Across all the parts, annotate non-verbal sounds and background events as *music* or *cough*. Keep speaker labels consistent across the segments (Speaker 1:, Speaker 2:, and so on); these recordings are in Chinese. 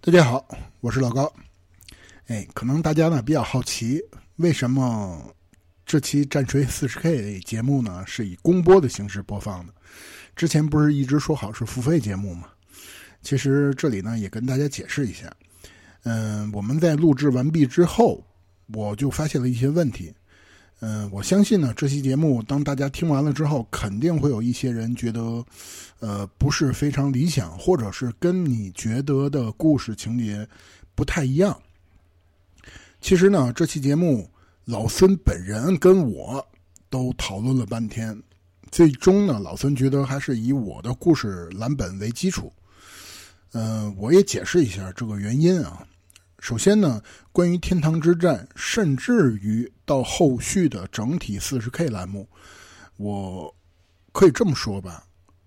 Speaker 1: 大家好，我是老高。哎，可能大家呢比较好奇，为什么这期《战锤 40K》节目呢是以公播的形式播放的？之前不是一直说好是付费节目吗？其实这里呢也跟大家解释一下。嗯，我们在录制完毕之后，我就发现了一些问题。嗯，我相信呢，这期节目当大家听完了之后，肯定会有一些人觉得，呃，不是非常理想，或者是跟你觉得的故事情节不太一样。其实呢，这期节目老孙本人跟我都讨论了半天，最终呢，老孙觉得还是以我的故事蓝本为基础。嗯、呃，我也解释一下这个原因啊。首先呢，关于《天堂之战》，甚至于到后续的整体 40K 栏目，我可以这么说吧，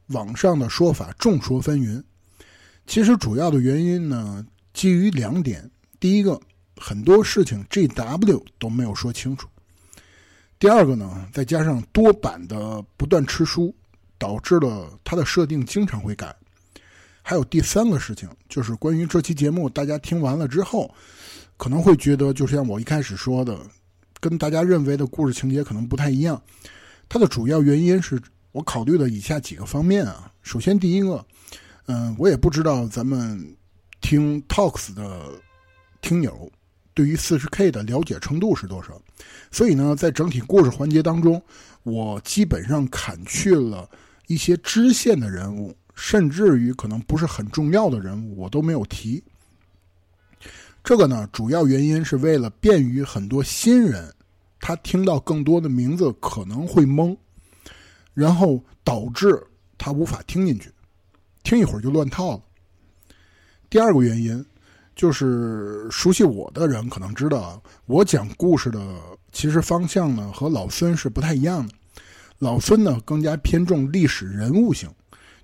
Speaker 1: 网上的说法众说纷纭。其实主要的原因呢，基于两点：第一个，很多事情 GW 都没有说清楚；第二个呢，再加上多版的不断吃书，导致了它的设定经常会改。还有第三个事情，就是关于这期节目，大家听完了之后，可能会觉得，就像我一开始说的，跟大家认为的故事情节可能不太一样。它的主要原因是我考虑了以下几个方面啊。首先，第一个，嗯、我也不知道咱们听 Talks 的听友对于 40K 的了解程度是多少，所以呢，在整体故事环节当中，我基本上砍去了一些支线的人物，甚至于可能不是很重要的人物，我都没有提。这个呢，主要原因是为了便于很多新人，他听到更多的名字可能会懵，然后导致他无法听进去，听一会儿就乱套了。第二个原因就是熟悉我的人可能知道啊，我讲故事的其实方向呢和老孙是不太一样的。老孙呢更加偏重历史人物性，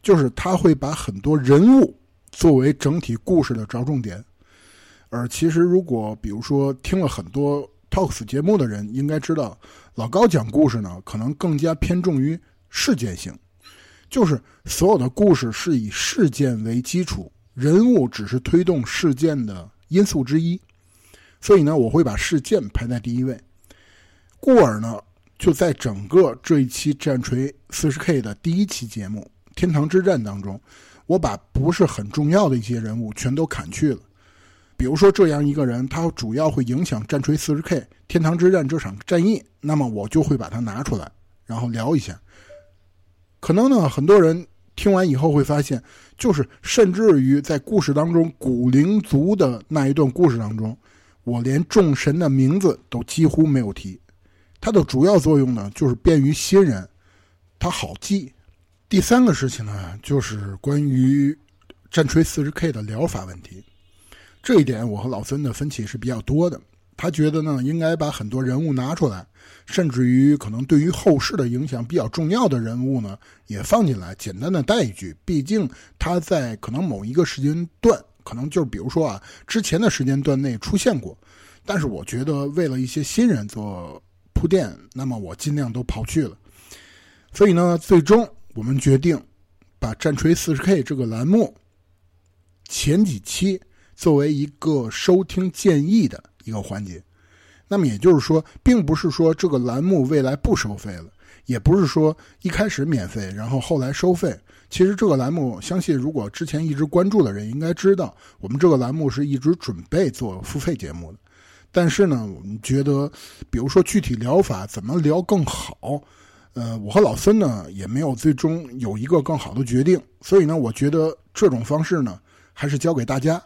Speaker 1: 就是他会把很多人物作为整体故事的着重点。而其实如果比如说听了很多 Talks 节目的人，应该知道老高讲故事呢，可能更加偏重于事件性，就是所有的故事是以事件为基础，人物只是推动事件的因素之一。所以呢，我会把事件排在第一位。故而呢，就在整个这一期战锤 40K 的第一期节目《天堂之战》当中，我把不是很重要的一些人物全都砍去了。比如说，这样一个人，他主要会影响战锤 40K《天堂之战》这场战役，那么我就会把他拿出来，然后聊一下。可能呢，很多人听完以后会发现，就是甚至于在故事当中，古灵族的那一段故事当中，我连众神的名字都几乎没有提。它的主要作用呢，就是便于新人，它好记。第三个事情呢，就是关于战锤 40K 的疗法问题。这一点我和老孙的分歧是比较多的。他觉得呢，应该把很多人物拿出来，甚至于可能对于后世的影响比较重要的人物呢，也放进来，简单的带一句。毕竟他在可能某一个时间段，可能就是比如说啊，之前的时间段内出现过。但是我觉得，为了一些新人做铺垫，那么我尽量都刨去了。所以呢，最终我们决定把《战锤 40K》这个栏目前几期作为一个收听建议的一个环节。那么也就是说，并不是说这个栏目未来不收费了，也不是说一开始免费，然后后来收费。其实这个栏目，相信如果之前一直关注的人应该知道，我们这个栏目是一直准备做付费节目的。但是呢，我们觉得，比如说具体疗法怎么聊更好，呃，我和老孙呢也没有最终有一个更好的决定，所以呢，我觉得这种方式呢还是交给大家。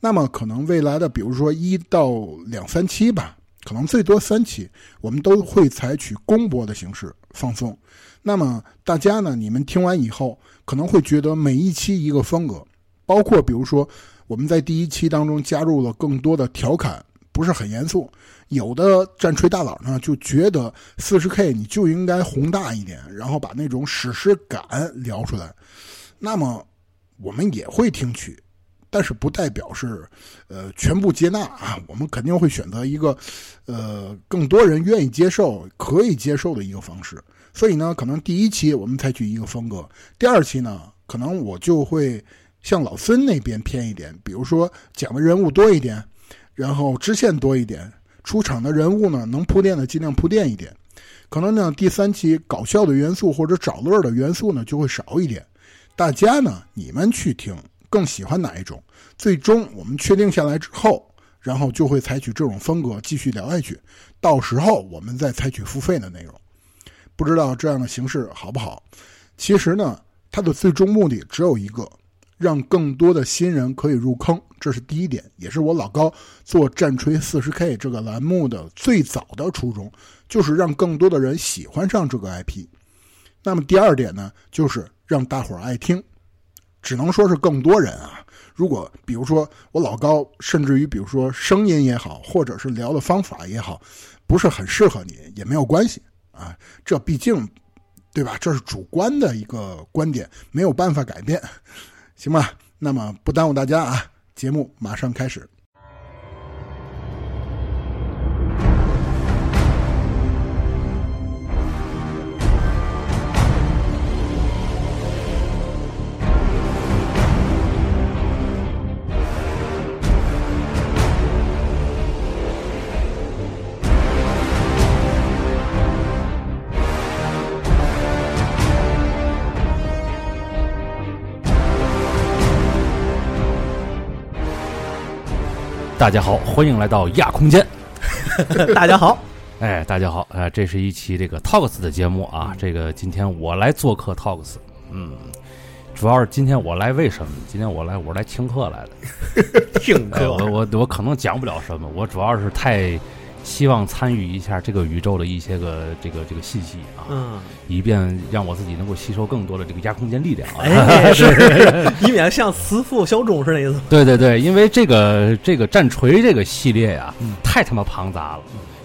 Speaker 1: 那么可能未来的，比如说一到两三期吧，可能最多三期，我们都会采取公播的形式放送。那么大家呢，你们听完以后可能会觉得每一期一个风格，包括比如说我们在第一期当中加入了更多的调侃，不是很严肃。有的战锤大佬呢就觉得四十 K 你就应该宏大一点，然后把那种史诗感聊出来。那么我们也会听取，但是不代表是呃全部接纳啊。我们肯定会选择一个呃更多人愿意接受、可以接受的一个方式。所以呢，可能第一期我们采取一个风格，第二期呢，可能我就会向老孙那边偏一点，比如说讲的人物多一点，然后支线多一点，出场的人物呢能铺垫的尽量铺垫一点。可能呢第三期搞笑的元素或者找乐的元素呢就会少一点。大家呢你们去听更喜欢哪一种，最终我们确定下来之后，然后就会采取这种风格继续聊下去。到时候我们再采取付费的内容，不知道这样的形式好不好。其实呢，它的最终目的只有一个，让更多的新人可以入坑，这是第一点，也是我老高做《战锤 40K》这个栏目的最早的初衷，就是让更多的人喜欢上这个 IP。那么第二点呢，就是让大伙儿爱听，只能说是更多人啊。如果比如说我老高，甚至于比如说声音也好，或者是聊的方法也好，不是很适合你，也没有关系啊。这毕竟，对吧？这是主观的一个观点，没有办法改变， *laughs* 行吧？那么不耽误大家啊，节目马上开始。
Speaker 2: 大家好，欢迎来到亚空间。
Speaker 3: *laughs* 大家好，
Speaker 2: 哎，大家好，哎、这是一期这个 Talks 的节目啊。这个今天我来做客 Talks，嗯，主要是今天我来为什么？今天我来我是来听课来的。
Speaker 3: 听
Speaker 2: 哎、
Speaker 3: 课
Speaker 2: 我我我可能讲不了什么，我主要是太希望参与一下这个宇宙的一些个这个这个信息啊，
Speaker 3: 嗯，
Speaker 2: 以便让我自己能够吸收更多的这个亚空间力量啊。
Speaker 3: 哎，是， *laughs* 以免像慈父小种似的那意思。
Speaker 2: 对对对，因为这个这个战锤这个系列呀、
Speaker 3: 嗯
Speaker 2: 太他妈庞杂了。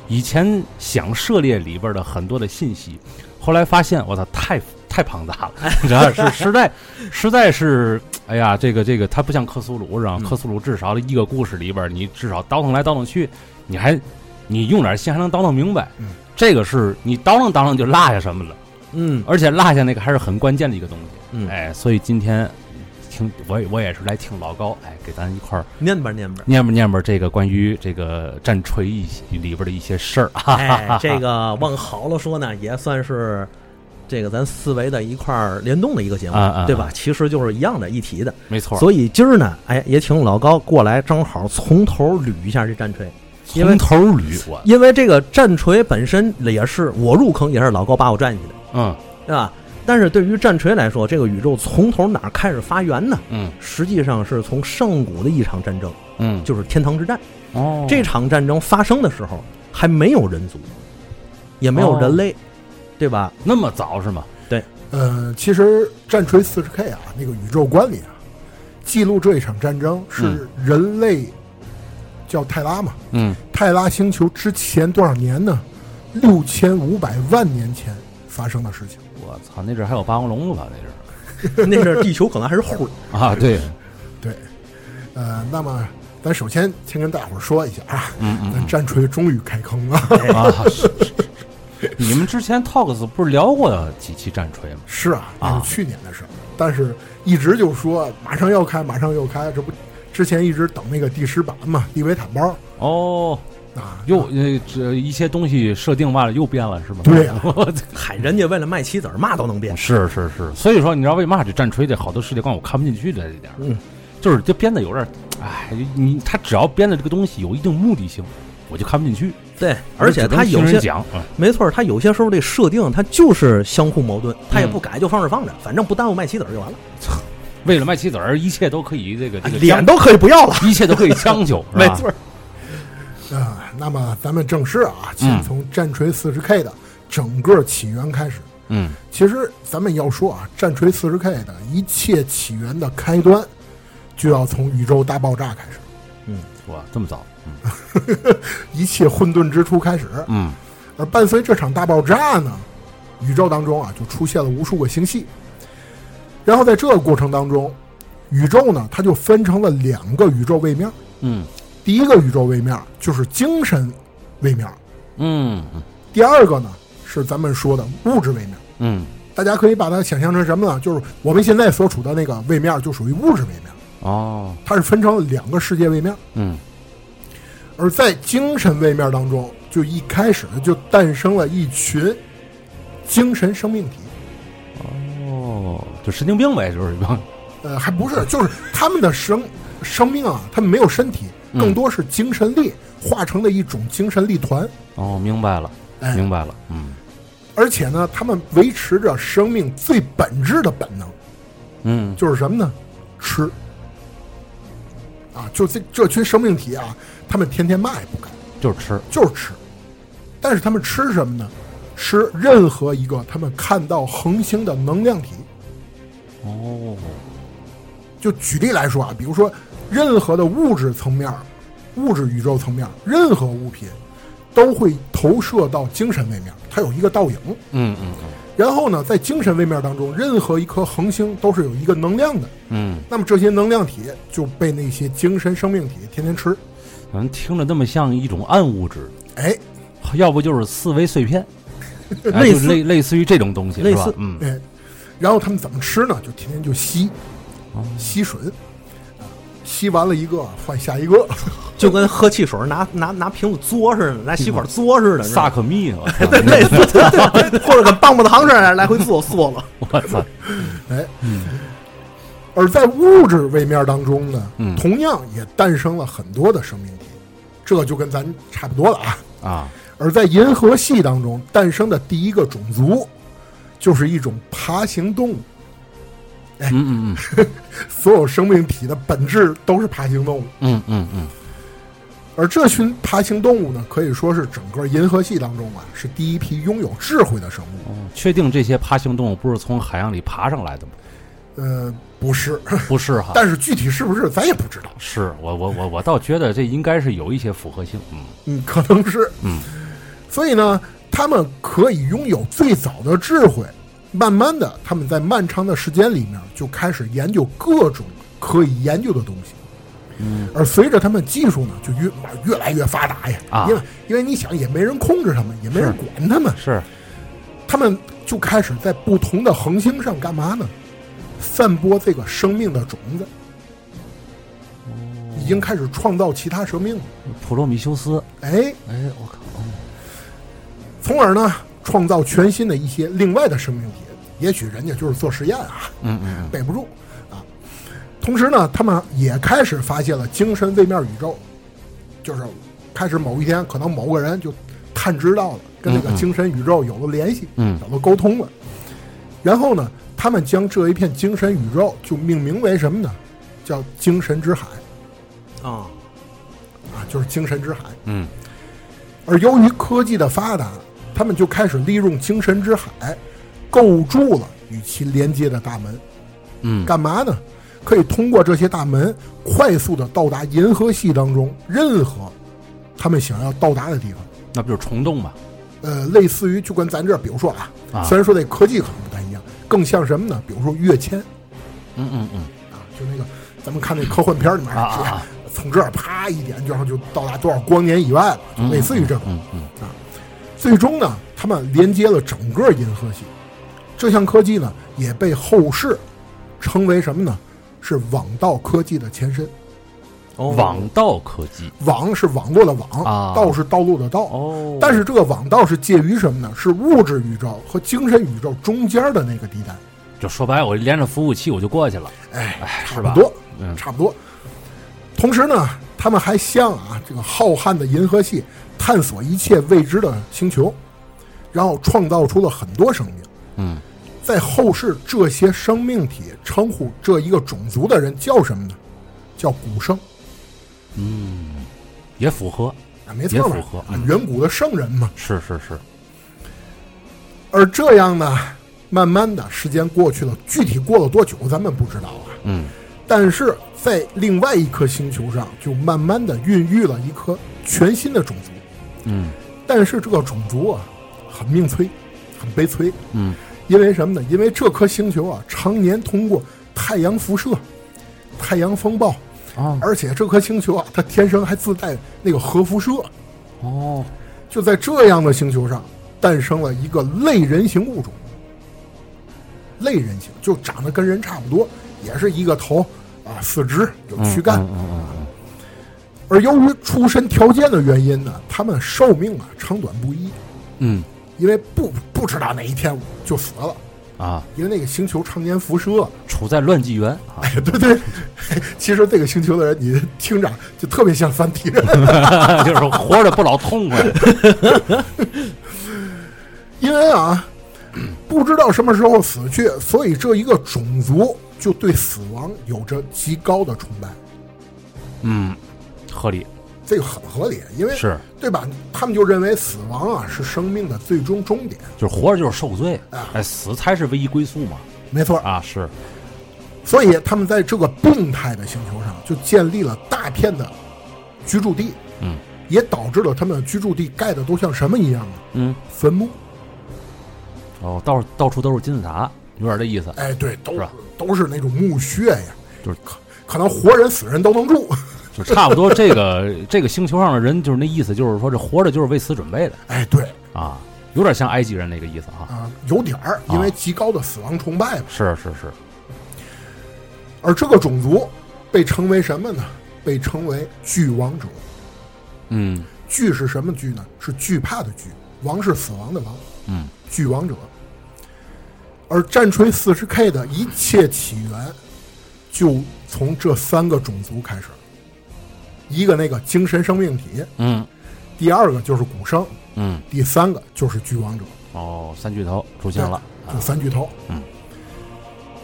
Speaker 2: 以前想涉猎里边的很多的信息，后来发现我操，太太庞
Speaker 3: *laughs*
Speaker 2: 杂了，你知道是实在实在是，哎呀，这个这个，它不像克苏鲁，然后
Speaker 3: 嗯
Speaker 2: 克苏鲁至少一个故事里边，你至少倒腾来倒腾去，你还你用点心还能倒腾明白
Speaker 1: 嗯。
Speaker 2: 这个是你倒腾倒腾就落下什么了，
Speaker 3: 嗯
Speaker 2: 而且落下那个还是很关键的一个东西。
Speaker 3: 嗯，
Speaker 2: 哎，所以今天听我也我也是来听老高，哎，给咱一块儿
Speaker 3: 念吧念吧。
Speaker 2: 念吧念吧这个关于这个战锤一些里边的一些事儿啊。
Speaker 3: 哎，这个往好了说呢，也算是这个咱四维的一块儿联动的一个节目，
Speaker 2: 啊啊
Speaker 3: 对吧？其实就是一样的，一体的。
Speaker 2: 没错，
Speaker 3: 所以今儿呢，哎，也请老高过来，正好从头捋一下这战锤，因为
Speaker 2: 从头捋我，
Speaker 3: 因为这个战锤本身也是我入坑，也是老高把我拽进去的，
Speaker 2: 嗯
Speaker 3: 对吧？但是对于战锤来说，这个宇宙从头哪儿开始发源呢？
Speaker 2: 嗯
Speaker 3: 实际上是从上古的一场战争，
Speaker 2: 嗯，
Speaker 3: 就是天堂之战。
Speaker 2: 哦
Speaker 3: 这场战争发生的时候，还没有人族，也没有人类，对吧？
Speaker 2: 那么早是吗？
Speaker 1: 呃，其实《战锤 40K》啊，那个宇宙观里啊，记录这一场战争是人类、叫泰拉嘛，
Speaker 2: 嗯
Speaker 1: 泰拉星球之前多少年呢？六千五百万年前发生的事情。
Speaker 2: 我操，那阵儿还有霸王龙了吧？那阵儿
Speaker 3: 那是地球可能还是灰儿，
Speaker 2: 啊，对，
Speaker 1: 对，呃，那么咱首先先跟大伙儿说一下啊，
Speaker 2: 嗯嗯
Speaker 1: 咱战锤终于开坑了。
Speaker 2: 嗯啊， *laughs* 是是你们之前 Talks 不是聊过几期战锤吗？
Speaker 1: 是啊，
Speaker 2: 啊
Speaker 1: 那是去年的事儿，但是一直就说马上要开，马上要开，这不之前一直等那个第十版嘛，利维坦包
Speaker 2: 哦，
Speaker 1: 啊，
Speaker 2: 又呃这一些东西设定完了又变了是吗？
Speaker 1: 对啊
Speaker 2: *laughs* 我操
Speaker 3: 嗨，人家为了卖棋子儿，嘛都能变。
Speaker 2: 是是是，所以说你知道为嘛这战锤这好多世界观我看不进去这一点儿，
Speaker 3: 嗯
Speaker 2: 就是这编的有点儿，哎，你他只要编的这个东西有一定目的性，我就看不进去。
Speaker 3: 对，而且他有
Speaker 2: 我只能听人
Speaker 3: 些
Speaker 2: 讲，嗯
Speaker 3: 没错，他有些时候这设定它就是相互矛盾，他也不改，就放这儿放着，反正不耽误卖棋子儿就完了，
Speaker 2: 为了卖棋子儿，一切都可以这个这个
Speaker 3: 脸
Speaker 2: 将
Speaker 3: 都可以不要了。
Speaker 2: 一切都可以将就，是吧
Speaker 3: *laughs* 没错，，
Speaker 1: 啊，那么咱们正式啊，先
Speaker 2: 嗯
Speaker 1: 从战锤 40K 的整个起源开始。
Speaker 2: 嗯
Speaker 1: 其实咱们要说啊，战锤 40K 的一切起源的开端，就要从宇宙大爆炸开始，
Speaker 2: 哇，这么早，
Speaker 1: 一切混沌之初开始。
Speaker 2: 嗯
Speaker 1: 而伴随这场大爆炸呢，宇宙当中啊就出现了无数个星系。然后在这个过程当中，宇宙呢它就分成了两个宇宙位面。
Speaker 2: 嗯
Speaker 1: 第一个宇宙位面就是精神位面，
Speaker 2: 嗯嗯
Speaker 1: 第二个呢是咱们说的物质位面。
Speaker 2: 嗯
Speaker 1: 大家可以把它想象成什么呢？就是我们现在所处的那个位面，就属于物质位面，
Speaker 2: 哦，
Speaker 1: 它是分成两个世界位面。
Speaker 2: 嗯
Speaker 1: 而在精神位面当中，就一开始就诞生了一群精神生命体。
Speaker 2: 哦，就神经病呗，就是一帮
Speaker 1: 呃，还不是，就是他们的生生命啊，他们没有身体，
Speaker 2: 嗯
Speaker 1: 更多是精神力化成的一种精神力团。
Speaker 2: 哦，明白了，
Speaker 1: 哎
Speaker 2: 明白了，嗯
Speaker 1: 而且呢，他们维持着生命最本质的本能，
Speaker 2: 嗯
Speaker 1: 就是什么呢？吃。啊，就这这群生命体啊，他们天天嘛也不干，
Speaker 2: 就是吃，
Speaker 1: 就是吃。但是他们吃什么呢？吃任何一个他们看到恒星的能量体。
Speaker 2: 哦，
Speaker 1: 就举例来说啊，比如说任何的物质层面儿、物质宇宙层面儿，任何物品都会投射到精神位面儿，它有一个倒影。
Speaker 2: 嗯嗯
Speaker 1: 然后呢，在精神位面当中，任何一颗恒星都是有一个能量的，
Speaker 2: 嗯，
Speaker 1: 那么这些能量体就被那些精神生命体天天吃。
Speaker 2: 反正听着那么像一种暗物质，
Speaker 1: 哎，
Speaker 2: 要不就是思维碎片，哎
Speaker 3: 类
Speaker 2: 就
Speaker 3: 似
Speaker 2: 类类似于这种东西，
Speaker 3: 类
Speaker 2: 是吧
Speaker 3: 似？
Speaker 2: 嗯
Speaker 1: 哎，然后他们怎么吃呢？就天天就吸
Speaker 2: 哦，
Speaker 1: 吸吮，啊吸完了一个换下一个。
Speaker 3: 就跟喝汽水儿拿拿拿瓶子嘬似的，拿吸管嘬似的，是
Speaker 2: 萨
Speaker 3: 吧
Speaker 2: 克密，我
Speaker 3: 对
Speaker 2: 操
Speaker 3: 类似，或者跟棒棒糖似的来回嘬嗦了。
Speaker 2: 我操，
Speaker 1: 哎，而在物质位面当中呢，
Speaker 2: 嗯
Speaker 1: 同样也诞生了很多的生命体，这就跟咱差不多了啊。
Speaker 2: *laughs* 啊，
Speaker 1: 而在银河系当中诞生的第一个种族，就是一种爬行动物。哎
Speaker 2: 嗯嗯
Speaker 1: *laughs* 所有生命体的本质都是爬行动物，
Speaker 2: 嗯嗯嗯嗯，
Speaker 1: 而这群爬行动物呢，可以说是整个银河系当中啊，是第一批拥有智慧的生物。
Speaker 2: 哦确定这些爬行动物不是从海洋里爬上来的吗？
Speaker 1: 呃，不是，
Speaker 2: 不是哈，
Speaker 1: *laughs* 但是具体是不是咱也不知道。
Speaker 2: 是我我我我倒觉得这应该是有一些符合性，嗯
Speaker 1: 嗯，可能是，
Speaker 2: 嗯，
Speaker 1: 所以呢，他们可以拥有最早的智慧，慢慢的，他们在漫长的时间里面就开始研究各种可以研究的东西。嗯，而随着他们技术呢，就越越来越发达呀，
Speaker 2: 啊
Speaker 1: 因为因为你想，也没人控制他们，也没人
Speaker 2: 是
Speaker 1: 管他们，
Speaker 2: 是，
Speaker 1: 他们就开始在不同的恒星上干嘛呢？散播这个生命的种子，
Speaker 2: 哦
Speaker 1: 已经开始创造其他生命了。
Speaker 2: 普罗米修斯，
Speaker 1: 哎，
Speaker 2: 哎，我靠，
Speaker 1: 从而呢创造全新的一些另外的生命体。也许人家就是做实验啊，
Speaker 2: 嗯嗯
Speaker 1: *laughs* 背不住啊。同时呢，他们也开始发现了精神位面宇宙，就是开始某一天可能某个人就探知到了，跟那个
Speaker 2: 嗯嗯
Speaker 1: 精神宇宙有了联系，
Speaker 2: 嗯
Speaker 1: 有了沟通了。然后呢，他们将这一片精神宇宙就命名为什么呢？叫精神之海
Speaker 3: 啊，
Speaker 1: 啊，就是精神之海。
Speaker 2: 嗯
Speaker 1: 而由于科技的发达，他们就开始利用精神之海，构筑了与其连接的大门。
Speaker 2: 嗯
Speaker 1: 干嘛呢？可以通过这些大门快速的到达银河系当中任何他们想要到达的地方。
Speaker 2: 嗯，那不就是虫洞吗？
Speaker 1: 呃，类似于就跟咱这儿，比如说啊，
Speaker 2: 啊
Speaker 1: 虽然说这科技可能不太一样，更像什么呢？比如说跃迁
Speaker 2: 嗯嗯嗯，
Speaker 1: 啊，就那个咱们看那科幻片儿里面，
Speaker 2: 啊啊啊
Speaker 1: 从这儿啪一点，然后就到达多少光年以外了，就类似于这种。啊
Speaker 2: 嗯嗯
Speaker 1: 最终呢，他们连接了整个银河系。这项科技呢，也被后世称为什么呢？是网道科技的前身。
Speaker 3: 哦
Speaker 2: 嗯，网道科技，
Speaker 1: 网是网络的网，
Speaker 2: 啊
Speaker 1: 道是道路的道。
Speaker 2: 哦
Speaker 1: 但是这个网道是介于什么呢？是物质宇宙和精神宇宙中间的那个地带。
Speaker 2: 就说白，了，我连着服务器我就过去了，
Speaker 1: 哎，
Speaker 2: 哎，
Speaker 1: 差
Speaker 2: 是
Speaker 1: 不
Speaker 2: 吧？
Speaker 1: 多，
Speaker 2: 嗯
Speaker 1: 差不多。同时呢，他们还向啊这个浩瀚的银河系探索一切未知的星球，然后创造出了很多生命。
Speaker 2: 嗯，
Speaker 1: 在后世，这些生命体称呼这一个种族的人叫什么呢？叫古圣
Speaker 2: 也符合，
Speaker 1: 啊，没错
Speaker 2: 也符合
Speaker 1: 嘛，啊
Speaker 2: 嗯
Speaker 1: 远古的圣人嘛。
Speaker 2: 是是是，
Speaker 1: 而这样呢，慢慢的时间过去了，具体过了多久咱们不知道啊。
Speaker 2: 嗯
Speaker 1: 但是在另外一颗星球上，就慢慢的孕育了一颗全新的种族。
Speaker 2: 嗯
Speaker 1: 但是这个种族啊，很命催，很悲催，
Speaker 2: 嗯，
Speaker 1: 因为什么呢？因为这颗星球啊，常年通过太阳辐射、太阳风暴，
Speaker 2: 哦
Speaker 1: 而且这颗星球啊，它天生还自带那个核辐射。
Speaker 2: 哦，
Speaker 1: 就在这样的星球上，诞生了一个类人形物种。类人形，就长得跟人差不多，也是一个头啊，四肢有躯干。
Speaker 2: 嗯嗯嗯嗯
Speaker 1: 而由于出身条件的原因呢，他们寿命啊长短不一，
Speaker 2: 嗯
Speaker 1: 因为不不知道哪一天就死了，
Speaker 2: 嗯啊，
Speaker 1: 因为那个星球常年辐射。
Speaker 2: 处在乱纪元 *laughs* 啊，
Speaker 1: 哎，对对， *laughs* 其实这个星球的人，你听着就特别像三体 *laughs* 人，
Speaker 2: 就是活着不老痛快。
Speaker 1: 因为啊，不知道什么时候死去，所以这一个种族就对死亡有着极高的崇拜，
Speaker 2: 嗯，合理
Speaker 1: 这个很合理，因为
Speaker 2: 是，
Speaker 1: 对吧？他们就认为死亡啊是生命的最终终点，
Speaker 2: 就是活着就是受罪
Speaker 1: 啊，
Speaker 2: 哎，死才是唯一归宿嘛。
Speaker 1: 没错。
Speaker 2: 啊，是，
Speaker 1: 所以他们在这个病态的星球上就建立了大片的居住地，
Speaker 2: 嗯
Speaker 1: 也导致了他们的居住地盖的都像什么一样啊？
Speaker 2: 嗯，
Speaker 1: 坟墓。
Speaker 2: 哦，到到处都是金字塔，有点这意思，
Speaker 1: 哎，对，都
Speaker 2: 是吧
Speaker 1: 都是那种墓穴呀，
Speaker 2: 就是
Speaker 1: 可可能活人死人都能住。
Speaker 2: 就差不多。这个 *laughs* 这个星球上的人就是那意思，就是说这活着就是为死准备的
Speaker 1: 哎，对
Speaker 2: 啊，有点像埃及人那个意思哈。
Speaker 1: 啊、有点儿，
Speaker 2: 啊
Speaker 1: 因为极高的死亡崇拜嘛。
Speaker 2: 是是是，
Speaker 1: 而这个种族被称为什么呢？被称为巨王者。
Speaker 2: 嗯
Speaker 1: 惧是什么惧呢？是惧怕的惧，王是死亡的王，
Speaker 2: 嗯，
Speaker 1: 巨王者。而战锤四十 K 的一切起源，就从这三个种族开始。一个那个精神生命体，
Speaker 2: 嗯
Speaker 1: 第二个就是古生，
Speaker 2: 嗯，
Speaker 1: 第三个就是巨王者。
Speaker 2: 哦，三巨头出现了
Speaker 1: 就三巨头。
Speaker 2: 嗯，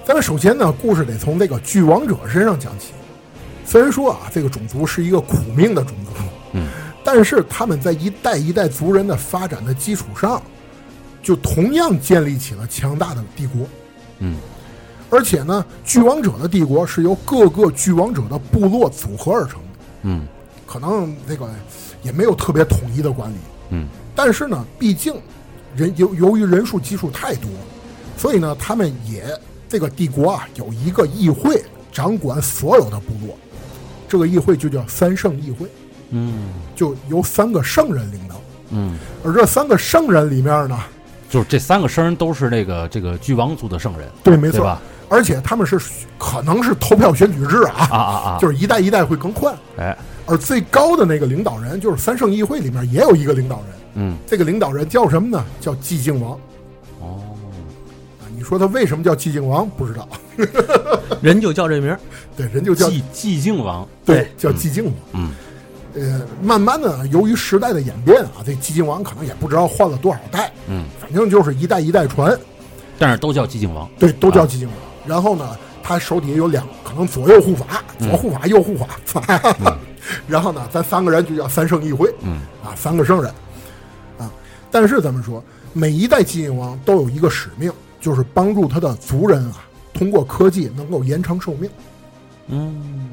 Speaker 1: 咱们首先呢，故事得从这个巨王者身上讲起。虽然说啊，这个种族是一个苦命的种族，
Speaker 2: 嗯，
Speaker 1: 但是他们在一代一代族人的发展的基础上，就同样建立起了强大的帝国。
Speaker 2: 嗯，
Speaker 1: 而且呢，巨王者的帝国是由各个巨王者的部落组合而成的，
Speaker 2: 嗯
Speaker 1: 可能这个也没有特别统一的管理。
Speaker 2: 嗯
Speaker 1: 但是呢，毕竟人由由于人数基数太多，所以呢，他们也这个帝国啊有一个议会掌管所有的部落，这个议会就叫三圣议会，
Speaker 2: 嗯
Speaker 1: 就由三个圣人领导。
Speaker 2: 嗯，
Speaker 1: 而这三个圣人里面呢，
Speaker 2: 就是这三个圣人都是那个这个巨王族的圣人，
Speaker 1: 对，没
Speaker 2: 对
Speaker 1: 错，
Speaker 2: 吧？
Speaker 1: 而且他们是可能是投票选举制啊，
Speaker 2: 啊啊啊！
Speaker 1: 就是一代一代会更换。
Speaker 2: 哎，
Speaker 1: 而最高的那个领导人，就是三圣议会里面也有一个领导人，
Speaker 2: 嗯
Speaker 1: 这个领导人叫什么呢？叫寂静王。
Speaker 2: 哦，
Speaker 1: 啊你说他为什么叫寂静王？不知道。 *laughs*
Speaker 3: 人就叫这名儿，
Speaker 1: 对，人就叫
Speaker 2: 寂寂静王，
Speaker 1: 对叫寂静王。
Speaker 2: 嗯
Speaker 1: 呃，慢慢的，由于时代的演变啊，这寂静王可能也不知道换了多少代，
Speaker 2: 嗯，
Speaker 1: 反正就是一代一代传，
Speaker 2: 但是都叫寂静王，
Speaker 1: 对，都叫寂静王。然后呢，他手底下有两，可能左右护法，左护
Speaker 2: 嗯
Speaker 1: 法，右护法， *laughs* 然后呢，咱三个人就叫三圣一辉，
Speaker 2: 嗯
Speaker 1: 啊，三个圣人，啊。但是咱们说，每一代寂静王都有一个使命，就是帮助他的族人啊，通过科技能够延长寿命，
Speaker 2: 嗯，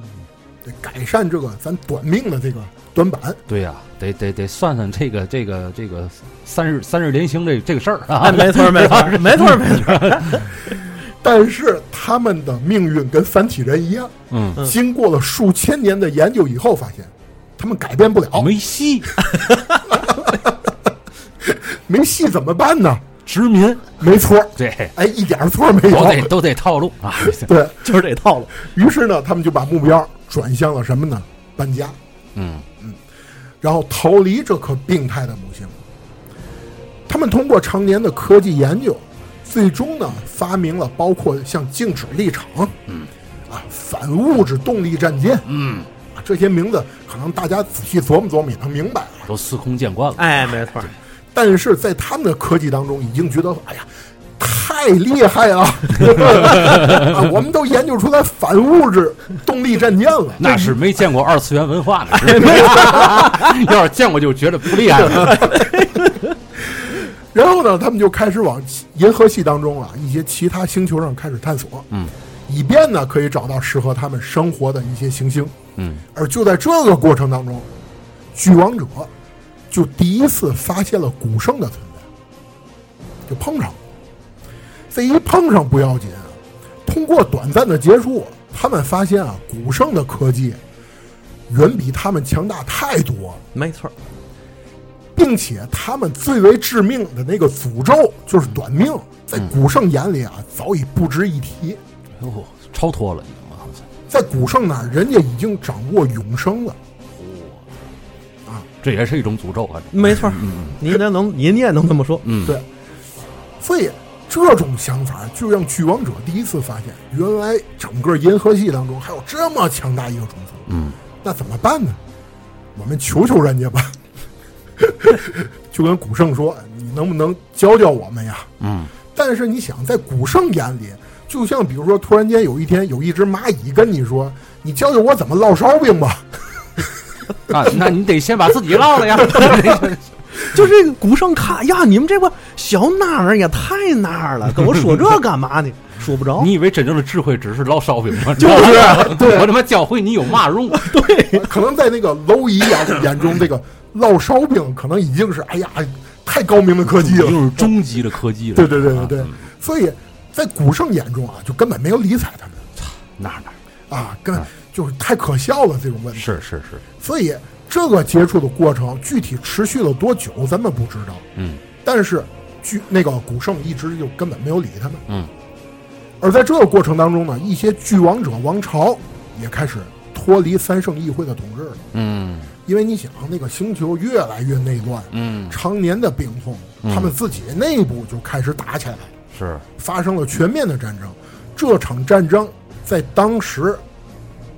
Speaker 1: 得改善这个咱短命的这个短板。
Speaker 2: 对呀、得得得算算这个这个这个三日三日连星这这个事儿 *laughs* 啊，
Speaker 3: 哎，没错儿没错儿没错儿没错儿，
Speaker 1: 但是他们的命运跟三体人一样，
Speaker 2: 嗯，
Speaker 3: 嗯
Speaker 1: 经过了数千年的研究以后，发现他们改变不了，
Speaker 2: 没戏，
Speaker 1: 没戏怎么办呢？
Speaker 2: 殖民，
Speaker 1: 没错，
Speaker 2: 对，
Speaker 1: *laughs* 哎，一点错没
Speaker 2: 都得
Speaker 1: 有。
Speaker 2: 都得套路
Speaker 1: *laughs*
Speaker 2: 啊，
Speaker 1: 对
Speaker 3: *laughs* 就是这套路。
Speaker 1: 于是呢，他们就把目标转向了什么呢？搬家，
Speaker 2: 嗯
Speaker 1: 然后逃离这颗病态的母星。他们通过常年的科技研究，最终呢发明了包括像静止力场，嗯，啊反物质动力战舰，
Speaker 2: 嗯，
Speaker 1: 啊这些名字可能大家仔细琢磨琢磨也能明白啊。
Speaker 2: 都司空见惯了，
Speaker 3: 哎，没错儿，
Speaker 1: 但是在他们的科技当中，已经觉得哎呀，太厉害了！ *laughs* 啊我们都研究出来反物质动力战舰了。
Speaker 2: 那是没见过二次元文化
Speaker 1: 哎
Speaker 2: 呢，是吧 *laughs* 要是见过就觉得不厉
Speaker 1: *laughs*
Speaker 2: 害了，
Speaker 1: 然后呢，他们就开始往银河系当中啊一些其他星球上开始探索，
Speaker 2: 嗯，
Speaker 1: 以便呢可以找到适合他们生活的一些行星。
Speaker 2: 嗯
Speaker 1: 而就在这个过程当中，巨王者就第一次发现了古生的存在，就碰上了。这一碰上不要紧啊，通过短暂的接触，他们发现啊，古生的科技远比他们强大太多了。
Speaker 3: 没错儿，
Speaker 1: 并且他们最为致命的那个诅咒就是短命，在古圣眼里啊早已不值一提。
Speaker 2: 哎呦，超脱了，已经了好像
Speaker 1: 在古圣那儿，人家已经掌握永生了。
Speaker 2: 这也是一种诅咒啊。
Speaker 3: 没错，您也能您也能这么说，
Speaker 2: 嗯，
Speaker 1: 对所以这种想法就让巨王者第一次发现，原来整个银河系当中还有这么强大一个种族。
Speaker 2: 嗯，
Speaker 1: 那怎么办呢？我们求求人家吧， *laughs* 就跟古圣说：“你能不能教教我们呀？”
Speaker 2: 嗯，
Speaker 1: 但是你想，在古圣眼里，就像比如说，突然间有一天有一只蚂蚁跟你说：“你教教我怎么烙烧饼吧。
Speaker 2: 啊，那你得先把自己
Speaker 1: *laughs*
Speaker 2: 落了呀。
Speaker 3: 就这个古圣看呀，你们这个小哪儿也太哪 *laughs* 儿了，跟我说这干嘛呢？说不着，
Speaker 2: 你以为真正的智慧只是烙烧饼吗？
Speaker 1: 就是啊对
Speaker 2: 我他妈教会你有嘛用？
Speaker 1: 可能在那个蝼蚁眼眼中，这个烙烧饼可能已经是哎呀，太高明的科技了。
Speaker 2: 就是终极的科技了。
Speaker 1: 对对对对对
Speaker 2: 嗯啊嗯，
Speaker 1: 所以在古圣眼中啊，就根本没有理睬他们
Speaker 2: 那哪
Speaker 1: 啊，根本就是太可笑了这种问题。
Speaker 2: 是是是，
Speaker 1: 所以这个接触的过程具体持续了多久，咱们不知道。
Speaker 2: 嗯
Speaker 1: 但是据那个古圣一直就根本没有理他们。
Speaker 2: 嗯，
Speaker 1: 而在这个过程当中呢，一些巨王者王朝也开始脱离三圣议会的统治了，
Speaker 2: 嗯
Speaker 1: 因为你想，啊那个星球越来越内乱，
Speaker 2: 嗯
Speaker 1: 常年的病痛，他们自己内部就开始打起来，
Speaker 2: 是
Speaker 1: 发生了全面的战争。这场战争在当时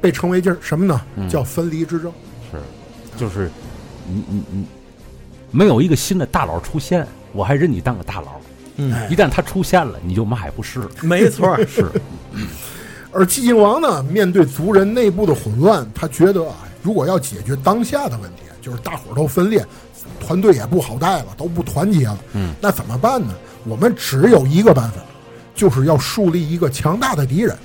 Speaker 1: 被称为叫什么呢？
Speaker 2: 嗯
Speaker 1: 叫分离之争。
Speaker 2: 是，就是你你你没有一个新的大佬出现，我还认你当个大佬。
Speaker 3: 嗯
Speaker 2: 一旦他出现了，你就嘛也不是了。
Speaker 3: 没错， *laughs*
Speaker 2: 是，
Speaker 1: 而寂静王呢，面对族人内部的混乱，他觉得啊，如果要解决当下的问题，就是大伙儿都分裂，团队也不好带了，都不团结了。
Speaker 2: 嗯，
Speaker 1: 那怎么办呢？我们只有一个办法，就是要树立一个强大的敌人，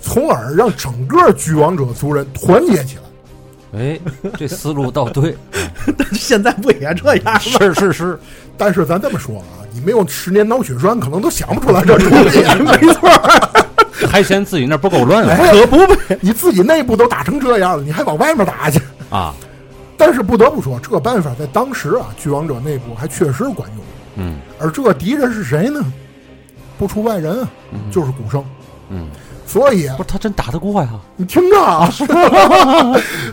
Speaker 1: 从而让整个居王者族人团结起来。
Speaker 2: 哎，这思路倒对，
Speaker 3: 现在不也这样吗？
Speaker 2: 是是是，
Speaker 1: *laughs* 但是咱这么说啊，你没有十年脑血栓，可能都想不出来这主意。 *laughs* 没错，
Speaker 2: *laughs* 还嫌自己那不够乱
Speaker 3: 哎
Speaker 2: 啊
Speaker 1: 可不呗，哎你自己内部都打成这样了，你还往外面打去？
Speaker 2: 啊？
Speaker 1: 但是不得不说，这个办法在当时啊，巨王者内部还确实管用。
Speaker 2: 嗯
Speaker 1: 而这个敌人是谁呢？不出外人啊，就是古圣。
Speaker 2: 嗯，
Speaker 1: 所以
Speaker 2: 不是他真打得过呀？
Speaker 1: 你听着
Speaker 2: *laughs*
Speaker 1: 啊，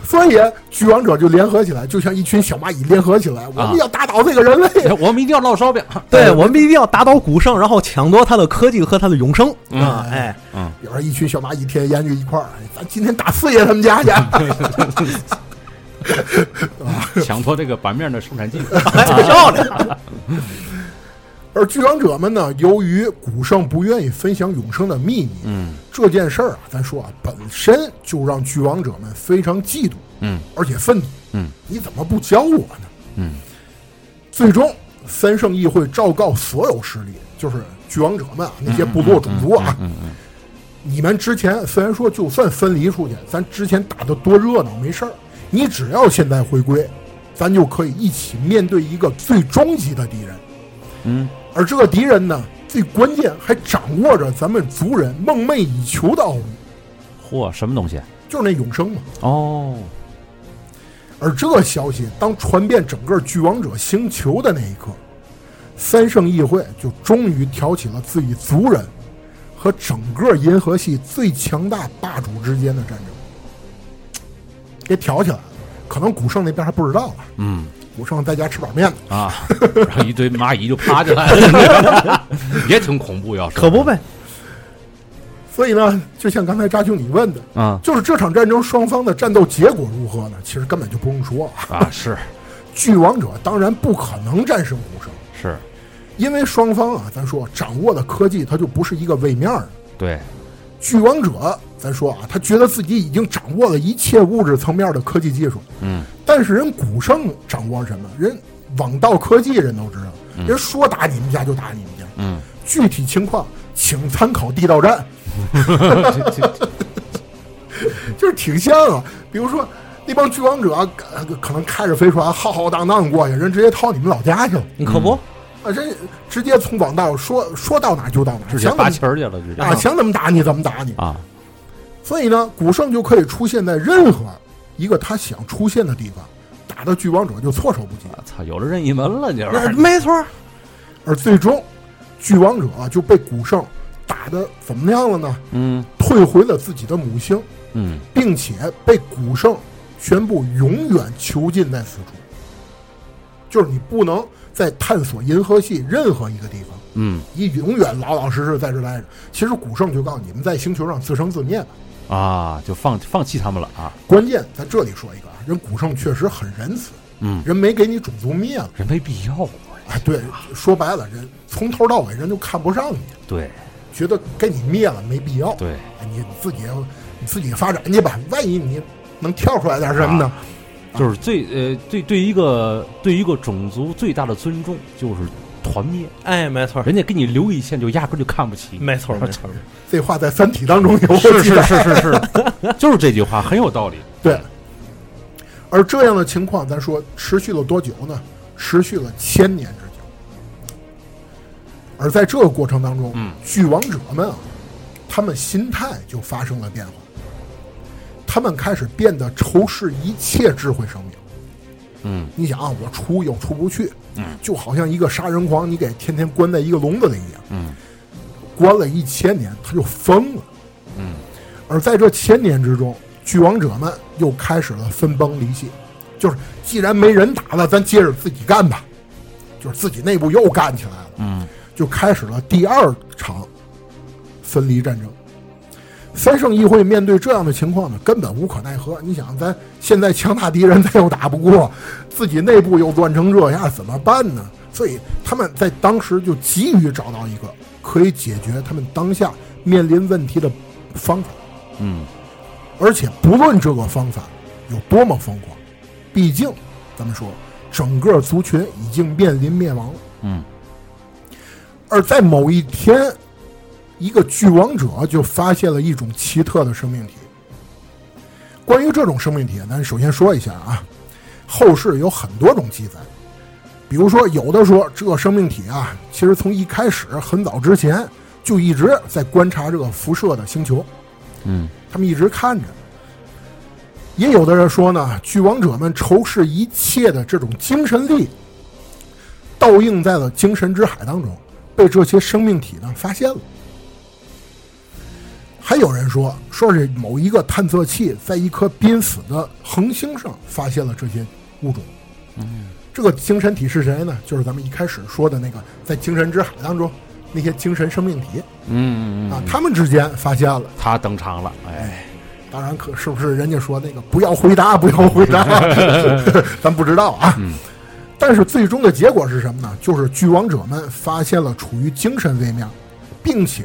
Speaker 1: 所以巨王者就联合起来，就像一群小蚂蚁联合起来，
Speaker 2: 啊
Speaker 1: 我们要打倒这个人类。
Speaker 2: 哎我们一定要烙烧
Speaker 3: *laughs*
Speaker 2: 饼。
Speaker 3: *laughs* 对我们一定要打倒古圣，然后抢夺他的科技和他的永生
Speaker 2: 嗯
Speaker 3: 啊！哎，
Speaker 1: 有人一群小蚂蚁天天研究一块儿，哎咱今天打四爷他们
Speaker 2: *laughs*
Speaker 1: 家去。
Speaker 2: 抢夺这个版面的生产技术。
Speaker 3: *laughs* 漂亮，
Speaker 1: 而巨王者们呢，由于古圣不愿意分享永生的秘密，
Speaker 2: 嗯
Speaker 1: 这件事儿啊，咱说啊，本身就让巨王者们非常嫉妒，
Speaker 2: 嗯
Speaker 1: 而且愤怒。
Speaker 2: 嗯
Speaker 1: 你怎么不教我呢？
Speaker 2: 嗯，
Speaker 1: 最终，三圣议会昭告所有势力，就是巨王者们啊，那些
Speaker 2: 嗯
Speaker 1: 部落种族啊，你们之前虽然说就算分离出去，咱之前打得多热闹没事儿，你只要现在回归，咱就可以一起面对一个最终极的敌人。
Speaker 2: 嗯，
Speaker 1: 而这个敌人呢，最关键还掌握着咱们族人梦寐以求的奥秘，
Speaker 2: 嚯，什么东西？啊
Speaker 1: 就是那永生嘛。
Speaker 2: 哦，
Speaker 1: 而这个消息当传遍整个巨王者星球的那一刻，三圣议会就终于挑起了自己族人和整个银河系最强大霸主之间的战争，给挑起来了。可能古圣那边还不知道啊，
Speaker 2: 嗯
Speaker 1: 古圣在家吃板面呢。
Speaker 2: 啊，然后一堆蚂蚁就爬起来
Speaker 3: *laughs*
Speaker 2: 了，也挺恐怖，要是
Speaker 3: 可不呗？
Speaker 1: 所以呢，就像刚才扎兄你问的，
Speaker 2: 啊
Speaker 1: 就是这场战争双方的战斗结果如何呢？其实根本就不用说啊，
Speaker 2: 啊是
Speaker 1: 巨王者当然不可能战胜古圣，
Speaker 2: 是，
Speaker 1: 因为双方啊，咱说掌握的科技它就不是一个位面儿的。
Speaker 2: 对，
Speaker 1: 巨王者，咱说啊，他觉得自己已经掌握了一切物质层面的科技技术，
Speaker 2: 嗯
Speaker 1: 但是人古圣掌握什么？人网道科技人都知道，人说打你们家就打你们家，
Speaker 2: 嗯，
Speaker 1: 具体情况请参考地道
Speaker 2: *laughs*
Speaker 1: 战，
Speaker 2: 这这
Speaker 1: 就是挺像啊。比如说那帮巨王者、呃可能开着飞船浩浩荡荡过去，人直接掏你们老家去了，
Speaker 3: 你可不，
Speaker 1: 啊，人直接从网道说说到哪儿就到哪儿，
Speaker 2: 直接
Speaker 1: 想怎
Speaker 2: 拔
Speaker 1: 么
Speaker 2: 旗儿去了，直接
Speaker 1: 啊想怎么打你怎么打你。
Speaker 2: 啊，
Speaker 1: 所以呢，古圣就可以出现在任何一个他想出现的地方，打打的巨王者就措手不及，
Speaker 2: 我操，有了任意门了，你玩
Speaker 3: 呃
Speaker 2: 儿
Speaker 3: 没错儿，
Speaker 1: 而最终巨王者啊就被古圣打的怎么样了呢？
Speaker 2: 嗯
Speaker 1: 退回了自己的母星，
Speaker 2: 嗯，
Speaker 1: 并且被古圣宣布永远囚禁在此处，就是你不能再探索银河系任何一个地方，
Speaker 2: 嗯
Speaker 1: 你永远老老实实在这待着。其实古圣就告诉你你们在星球上自生自灭吧。
Speaker 2: 啊，就放放弃他们了啊，
Speaker 1: 关键在这里说一个啊，人古圣确实很仁慈，
Speaker 2: 嗯，
Speaker 1: 人没给你种族灭了。
Speaker 2: 人没必要，啊
Speaker 1: 哎，对，说白了，人从头到尾人就看不上你，
Speaker 2: 对
Speaker 1: 觉得给你灭了没必要。
Speaker 2: 对，
Speaker 1: 哎你自己你自己发展去吧，万一你能跳出来点什么
Speaker 2: 啊
Speaker 1: 呢？
Speaker 2: 就是最呃对对一个对一个种族最大的尊重就是团灭，
Speaker 3: 哎，没错儿，
Speaker 2: 人家给你留一线就压根儿就看不起，
Speaker 3: 没错儿，没错儿，
Speaker 1: 这话在《三体》当中有过
Speaker 2: 是
Speaker 1: 记
Speaker 2: 是
Speaker 1: 载。
Speaker 2: 是是是， *laughs* 就是这句话很有道理，
Speaker 1: 对，而这样的情况，咱说持续了多久呢？持续了千年之久。而在这个过程当中，
Speaker 2: 嗯
Speaker 1: 巨王者们啊，他们心态就发生了变化，他们开始变得仇视一切智慧生命。
Speaker 2: 嗯，
Speaker 1: 你想啊，我出又出不去，嗯，就好像一个杀人狂，你给天天关在一个笼子里一样，
Speaker 2: 嗯，
Speaker 1: 关了一千年，他就疯了，
Speaker 2: 嗯，
Speaker 1: 而在这千年之中，巨王者们又开始了分崩离析，就是既然没人打了，咱接着自己干吧，就是自己内部又干起来了，
Speaker 2: 嗯
Speaker 1: 就开始了第二场分离战争。三圣议会面对这样的情况呢，根本无可奈何。你想，咱现在强大敌人，咱又打不过，自己内部又乱成这样，怎么办呢？所以他们在当时就急于找到一个可以解决他们当下面临问题的方法，
Speaker 2: 嗯，
Speaker 1: 而且不论这个方法有多么疯狂，毕竟咱们说整个族群已经面临灭亡了。
Speaker 2: 嗯，
Speaker 1: 而在某一天，一个巨王者就发现了一种奇特的生命体。关于这种生命体，咱首先说一下啊，后世有很多种记载，比如说有的说这个生命体啊，其实从一开始很早之前就一直在观察这个辐射的星球，
Speaker 2: 嗯，
Speaker 1: 他们一直看着。也有的人说呢，巨王者们仇视一切的这种精神力，倒映在了精神之海当中，被这些生命体呢发现了。还有人说，说是某一个探测器在一颗濒死的恒星上发现了这些物种。这个精神体是谁呢？就是咱们一开始说的那个，在精神之海当中那些精神生命体
Speaker 2: 嗯嗯
Speaker 1: 啊
Speaker 2: 嗯，，
Speaker 1: 他们之间发现了。
Speaker 2: 他登场了，哎，
Speaker 1: 当然可是不是人家说那个不要回答，不要回答，咱不知道啊。但是最终的结果是什么呢？就是巨王者们发现了处于精神位面，并且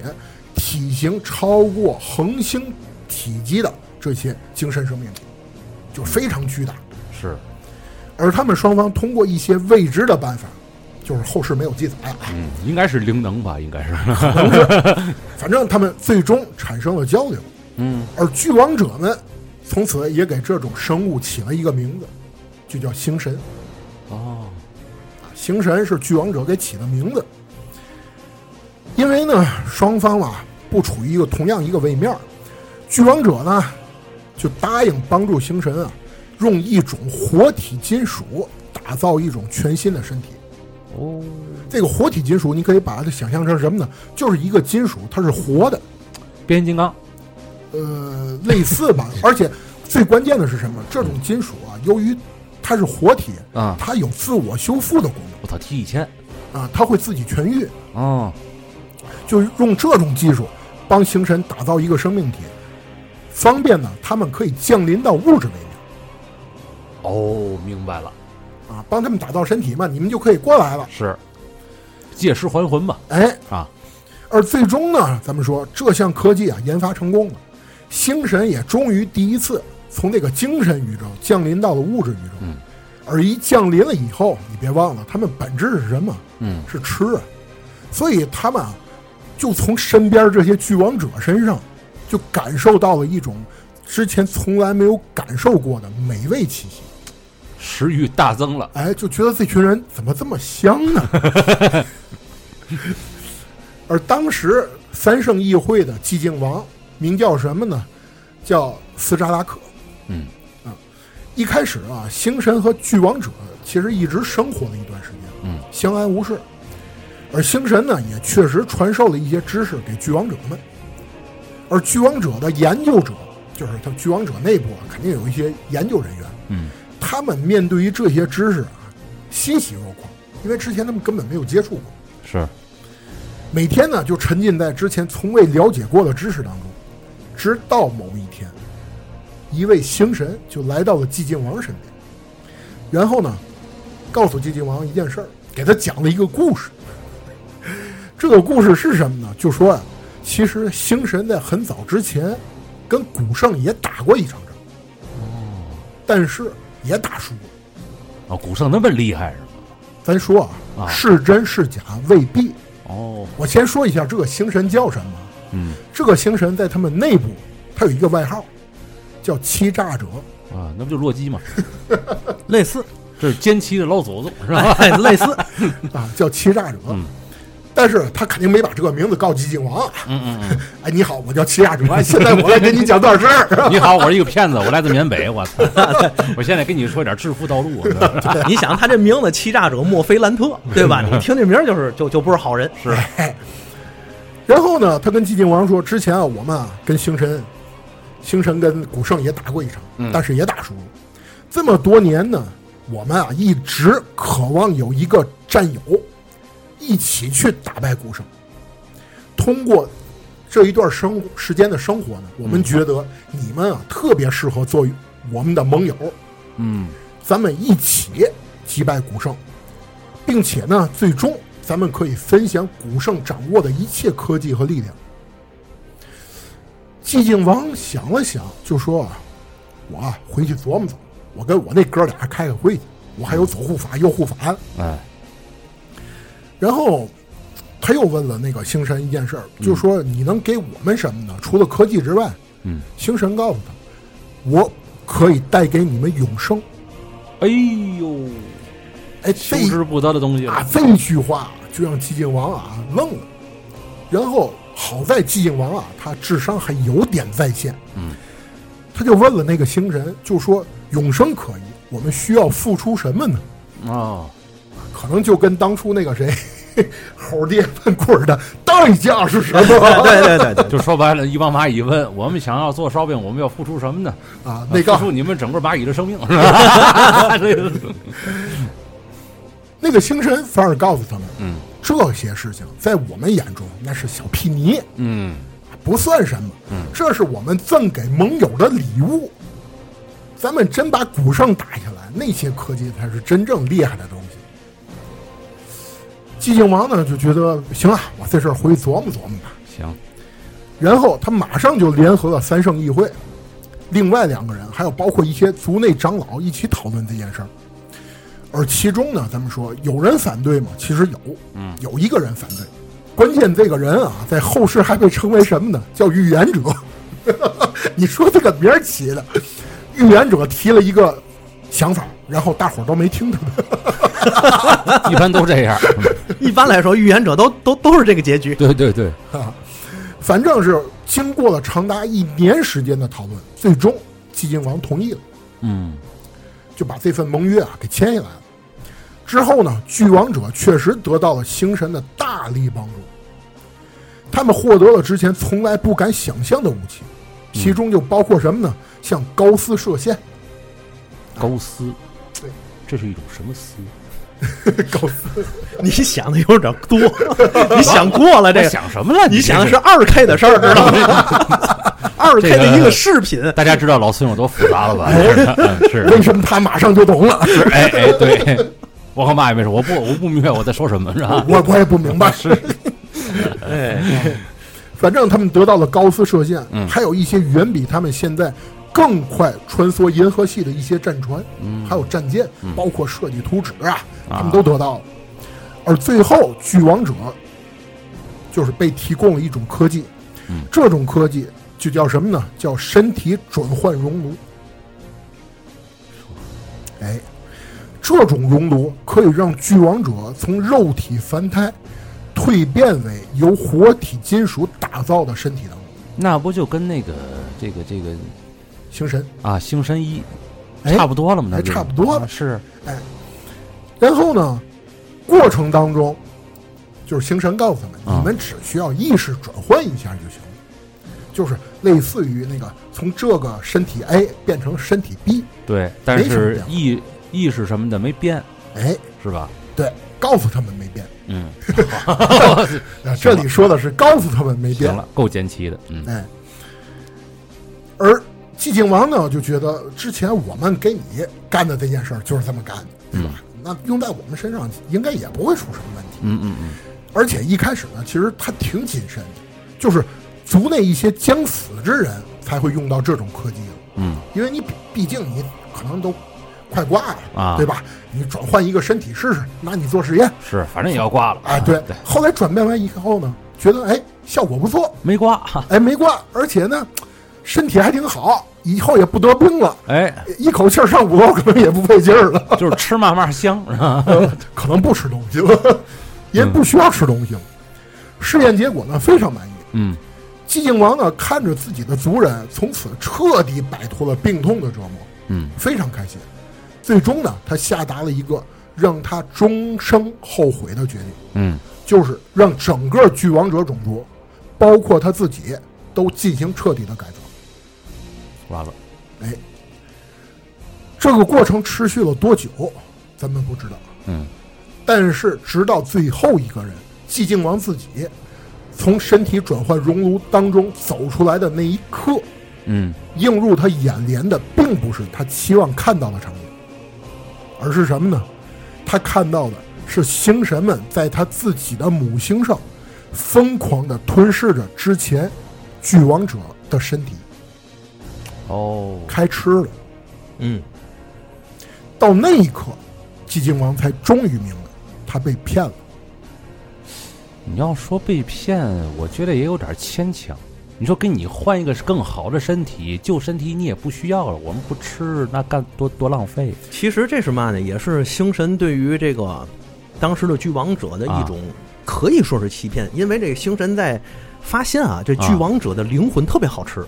Speaker 1: 体型超过恒星体积的这些精神生命体，就非常巨大。
Speaker 2: 是，
Speaker 1: 而他们双方通过一些未知的办法，就是后世没有记载啊，
Speaker 2: 嗯，应该是灵能吧，应该是，
Speaker 1: 反正他们最终产生了交流。
Speaker 2: 嗯
Speaker 1: 而巨王者们从此也给这种生物起了一个名字，就叫星神。
Speaker 2: 哦，
Speaker 1: 星神是巨王者给起的名字，因为呢，双方啊不处于一个同样一个位面儿，巨王者呢就答应帮助星神啊，用一种活体金属打造一种全新的身体。
Speaker 2: 哦，
Speaker 1: 这个活体金属，你可以把它想象成什么呢？就是一个金属，它是活的，
Speaker 2: 变形金刚，
Speaker 1: 呃，类似吧。而且最关键的是什么？这种金属啊，由于它是活体
Speaker 2: 啊
Speaker 1: 它有自我修复的功
Speaker 2: 我操，提一千，
Speaker 1: 能啊，它会自己痊愈。
Speaker 2: 哦，
Speaker 1: 就用这种技术帮星神打造一个生命体，方便呢，他们可以降临到物质文明
Speaker 2: 哦，明白了，
Speaker 1: 啊，帮他们打造身体嘛，你们就可以过来了。
Speaker 2: 是借尸还魂吧，
Speaker 1: 哎，
Speaker 2: 啊，
Speaker 1: 而最终呢，咱们说这项科技啊研发成功了，星神也终于第一次从那个精神宇宙降临到了物质宇宙。
Speaker 2: 嗯
Speaker 1: 而一降临了以后，你别忘了，他们本质是什么？
Speaker 2: 嗯
Speaker 1: 是吃啊。所以他们啊，就从身边这些巨王者身上，就感受到了一种之前从来没有感受过的美味气息。
Speaker 2: 食欲大增了，
Speaker 1: 哎，就觉得这群人怎么这么香呢？ *laughs* 而当时三圣议会的寂静王名叫什么呢？叫斯扎拉克。
Speaker 2: 嗯
Speaker 1: 啊，一开始啊，星神和巨王者其实一直生活了一段时间，
Speaker 2: 嗯，
Speaker 1: 相安无事。而星神呢，也确实传授了一些知识给巨王者们。而巨王者的研究者，就是他巨王者内部啊，肯定有一些研究人员，
Speaker 2: 嗯
Speaker 1: 他们面对于这些知识啊，欣喜若狂，因为之前他们根本没有接触过。
Speaker 2: 是
Speaker 1: 每天呢就沉浸在之前从未了解过的知识当中，直到某一天，一位星神就来到了寂静王身边，然后呢，告诉寂静王一件事儿，给他讲了一个故事。 *laughs* 这个故事是什么呢？就说啊，其实星神在很早之前跟古圣也打过一场仗，但是也打输了。
Speaker 2: 哦，古圣那么厉害是吗？
Speaker 1: 咱说啊，
Speaker 2: 啊
Speaker 1: 是真是假未必。
Speaker 2: 哦，
Speaker 1: 我先说一下这个星神叫什么啊。
Speaker 2: 嗯
Speaker 1: 这个星神在他们内部，他有一个外号，叫欺诈
Speaker 2: *laughs*
Speaker 1: 者。
Speaker 2: 啊，那不就洛基嘛？
Speaker 3: 类似，
Speaker 2: *laughs* 这是奸妻的老祖宗是吧？ *laughs*
Speaker 3: 哎，类似，
Speaker 1: 啊，叫欺诈者。
Speaker 2: 嗯
Speaker 1: 但是他肯定没把这个名字告寂静王啊。
Speaker 2: 嗯嗯
Speaker 1: *laughs* 哎，你好，我叫欺诈者，现在我来给你讲段事儿。
Speaker 2: 嗯，你好，我是一个骗子，我来自缅北，我操！我现在跟你说点致富道路，啊
Speaker 3: *laughs* 你想他这名字欺诈者墨菲兰特，
Speaker 2: *laughs*
Speaker 3: 对吧？你听这名儿就是就就不是好人，是
Speaker 1: 然后呢，他跟寂静王说，之前啊，我们啊跟星辰，星辰跟古圣也打过一场，
Speaker 2: 嗯
Speaker 1: 但是也打输了。这么多年呢，我们啊一直渴望有一个战友，一起去打败古圣。通过这一段生活时间的生活呢，我们觉得你们啊特别适合做我们的盟友，
Speaker 2: 嗯
Speaker 1: 咱们一起击败古圣，并且呢，最终咱们可以分享古圣掌握的一切科技和力量。寂静王想了想，就说：“啊，我啊回去琢磨琢磨，我跟我那哥俩开个会去，我还有左护法、右护法。
Speaker 2: 哎，”
Speaker 1: 然后他又问了那个星神一件事儿，就说：“你能给我们什么呢？除了科技之外？”
Speaker 2: 嗯，
Speaker 1: 星神告诉他：“我可以带给你们永生。
Speaker 2: *laughs* 哎呦，”
Speaker 1: 哎，
Speaker 2: 求
Speaker 1: 这一
Speaker 2: 之不得的东西了
Speaker 1: 啊，这句话就让寂静王啊愣了。然后好在寂静王啊，他智商还有点在线，
Speaker 2: 嗯，
Speaker 1: 他就问了那个星神，就说永生可以，我们需要付出什么呢？
Speaker 2: 啊！
Speaker 1: 可能就跟当初那个谁，猴爹问棍儿的代价是什
Speaker 2: *laughs*
Speaker 1: 么
Speaker 3: *laughs* 对对对对，
Speaker 2: 就说白了，一帮蚂蚁问我们想要做烧饼，我们要付出什么呢？
Speaker 1: 啊？那
Speaker 2: 付
Speaker 1: 个
Speaker 2: 出你们整个蚂蚁的生命，是吧？ *laughs* 这个
Speaker 1: 那个星神反而告诉他们，
Speaker 2: 嗯
Speaker 1: 这些事情在我们眼中那是小屁泥，
Speaker 2: 嗯
Speaker 1: 不算什么，这是我们赠给盟友的礼物。咱们真把古圣打下来，那些科技才是真正厉害的东西。寂静王呢就觉得行啊，我这事儿回去琢磨琢磨吧。
Speaker 2: 行，
Speaker 1: 然后他马上就联合了三圣议会，另外两个人还有包括一些族内长老一起讨论这件事儿。而其中呢，咱们说有人反对吗？其实有，嗯，有一个人反对。关键这个人啊，在后世还被称为什么呢？叫预言者。 *laughs* 你说这个名儿起的，预言者提了一个想法，然后大伙儿都没听他的。
Speaker 2: 一般都这样。 *laughs*
Speaker 3: 一般来说预言者都都都是这个结局，
Speaker 2: 对对对，
Speaker 1: 反正是经过了长达一年时间的讨论，最终寂静王同意了。
Speaker 2: 嗯
Speaker 1: 就把这份盟约啊给签下来了。之后呢，巨王者确实得到了星神的大力帮助，他们获得了之前从来不敢想象的武器，其中就包括什么呢？像高斯射线，
Speaker 2: 高斯，
Speaker 1: 对，
Speaker 2: 这是一种什么丝？
Speaker 1: 高斯
Speaker 3: 你想的有点多，你想过了这
Speaker 2: 我
Speaker 3: 个，
Speaker 2: 想什么了？
Speaker 3: 你想的
Speaker 2: 这
Speaker 3: 是二 K 的事儿，知道吗？
Speaker 2: *laughs*
Speaker 3: 二 K 的一个饰品，
Speaker 2: 大家知道老孙有多复杂了
Speaker 1: *laughs* 哎
Speaker 2: 吧？ *laughs* 嗯是，
Speaker 1: 为什么他马上就懂了？
Speaker 2: 是，哎哎，对，我和妈也没说，我不我不明白我在说什么，是 *laughs* 吧？
Speaker 1: 我我也不明白。 *laughs*
Speaker 3: 哎，
Speaker 1: 反正他们得到了高斯射线，还有一些远比他们现在更快穿梭银河系的一些战船，还有战舰，包括设计图纸啊，他们都得到了。而最后，巨王者就是被提供了一种科技，这种科技就叫什么呢？叫身体转换熔炉。哎，这种熔炉可以让巨王者从肉体凡胎蜕变为由活体金属打造的身体当中，
Speaker 2: 那不就跟那个这个这个
Speaker 1: 星神
Speaker 2: 啊，星神一
Speaker 1: 哎
Speaker 2: 差不多了嘛，那
Speaker 1: 还
Speaker 2: 就
Speaker 1: 差不多了
Speaker 2: 啊是
Speaker 1: 然后呢，过程当中，就是星神告诉他们，
Speaker 2: 啊
Speaker 1: 你们只需要意识转换一下就行了，就是类似于那个从这个身体 A 变成身体 B，
Speaker 2: 对，但
Speaker 1: 没什么
Speaker 2: 是
Speaker 1: 变化
Speaker 2: 意意识什么的没变，
Speaker 1: 哎，
Speaker 2: 是吧？
Speaker 1: 对，告诉他们没变。
Speaker 2: 嗯，
Speaker 1: 啊 *laughs* 这里说的是告诉他们没变
Speaker 2: 行，了，够前期的，嗯，
Speaker 1: 哎，而寂静王呢，就觉得之前我们给你干的这件事儿就是这么干的，对吧？那用在我们身上应该也不会出什么问题。
Speaker 2: 嗯嗯嗯，
Speaker 1: 而且一开始呢，其实他挺谨慎的，就是族内一些将死之人才会用到这种科技了，
Speaker 2: 嗯，
Speaker 1: 因为你毕毕竟你可能都快挂了，
Speaker 2: 啊
Speaker 1: 对吧？你转换一个身体试试，拿你做实验，
Speaker 2: 是，反正也要挂了
Speaker 1: 哎，对。
Speaker 2: 啊对，
Speaker 1: 后来转变完以后呢，觉得哎效果不错，
Speaker 2: 没挂，
Speaker 1: 哎没挂，而且呢身体还挺好，以后也不得病了，
Speaker 2: 哎，
Speaker 1: 一口气儿上五楼可能也不费劲儿了。
Speaker 2: 就是吃嘛嘛香，是吧？
Speaker 1: 呃， *laughs* 可能不吃东西了， *laughs* 也不需要吃东西了。试验结果呢非常满意，
Speaker 2: 嗯，
Speaker 1: 寂静王呢看着自己的族人从此彻底摆脱了病痛的折磨，
Speaker 2: 嗯，
Speaker 1: 非常开心。最终呢，他下达了一个让他终生后悔的决定，
Speaker 2: 嗯，
Speaker 1: 就是让整个巨王者种族，包括他自己，都进行彻底的改造。
Speaker 2: 完了，
Speaker 1: 哎这个过程持续了多久，咱们不知道。
Speaker 2: 嗯，
Speaker 1: 但是直到最后一个人，寂静王自己从身体转换熔炉当中走出来的那一刻，
Speaker 2: 嗯，
Speaker 1: 映入他眼帘的并不是他期望看到的场景，而是什么呢？他看到的是星神们在他自己的母星上疯狂地吞噬着之前巨王者的身体，
Speaker 2: 哦，
Speaker 1: 开吃了。
Speaker 3: 嗯，
Speaker 1: 到那一刻，寂静王才终于明白，他被骗了。
Speaker 2: 你要说被骗，我觉得也有点牵强。你说给你换一个更好的身体，旧身体你也不需要了，我们不吃，那干多多浪费。
Speaker 3: 其实这是嘛呢？也是星神对于这个当时的巨王者
Speaker 2: 啊
Speaker 3: 的一种，可以说是欺骗，因为这个星神在发现啊，这巨王者的灵魂特别好吃，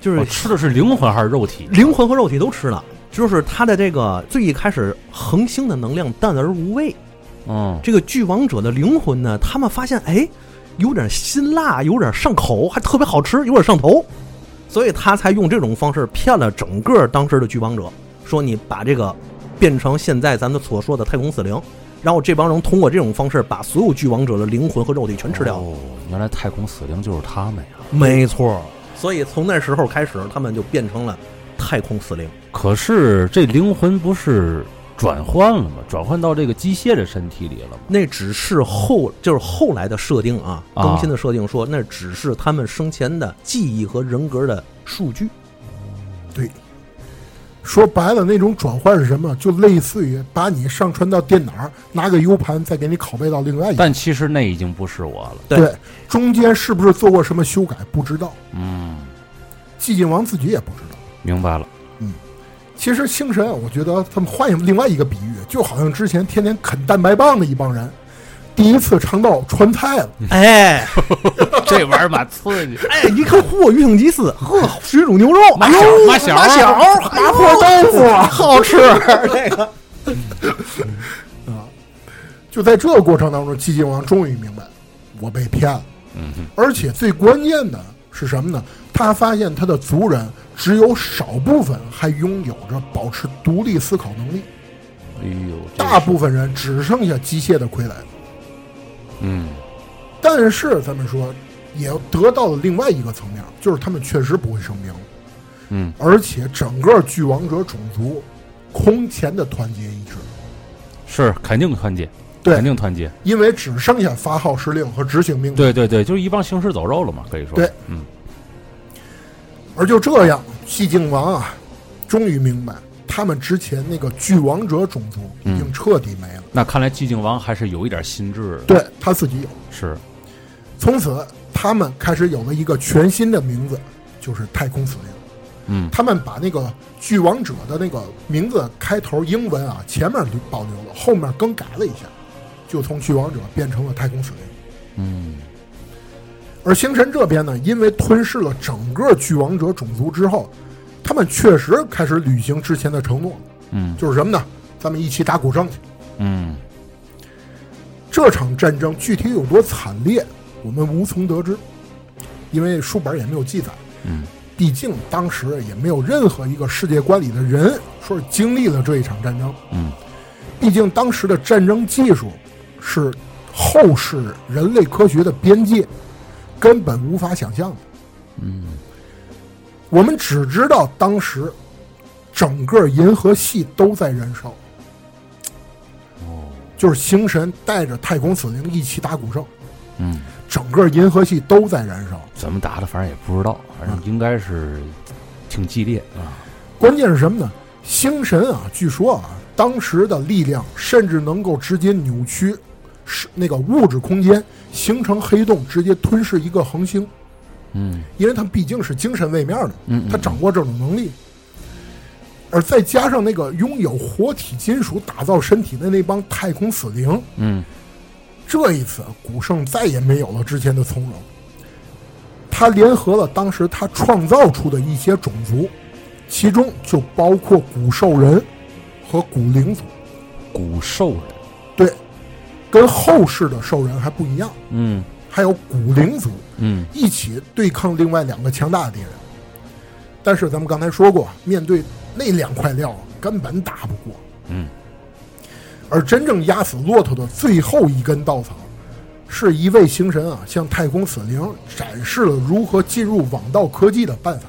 Speaker 3: 就
Speaker 2: 我
Speaker 3: 是
Speaker 2: 哦吃的是灵魂还是肉体？
Speaker 3: 灵魂和肉体都吃了。就是他的这个最一开始恒星的能量淡而无味，
Speaker 2: 嗯，
Speaker 3: 这个巨王者的灵魂呢，他们发现哎，有点辛辣，有点上口，还特别好吃，有点上头，所以他才用这种方式骗了整个当时的巨王者，说你把这个变成现在咱们所说的太空死灵，然后这帮人通过这种方式把所有巨王者的灵魂和肉体全吃掉。
Speaker 2: 哦，原来太空死灵就是他们呀。
Speaker 3: 没错，所以从那时候开始，他们就变成了太空死灵。
Speaker 2: 可是这灵魂不是转换了吗？转换到这个机械的身体里了吗？
Speaker 3: 那只是后就是后来的设定啊，
Speaker 2: 啊
Speaker 3: 更新的设定说那只是他们生前的记忆和人格的数据。
Speaker 1: 对，说白了，那种转换是什么？就类似于把你上传到电脑儿，拿个 U 盘，再给你拷贝到另外一个。
Speaker 2: 但其实那已经不是我了。
Speaker 3: 对
Speaker 1: 对，中间是不是做过什么修改不知道，
Speaker 2: 嗯，
Speaker 1: 寂静王自己也不知道。
Speaker 2: 明白 *laughs* 了。
Speaker 1: 其实星神，我觉得他们换一个另外一个比喻，就好像之前天天啃蛋白棒的一帮人，第一次尝到川菜了，
Speaker 3: 哎
Speaker 2: 这玩意儿蛮刺激。
Speaker 3: 哎，一看嚯，鱼香鸡丝，呵，水煮牛肉，
Speaker 2: 麻
Speaker 1: 哎
Speaker 2: 小麻小
Speaker 3: 麻小，
Speaker 1: 麻婆豆腐好 *laughs* 吃。
Speaker 3: 这个
Speaker 1: 嗯就在这个过程当中，寂静王终于明白，我被骗了。
Speaker 2: 嗯哼，
Speaker 1: 而且最关键的是什么呢？他发现他的族人只有少部分还拥有着保持独立思考能力，
Speaker 2: 哎呦，这
Speaker 1: 大
Speaker 2: 是
Speaker 1: 部分人只剩下机械的傀儡了。
Speaker 2: 嗯
Speaker 1: 但是咱们说，也得到了另外一个层面，就是他们确实不会生病，
Speaker 2: 嗯，
Speaker 1: 而且整个巨王者种族空前的团结一致，
Speaker 2: 是肯定团结，
Speaker 1: 对
Speaker 2: 肯定团结。
Speaker 1: 因为只剩下发号施令和执行命令。
Speaker 2: 对对对，就是一帮行尸走肉了嘛，可以说。
Speaker 1: 对，
Speaker 2: 嗯
Speaker 1: 而就这样，寂静王啊，终于明白他们之前那个巨王者种族已
Speaker 2: 嗯
Speaker 1: 经彻底没了。
Speaker 2: 那看来寂静王还是有一点心智的。
Speaker 1: 对他自己有，
Speaker 2: 是，
Speaker 1: 从此他们开始有了一个全新的名字，就是太空死灵。
Speaker 2: 嗯
Speaker 1: 他们把那个巨王者的那个名字开头英文啊，前面留保留了，后面更改了一下，就从巨王者变成了太空死灵。
Speaker 2: 嗯
Speaker 1: 而星辰这边呢，因为吞噬了整个巨王者种族之后，他们确实开始履行之前的承诺了，
Speaker 2: 嗯
Speaker 1: 就是什么呢？咱们一起打古筝去。
Speaker 2: 嗯
Speaker 1: 这场战争具体有多惨烈，我们无从得知，因为书本也没有记载。
Speaker 2: 嗯，
Speaker 1: 毕竟当时也没有任何一个世界观里的人说是经历了这一场战争。
Speaker 2: 嗯，
Speaker 1: 毕竟当时的战争技术是后世人类科学的边界，根本无法想象的。
Speaker 2: 嗯，
Speaker 1: 我们只知道当时整个银河系都在燃烧，
Speaker 2: 哦，
Speaker 1: 就是星神带着太空死灵一起打古圣，
Speaker 2: 嗯，
Speaker 1: 整个银河系都在燃烧。
Speaker 2: 怎么打的，反正也不知道，反正应该是挺激烈啊。
Speaker 1: 关键是什么呢？星神啊，据说啊，当时的力量甚至能够直接扭曲，是那个物质空间形成黑洞，直接吞噬一个恒星，
Speaker 2: 嗯
Speaker 1: 因为它毕竟是精神位面的，
Speaker 2: 嗯，
Speaker 1: 他掌握这种能力。而再加上那个拥有活体金属打造身体的那帮太空死灵，
Speaker 2: 嗯
Speaker 1: 这一次古圣再也没有了之前的从容。他联合了当时他创造出的一些种族，其中就包括古兽人和古灵族，
Speaker 2: 古兽人，
Speaker 1: 跟后世的兽人还不一样，
Speaker 2: 嗯
Speaker 1: 还有古灵族
Speaker 2: 嗯
Speaker 1: 一起对抗另外两个强大的敌人。但是咱们刚才说过，啊面对那两块料根本打不过。
Speaker 2: 嗯，
Speaker 1: 而真正压死骆驼的最后一根稻草，是一位星神啊，向太空死灵展示了如何进入网道科技的办法。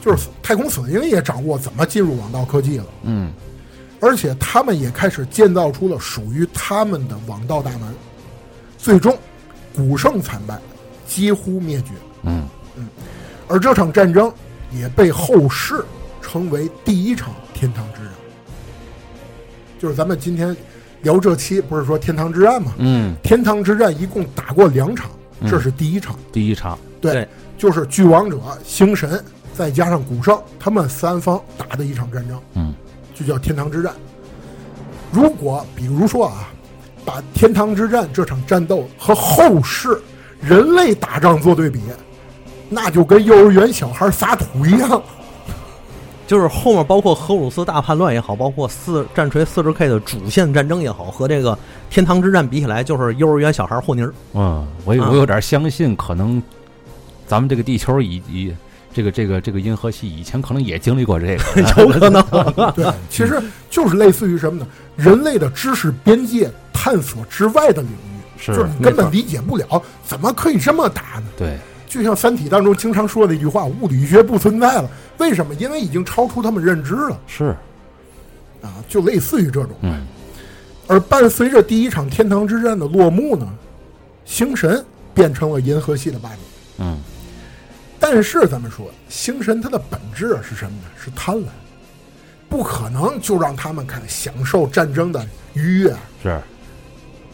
Speaker 1: 就是太空死灵也掌握怎么进入网道科技了，
Speaker 2: 嗯
Speaker 1: 而且他们也开始建造出了属于他们的网道大门。最终，古圣惨败，几乎灭绝。
Speaker 2: 嗯
Speaker 1: 而这场战争也被后世称为第一场天堂之战。就是咱们今天聊这期，不是说天堂之战吗？
Speaker 2: 嗯，
Speaker 1: 天堂之战一共打过两场，
Speaker 2: 嗯
Speaker 1: 这是第一场，
Speaker 2: 第一场，
Speaker 3: 对
Speaker 1: 就是巨王者、星神再加上古圣他们三方打的一场战争，
Speaker 2: 嗯
Speaker 1: 就叫天堂之战。如果比如说啊，把天堂之战这场战斗和后世人类打仗做对比，那就跟幼儿园小孩撒土一
Speaker 2: *laughs*
Speaker 1: 样。
Speaker 3: 就是后面包括荷鲁斯大叛乱也好，包括四战锤四十 K 的主线战争也好，和这个天堂之战比起来，就是幼儿园小孩和泥儿。
Speaker 2: 嗯，我有
Speaker 3: 啊
Speaker 2: 我有点相信，可能咱们这个地球以以这个这个这个银河系以前可能也经历过这 *laughs* 个，
Speaker 3: 有可能。
Speaker 1: 对，其实就是类似于什么呢？人类的知识边界探索之外的领域，
Speaker 2: 是
Speaker 1: 就是你根本理解不了，怎么可以这么打呢？
Speaker 2: 对，
Speaker 1: 就像《三体》当中经常说的一句话：“物理学不存在了。”为什么？因为已经超出他们认知了
Speaker 2: 是，
Speaker 1: 啊！就类似于这种。
Speaker 2: 嗯
Speaker 1: 而伴随着第一场天堂之战的落幕呢，星神变成了银河系的霸主。
Speaker 2: 嗯
Speaker 1: 但是咱们说，星神它的本质啊是什么呢？是贪婪，不可能就让他们看享受战争的愉悦啊，
Speaker 2: 是，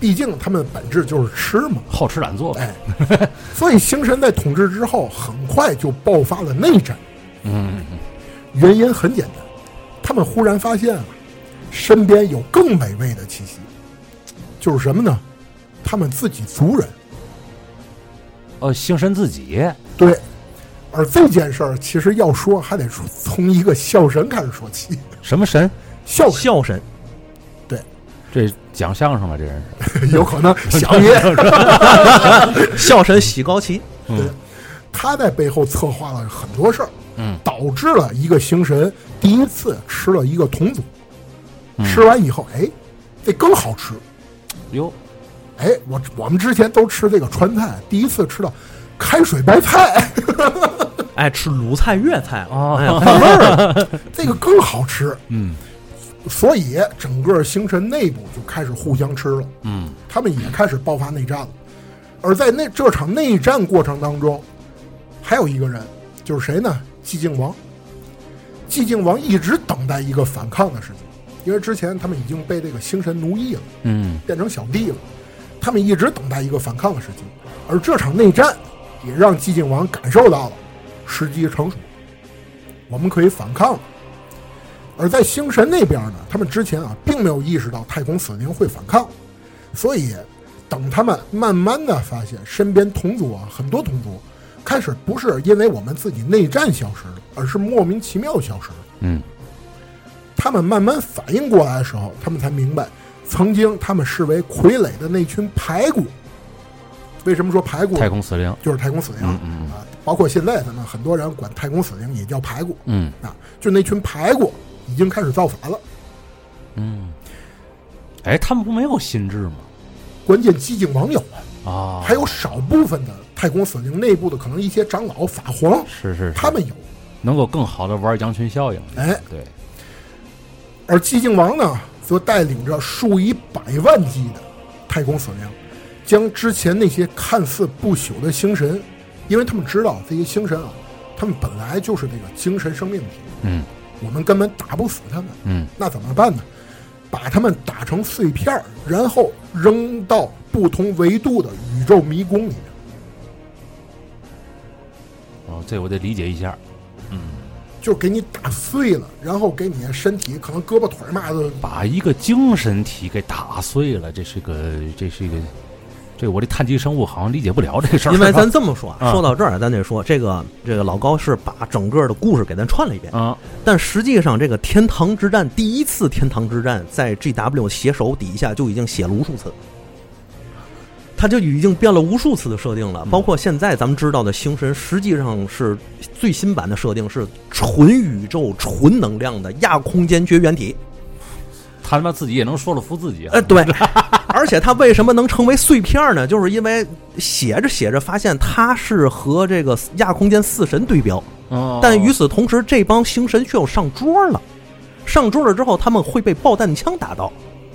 Speaker 1: 毕竟他们本质就是吃嘛。
Speaker 2: 好吃懒做呗，
Speaker 1: 哎， *laughs* 所以星神在统治之后，很快就爆发了内战。
Speaker 2: 嗯嗯
Speaker 1: 原因很简单，他们忽然发现啊，身边有更美味的气息，就是什么呢？他们自己族人。
Speaker 2: 哦，星神自己，
Speaker 1: 对，而这件事儿其实要说，还得说从一个孝神开始说起。
Speaker 2: 什么神？
Speaker 1: 孝神
Speaker 3: 笑神，
Speaker 2: 这讲相声吧，这人是，
Speaker 1: *laughs* 有可能想爷，
Speaker 3: 笑神喜高旗，
Speaker 1: 他在背后策划了很多事儿，
Speaker 2: 嗯，
Speaker 1: 导致了一个星神第一次吃了一个同族，吃完以后，哎，这更好吃。
Speaker 2: 哟，
Speaker 1: 哎，我我们之前都吃这个川菜，第一次吃到开水白菜，
Speaker 3: 哎，吃鲁菜粤菜
Speaker 2: 哦
Speaker 3: 哎呀，
Speaker 1: 味儿，
Speaker 2: *laughs*
Speaker 1: 这个更好吃。
Speaker 2: 嗯
Speaker 1: 所以整个星辰内部就开始互相吃了，
Speaker 2: 嗯
Speaker 1: 他们也开始爆发内战了。而在那这场内战过程当中，还有一个人，就是谁呢？寂静王。寂静王一直等待一个反抗的事情，因为之前他们已经被这个星神奴役了。
Speaker 2: 嗯
Speaker 1: 变成小弟了。他们一直等待一个反抗的时机，而这场内战也让寂静王感受到了时机成熟，我们可以反抗了。而在星神那边呢，他们之前啊并没有意识到太空死灵会反抗，所以等他们慢慢的发现身边同族啊很多同族开始不是因为我们自己内战消失了，而是莫名其妙消失了。
Speaker 2: 嗯，
Speaker 1: 他们慢慢反应过来的时候，他们才明白，曾经他们视为傀儡的那群排骨。为什么说排骨？
Speaker 2: 太空司令，
Speaker 1: 就是太空死灵、
Speaker 2: 嗯嗯
Speaker 1: 啊，包括现在咱们很多人管太空死灵也叫排骨
Speaker 2: 嗯
Speaker 1: 啊，就那群排骨已经开始造反了。
Speaker 2: 嗯，哎，他们不没有心智吗？
Speaker 1: 关键激进网友啊，
Speaker 2: 啊，
Speaker 1: 还有少部分的太空死灵内部的可能一些长老、法皇，
Speaker 2: 是是是，
Speaker 1: 他们有。
Speaker 2: 能够更好的玩羊群效应，
Speaker 1: 哎，
Speaker 2: 对，
Speaker 1: 而寂静王呢，则带领着数以百万计的太空死灵，将之前那些看似不朽的星神，因为他们知道这些星神啊，他们本来就是这个精神生命体，
Speaker 2: 嗯
Speaker 1: 我们根本打不死他们，
Speaker 2: 嗯
Speaker 1: 那怎么办呢？把他们打成碎片儿，然后扔到不同维度的宇宙迷宫里面。
Speaker 2: 哦，这我得理解一下，
Speaker 1: 就给你打碎了，然后给你身体可能胳膊腿儿嘛的
Speaker 2: 把一个精神体给打碎了，这是个，这是一个，这我这碳基生物好像理解不了这个事儿，
Speaker 3: 因为咱这么说啊，
Speaker 2: 啊
Speaker 3: 说到这儿，咱得说这个这个老高是把整个的故事给咱串了一
Speaker 2: *laughs*
Speaker 3: 遍，
Speaker 2: 啊，
Speaker 3: 但实际上这个天堂之战第一次天堂之战在 GW 携手底下就已经写了无数次，他就已经变了无数次的设定了，包括现在咱们知道的星神，实际上是最新版的设定是纯宇宙、纯能量的亚空间绝缘体。
Speaker 2: 他他妈自己也能说得服自己啊，
Speaker 3: 呃，对， *laughs* 而且它为什么能成为碎片呢？就是因为写着写着发现它是和这个亚空间四神对标，
Speaker 2: 哦
Speaker 3: 但与此同时，这帮星神却又上桌了。上桌了之后，他们会被爆弹枪打到，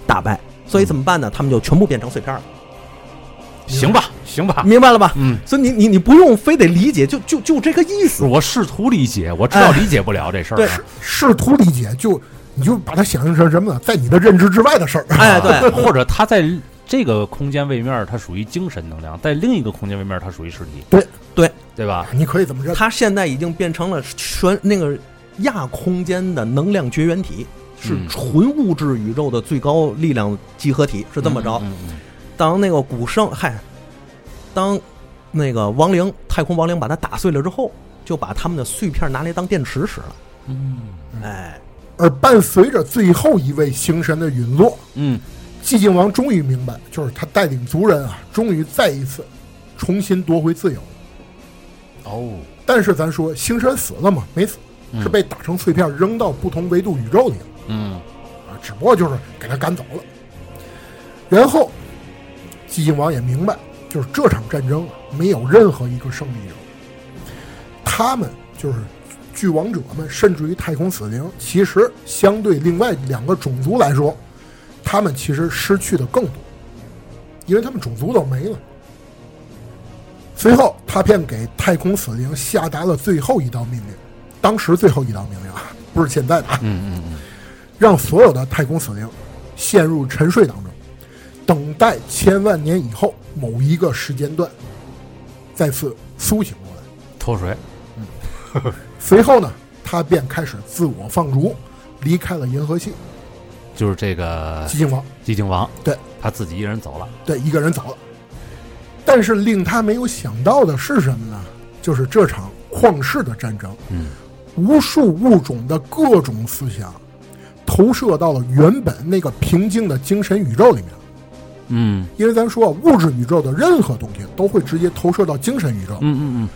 Speaker 3: 打败。所以怎么办呢？他们就全部变成碎片了，
Speaker 2: 行吧，行吧，
Speaker 3: 明白了吧？
Speaker 2: 嗯，
Speaker 3: 所以你你你不用非得理解，就就就这个意
Speaker 2: 不
Speaker 3: 思。
Speaker 2: 是我试图理解，我知道理解不了这事儿
Speaker 3: 对
Speaker 2: 啊，
Speaker 1: 试图理解，就你就把它想象成什么呢？在你的认知之外的事儿。
Speaker 2: 啊 *laughs*
Speaker 3: 哎，对，
Speaker 2: 或者它在这个空间位面儿它属于精神能量，在另一个空间位面儿它属于实体，
Speaker 1: 对
Speaker 3: 对
Speaker 2: 对吧？
Speaker 1: 你可以怎么认？
Speaker 3: 它现在已经变成了全那个亚空间的能量绝缘体，是
Speaker 2: 嗯
Speaker 3: 纯物质宇宙的最高力量集合体，是这么着。
Speaker 2: 嗯嗯嗯
Speaker 3: 当那个古圣嗨，当那个亡灵太空亡灵把它打碎了之后，就把他们的碎片拿来当电池使了。嗯，哎，
Speaker 1: 而伴随着最后一位星神的陨落，
Speaker 2: 嗯，
Speaker 1: 寂静王终于明白，就是他带领族人啊，终于再一次重新夺回自由。
Speaker 2: 哦，
Speaker 1: 但是咱说星神死了吗？没死，是被打成碎片扔到不同维度宇宙里了。
Speaker 2: 嗯
Speaker 1: 啊，只不过就是给他赶走了。然后，寂静王也明白，就是这场战争啊没有任何一个胜利者，他们就是巨王者们，甚至于太空死灵，其实相对另外两个种族来说，他们其实失去的更多，因为他们种族都没了。随后，他便给太空死灵下达了最后一道命令，当时最后一道命令啊， *laughs* 不是现在的啊，
Speaker 2: 嗯嗯
Speaker 1: 让所有的太空死灵陷入沉睡当中，等待千万年以后某一个时间段再次苏醒过来。
Speaker 2: 嗯，脱水，
Speaker 1: 随后呢，他便开始自我放逐，离开了银河系。
Speaker 2: 就是这个
Speaker 1: 寂静王
Speaker 2: 寂静王，
Speaker 1: 对，
Speaker 2: 他自己一人走了，
Speaker 1: 对一个人走了。但是令他没有想到的是什么呢？就是这场旷世的战争，
Speaker 2: 嗯，
Speaker 1: 无数物种的各种思想投射到了原本那个平静的精神宇宙里面。
Speaker 2: 嗯
Speaker 1: 因为咱说啊物质宇宙的任何东西都会直接投射到精神宇宙，
Speaker 2: 嗯嗯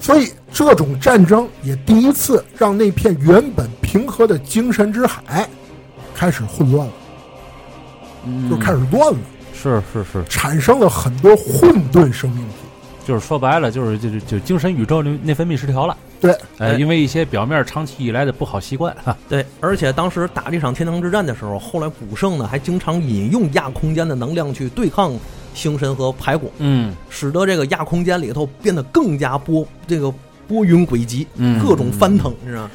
Speaker 1: 所以这种战争也第一次让那片原本平和的精神之海开始混乱了，
Speaker 2: 嗯
Speaker 1: 就开始乱了，
Speaker 2: 是是是，
Speaker 1: 产生了很多混沌生命体。
Speaker 2: 就是说白了，就是就是就精神宇宙内内分泌失调了，
Speaker 1: 对，
Speaker 2: 哎，
Speaker 3: 哎
Speaker 2: 因为一些表面长期以来的不好习惯，哈，
Speaker 3: 对，而且当时打这场天堂之战的时候，后来古圣呢还经常引用亚空间的能量去对抗星神和排骨，
Speaker 2: 嗯
Speaker 3: 使得这个亚空间里头变得更加波这个波云诡集，
Speaker 2: 嗯
Speaker 3: 各种翻腾，你知道吗？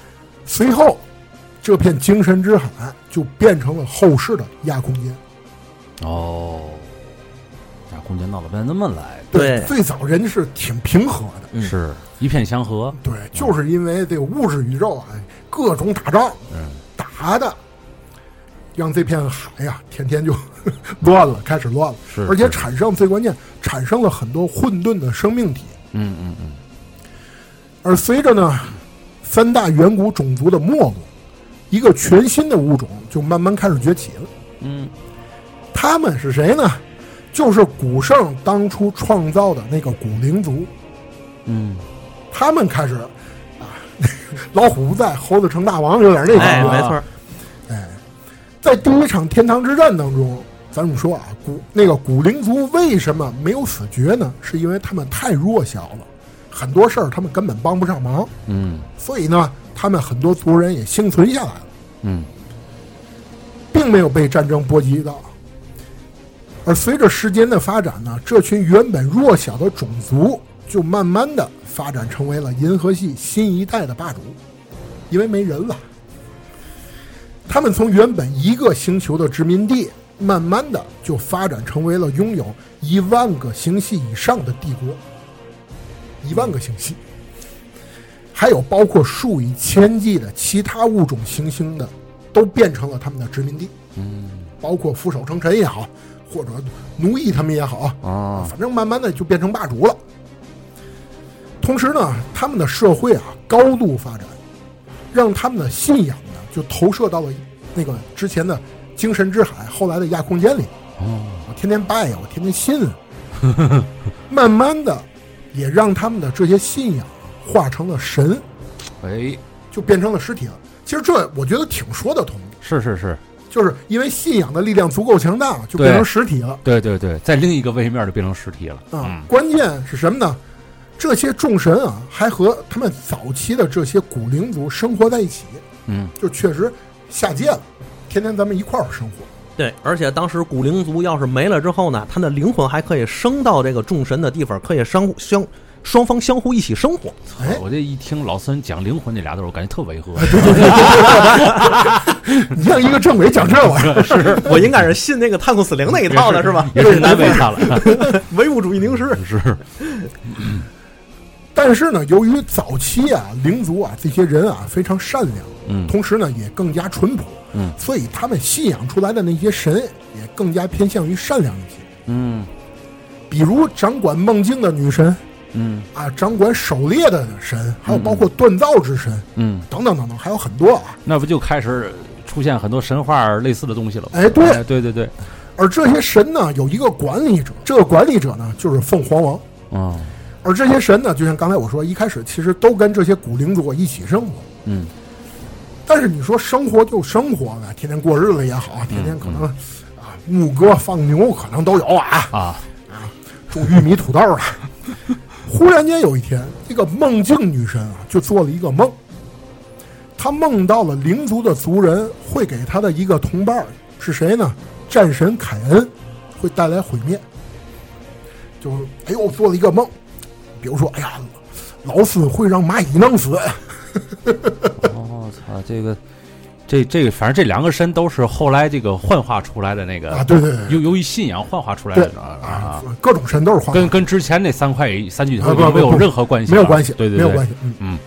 Speaker 1: 随后，这片精神之海就变成了后世的亚空间。
Speaker 2: 哦，这空间闹了半那么来，
Speaker 3: 对
Speaker 1: 最早人是挺平和的，
Speaker 3: 嗯
Speaker 2: 是一片祥和，
Speaker 1: 对，就是因为这个物质宇宙啊，各种打仗，
Speaker 2: 嗯
Speaker 1: 打的让这片海呀、天天就 *laughs* 乱了，开始乱了，
Speaker 2: 是
Speaker 1: 而且
Speaker 2: 是
Speaker 1: 产生最关键，产生了很多混沌的生命体。
Speaker 2: 嗯嗯嗯，
Speaker 1: 而随着呢三大远古种族的没落，一个全新的物种就慢慢开始崛起了。
Speaker 3: 嗯
Speaker 1: 他们是谁呢？就是古圣当初创造的那个古灵族。
Speaker 2: 嗯，
Speaker 1: 他们开始啊， *laughs* 老虎不在，猴子成大王，有点那
Speaker 3: 哎，
Speaker 1: 感
Speaker 2: 啊
Speaker 1: 觉。
Speaker 3: 没错儿，
Speaker 1: 在第一场天堂之战当中，咱们说啊，古那个古灵族为什么没有死绝呢？是因为他们太弱小了，很多事儿他们根本帮不上忙，
Speaker 2: 嗯
Speaker 1: 所以呢，他们很多族人也幸存下来了，
Speaker 2: 嗯
Speaker 1: 并没有被战争波及到。而随着时间的发展呢，这群原本弱小的种族就慢慢的发展成为了银河系新一代的霸主，因为没人了。他们从原本一个星球的殖民地，慢慢的就发展成为了拥有一万个星系以上的帝国，一万个星系，还有包括数以千计的其他物种行星的，都变成了他们的殖民地。嗯，包括俯首称臣也好，或者奴役他们也好，
Speaker 2: 啊
Speaker 1: 反正慢慢的就变成霸主了。同时呢，他们的社会啊高度发展，让他们的信仰呢就投射到了那个之前的精神之海，后来的亚空间里。啊
Speaker 2: 哦，
Speaker 1: 我天天拜呀，我天天信啊。 *laughs* 慢慢的，也让他们的这些信仰化成了神，
Speaker 2: 哎，
Speaker 1: 就变成了尸体了。其实这我觉得挺说得通的，
Speaker 2: 是是是，
Speaker 1: 就是因为信仰的力量足够强大，就变成
Speaker 2: 对
Speaker 1: 实体了。
Speaker 2: 对对对，在另一个位面就变成实体了。
Speaker 1: 啊，关键是什么呢？这些众神啊，还和他们早期的这些古灵族生活在一起，
Speaker 2: 嗯
Speaker 1: 就确实下界了，天天咱们一块儿生活。
Speaker 3: 对，而且当时古灵族要是没了之后呢，他的灵魂还可以升到这个众神的地方，可以相互相双方相互一起生活。
Speaker 1: 哎，
Speaker 2: 我这一听老三讲灵魂这俩字儿，我感觉特
Speaker 1: *laughs*
Speaker 2: 违和。
Speaker 1: 你像一个政委讲这玩意儿，
Speaker 2: 是，
Speaker 3: 我应该是信那个太空死灵那一套的是吧？
Speaker 2: 也是难为他了。
Speaker 3: *laughs* 唯物主义凝视。
Speaker 2: 是，
Speaker 1: 但是呢，由于早期啊灵族啊这些人啊非常善良，
Speaker 2: 嗯
Speaker 1: 同时呢也更加淳朴，
Speaker 2: 嗯
Speaker 1: 所以他们信仰出来的那些神也更加偏向于善良一些，
Speaker 2: 嗯
Speaker 1: 比如掌管梦境的女神
Speaker 2: 嗯
Speaker 1: 啊，掌管狩猎的神，还有包括锻造之神
Speaker 2: 嗯，
Speaker 1: 等等等等，还有很多啊。
Speaker 2: 那不就开始出现很多神话类似的东西了吗？
Speaker 1: 哎对
Speaker 2: 对对对，
Speaker 1: 而这些神呢，有一个管理者，这个管理者呢就是凤凰王。
Speaker 2: 哦，
Speaker 1: 而这些神呢，就像刚才我说，一开始其实都跟这些古灵族一起生活。
Speaker 2: 嗯
Speaker 1: 但是你说生活就生活呗，天天过日子也好，天天可能、啊牧歌放牛可能都有啊，
Speaker 2: 啊，
Speaker 1: 种玉米土豆了。 *laughs* 忽然间有一天，这个梦境女神啊，就做了一个梦，她梦到了灵族的族人会给她的一个同伴儿是谁呢？战神凯恩会带来毁灭。就是哎呦，做了一个梦，比如说哎呀，老死会让蚂蚁弄死，哎
Speaker 2: 我哦操，这个，这这个，反正这两个神都是后来这个幻化出来的那个
Speaker 1: 啊对对对
Speaker 2: 由由于信仰幻化出来
Speaker 1: 对
Speaker 2: 的啊
Speaker 1: 啊
Speaker 2: 啊，，
Speaker 1: 各种神都是幻化
Speaker 2: 跟跟之前那三块三巨头
Speaker 1: 啊不不
Speaker 2: 没有
Speaker 1: 不
Speaker 2: 任何关系啊，
Speaker 1: 没有关系，
Speaker 2: 对对
Speaker 1: 没
Speaker 2: 对，
Speaker 1: 有关系。嗯
Speaker 2: 嗯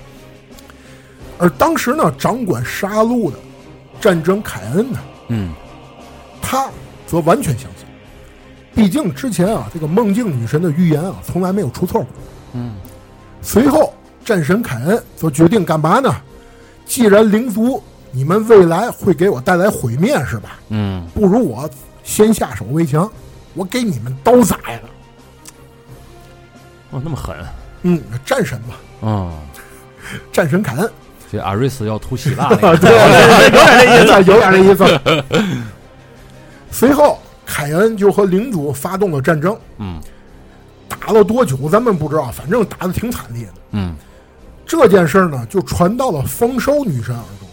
Speaker 1: 而当时呢，掌管杀戮的战争凯恩呢，
Speaker 2: 嗯
Speaker 1: 他则完全相信，毕竟之前啊，这个梦境女神的预言啊，从来没有出错过。
Speaker 2: 嗯
Speaker 1: 随后，战神凯恩则决定干嘛呢？既然灵族你们未来会给我带来毁灭，是吧？
Speaker 2: 嗯，
Speaker 1: 不如我先下手为强，我给你们都宰了。
Speaker 2: 哦，那么狠，
Speaker 1: 嗯，战神嘛，
Speaker 2: 嗯，
Speaker 1: 战神凯恩。
Speaker 2: 这阿瑞斯要吐希腊
Speaker 1: *laughs*
Speaker 2: 那个，
Speaker 1: 啊对，有点这意思，有点这意思。 *laughs* 随后，凯恩就和领主发动了战争，
Speaker 2: 嗯
Speaker 1: 打了多久咱们不知道，反正打得挺惨烈的。
Speaker 2: 嗯
Speaker 1: 这件事儿呢，就传到了丰收女神耳中。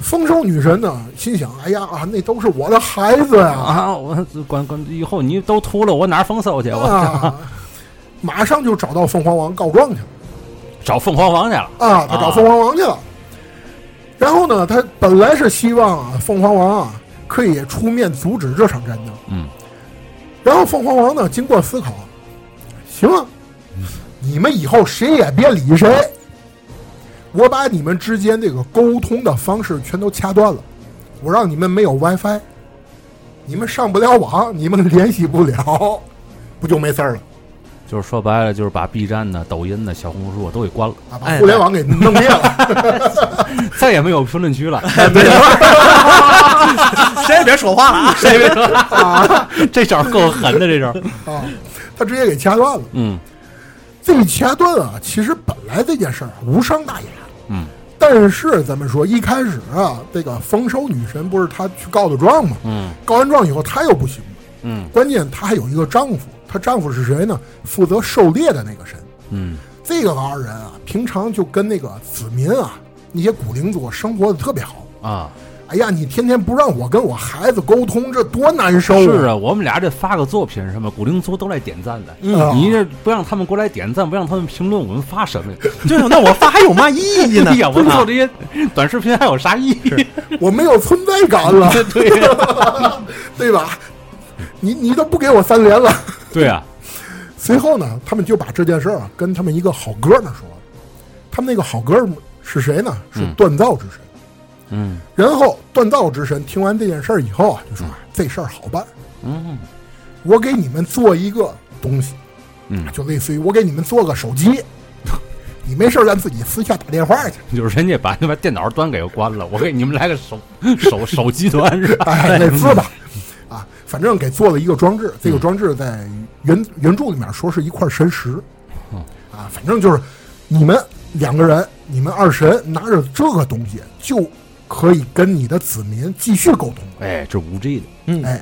Speaker 1: 丰收女神呢，心想：哎呀啊，那都是我的孩子呀、
Speaker 2: *laughs*
Speaker 1: 啊！
Speaker 2: 啊，我管管以后你都秃了，我哪儿丰收去？我
Speaker 1: 啊马上就找到凤凰王告状去了。
Speaker 2: 找凤凰王去了，
Speaker 1: 啊，他找凤凰王去了。然后呢，他本来是希望啊，凤凰王啊可以出面阻止这场战争。
Speaker 2: 嗯。
Speaker 1: 然后凤凰王呢，经过思考，行啊，你们以后谁也别理谁，我把你们之间这个沟通的方式全都掐断了，我让你们没有 WiFi，你们上不了网，你们联系不了，不就没事儿了？
Speaker 2: 就是说白了，就是把 B 站呢、抖音呢、小红书啊都给关了，
Speaker 1: 啊，把
Speaker 3: 哎
Speaker 1: 互联网给弄灭了。
Speaker 2: 再也没有评论区了。
Speaker 1: 哎
Speaker 3: 谁也别说话了啊！
Speaker 2: 谁别 *laughs* 说了，这招够狠的，这招。
Speaker 1: *laughs* 啊，他直接给掐断了。
Speaker 2: 嗯
Speaker 1: 这个掐断啊，其实本来这件事儿啊无伤大雅，
Speaker 2: 嗯
Speaker 1: 但是咱们说一开始啊，这个丰收女神不是她去告的状吗？
Speaker 2: 嗯
Speaker 1: 告完状以后她又不行了，
Speaker 2: 嗯
Speaker 1: 关键她还有一个丈夫，她丈夫是谁呢？负责狩猎的那个神。
Speaker 2: 嗯
Speaker 1: 这个二人啊，平常就跟那个子民啊，那些古灵族生活的特别好。
Speaker 2: 啊，
Speaker 1: 哎呀，你天天不让我跟我孩子沟通，这多难受啊！
Speaker 2: 是啊，我们俩这发个作品什么，古灵族都来点赞的。
Speaker 1: 啊
Speaker 2: 你这不让他们过来点赞，不让他们评论，我们发什么呀？
Speaker 3: *laughs* 就是那我发还有嘛意义
Speaker 2: *laughs*
Speaker 3: 呢
Speaker 2: 哎？呀，我
Speaker 3: 啊
Speaker 2: 做这些短视频还有啥意义？
Speaker 1: 我没有存在感了，
Speaker 2: *laughs* 对呀
Speaker 1: *laughs* 对吧？你你都不给我三连了。 *laughs*
Speaker 2: 对啊，
Speaker 1: 随后呢，他们就把这件事儿啊跟他们一个好哥们儿说了。他们那个好哥们儿是谁呢？是
Speaker 2: 嗯
Speaker 1: 锻造之神。
Speaker 2: 嗯
Speaker 1: 然后锻造之神听完这件事儿以后啊，就说、啊这事儿好办，
Speaker 2: 嗯
Speaker 1: 我给你们做一个东西，
Speaker 2: 嗯，
Speaker 1: 就类似于我给你们做个手机，你没事儿咱自己私下打电话去。
Speaker 2: 就是人家把那把电脑端给关了，我给你们来个手手手机端是
Speaker 1: *laughs*
Speaker 2: 吧？
Speaker 1: 哎，类似吧，啊，反正给做了一个装置，这个装置在原原著里面说是一块神石，啊，反正就是你们两个人，你们二神拿着这个东西就可以跟你的子民继续沟通了，
Speaker 2: 哎，这五 G 的，
Speaker 3: 嗯，
Speaker 1: 哎。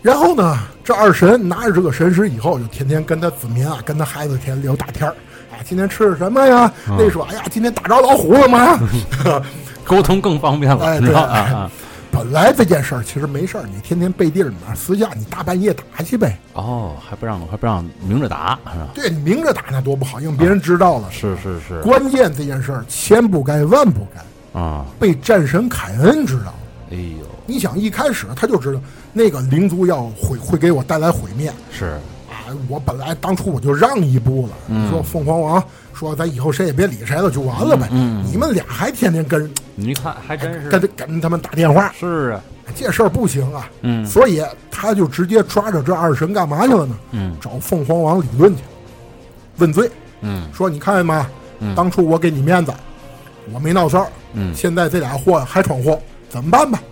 Speaker 1: 然后呢，这二神拿着这个神石以后，就天天跟他子民啊，跟他孩子天天聊大天儿。哎，今天吃的什么呀？那说，哎呀，今天打着老虎了吗？
Speaker 2: 沟通更方便了，
Speaker 1: 哎
Speaker 2: 你知道
Speaker 1: 对
Speaker 2: 啊啊？
Speaker 1: 本来这件事儿其实没事儿，你天天背地里面私下你大半夜打去呗，
Speaker 2: 哦，还不让还不让明着打是吧？
Speaker 1: 对你明着打那多不好，让别人知道了。
Speaker 2: 是是是
Speaker 1: 关键这件事儿千不该万不该
Speaker 2: 啊，
Speaker 1: 被战神凯恩知道了。
Speaker 2: 哎呦，
Speaker 1: 你想一开始他就知道那个灵族要毁会给我带来毁灭，
Speaker 2: 是
Speaker 1: 哎，我本来当初我就让一步了，说凤凰王说咱以后谁也别理谁了就完了呗，你们俩还天天跟
Speaker 2: 你看还真
Speaker 1: 跟
Speaker 2: 是
Speaker 1: 跟他们打电话，
Speaker 2: 是啊，
Speaker 1: 这事儿不行啊，
Speaker 2: 嗯
Speaker 1: 所以他就直接抓着这二神干嘛去了呢？
Speaker 2: 嗯
Speaker 1: 找凤凰王理论去，问罪，
Speaker 2: 嗯
Speaker 1: 说你看见吗？
Speaker 2: 嗯
Speaker 1: 当初我给你面子，我没闹事儿，
Speaker 2: 嗯
Speaker 1: 现在这俩货还闯祸，怎么办吧？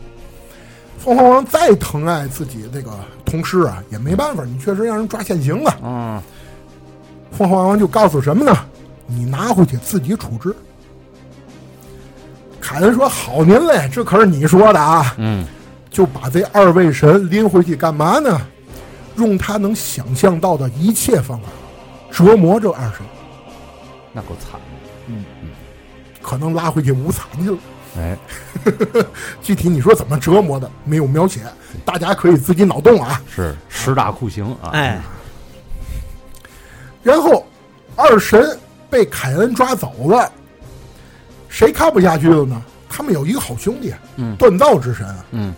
Speaker 1: 凤凰王再疼爱自己那个同事啊，也没办法，你确实让人抓现行了。
Speaker 2: 嗯，
Speaker 1: 凤凰王就告诉什么呢？你拿回去自己处置。凯恩说：“好您嘞，这可是你说的啊。”
Speaker 2: 嗯
Speaker 1: 就把这二位神拎回去干嘛呢？用他能想象到的一切方法折磨这二神，
Speaker 2: 那够惨的，
Speaker 1: 可能拉回去无惨去了。 *laughs*
Speaker 2: 哎，
Speaker 1: 具体你说怎么折磨的，没有描写，大家可以自己脑洞啊。
Speaker 2: 是十大酷刑啊，
Speaker 3: 哎，
Speaker 1: 然后二神被凯恩抓走了，谁看不下去了呢？他们有一个好兄弟，
Speaker 2: 嗯
Speaker 1: 锻造之神啊，
Speaker 2: 嗯，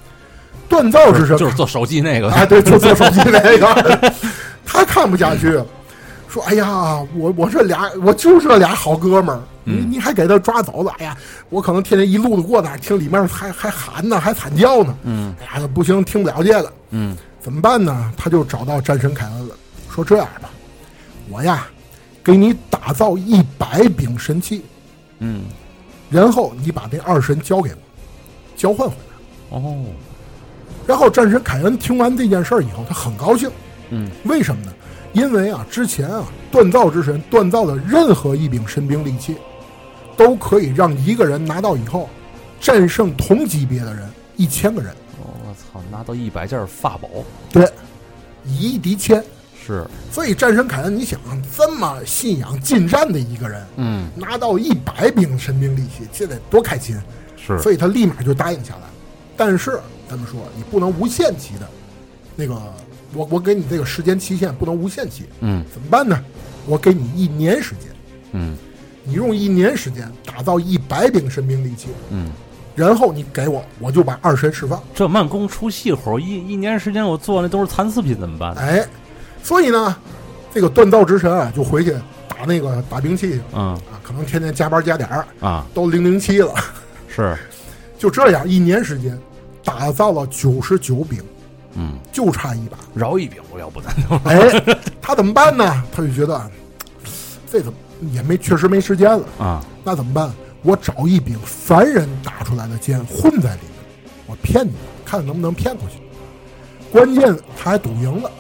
Speaker 1: 锻造之神
Speaker 2: 就是做手机那个，
Speaker 1: 啊，对，
Speaker 2: *laughs*
Speaker 1: 就做手机那个，他看不下去，说：“哎呀，我我这俩，我就这俩好哥们儿，你
Speaker 2: 嗯
Speaker 1: 你还给他抓走了？哎呀，我可能天天一路的过那儿，听里面还还喊呢，还惨叫呢。
Speaker 2: 嗯
Speaker 1: 哎呀，不行，听不了这个，
Speaker 2: 嗯
Speaker 1: 怎么办呢？他就找到战神凯恩了，说这样吧，我呀，给你打造一百柄神器，
Speaker 2: 嗯，
Speaker 1: 然后你把那二神交给我，交换回来。”
Speaker 2: 哦，
Speaker 1: 然后战神凯恩听完这件事儿以后，他很高兴。
Speaker 2: 嗯，
Speaker 1: 为什么呢？因为啊，之前啊，锻造之神锻造的任何一柄神兵利器，都可以让一个人拿到以后，战胜同级别的人一千个人。
Speaker 2: 我操，拿到一百件法宝，
Speaker 1: 对，以一敌千。
Speaker 2: 是，
Speaker 1: 所以战神凯恩，你想啊这么信仰近战的一个人，
Speaker 2: 嗯
Speaker 1: 拿到一百柄神兵利器，这得多开心！
Speaker 2: 是，
Speaker 1: 所以他立马就答应下来。但是咱们说，你不能无限期的，那个我我给你这个时间期限不能无限期，
Speaker 2: 嗯
Speaker 1: 怎么办呢？我给你一年时间，
Speaker 2: 嗯
Speaker 1: 你用一年时间打造一百柄神兵利器，
Speaker 2: 嗯，
Speaker 1: 然后你给我，我就把二神释放。
Speaker 2: 这慢工出细活，一一年时间我做那都是残次品，怎么办？
Speaker 1: 哎，所以呢，这个锻造之神啊，就回去打那个打兵器去了
Speaker 2: 嗯
Speaker 1: 啊，可能天天加班加点儿，
Speaker 2: 啊，
Speaker 1: 都零零七了。
Speaker 2: 是，
Speaker 1: 就这样，一年时间打造了九十九柄，
Speaker 2: 嗯，
Speaker 1: 就差一把。
Speaker 2: 饶一柄我要不咱
Speaker 1: 哎， *laughs* 他怎么办呢？他就觉得哎这怎么也没确实没时间了，
Speaker 2: 啊，
Speaker 1: 那怎么办？我找一柄凡人打出来的剑混在里面，我骗你，看能不能骗过去。关键他还赌赢了。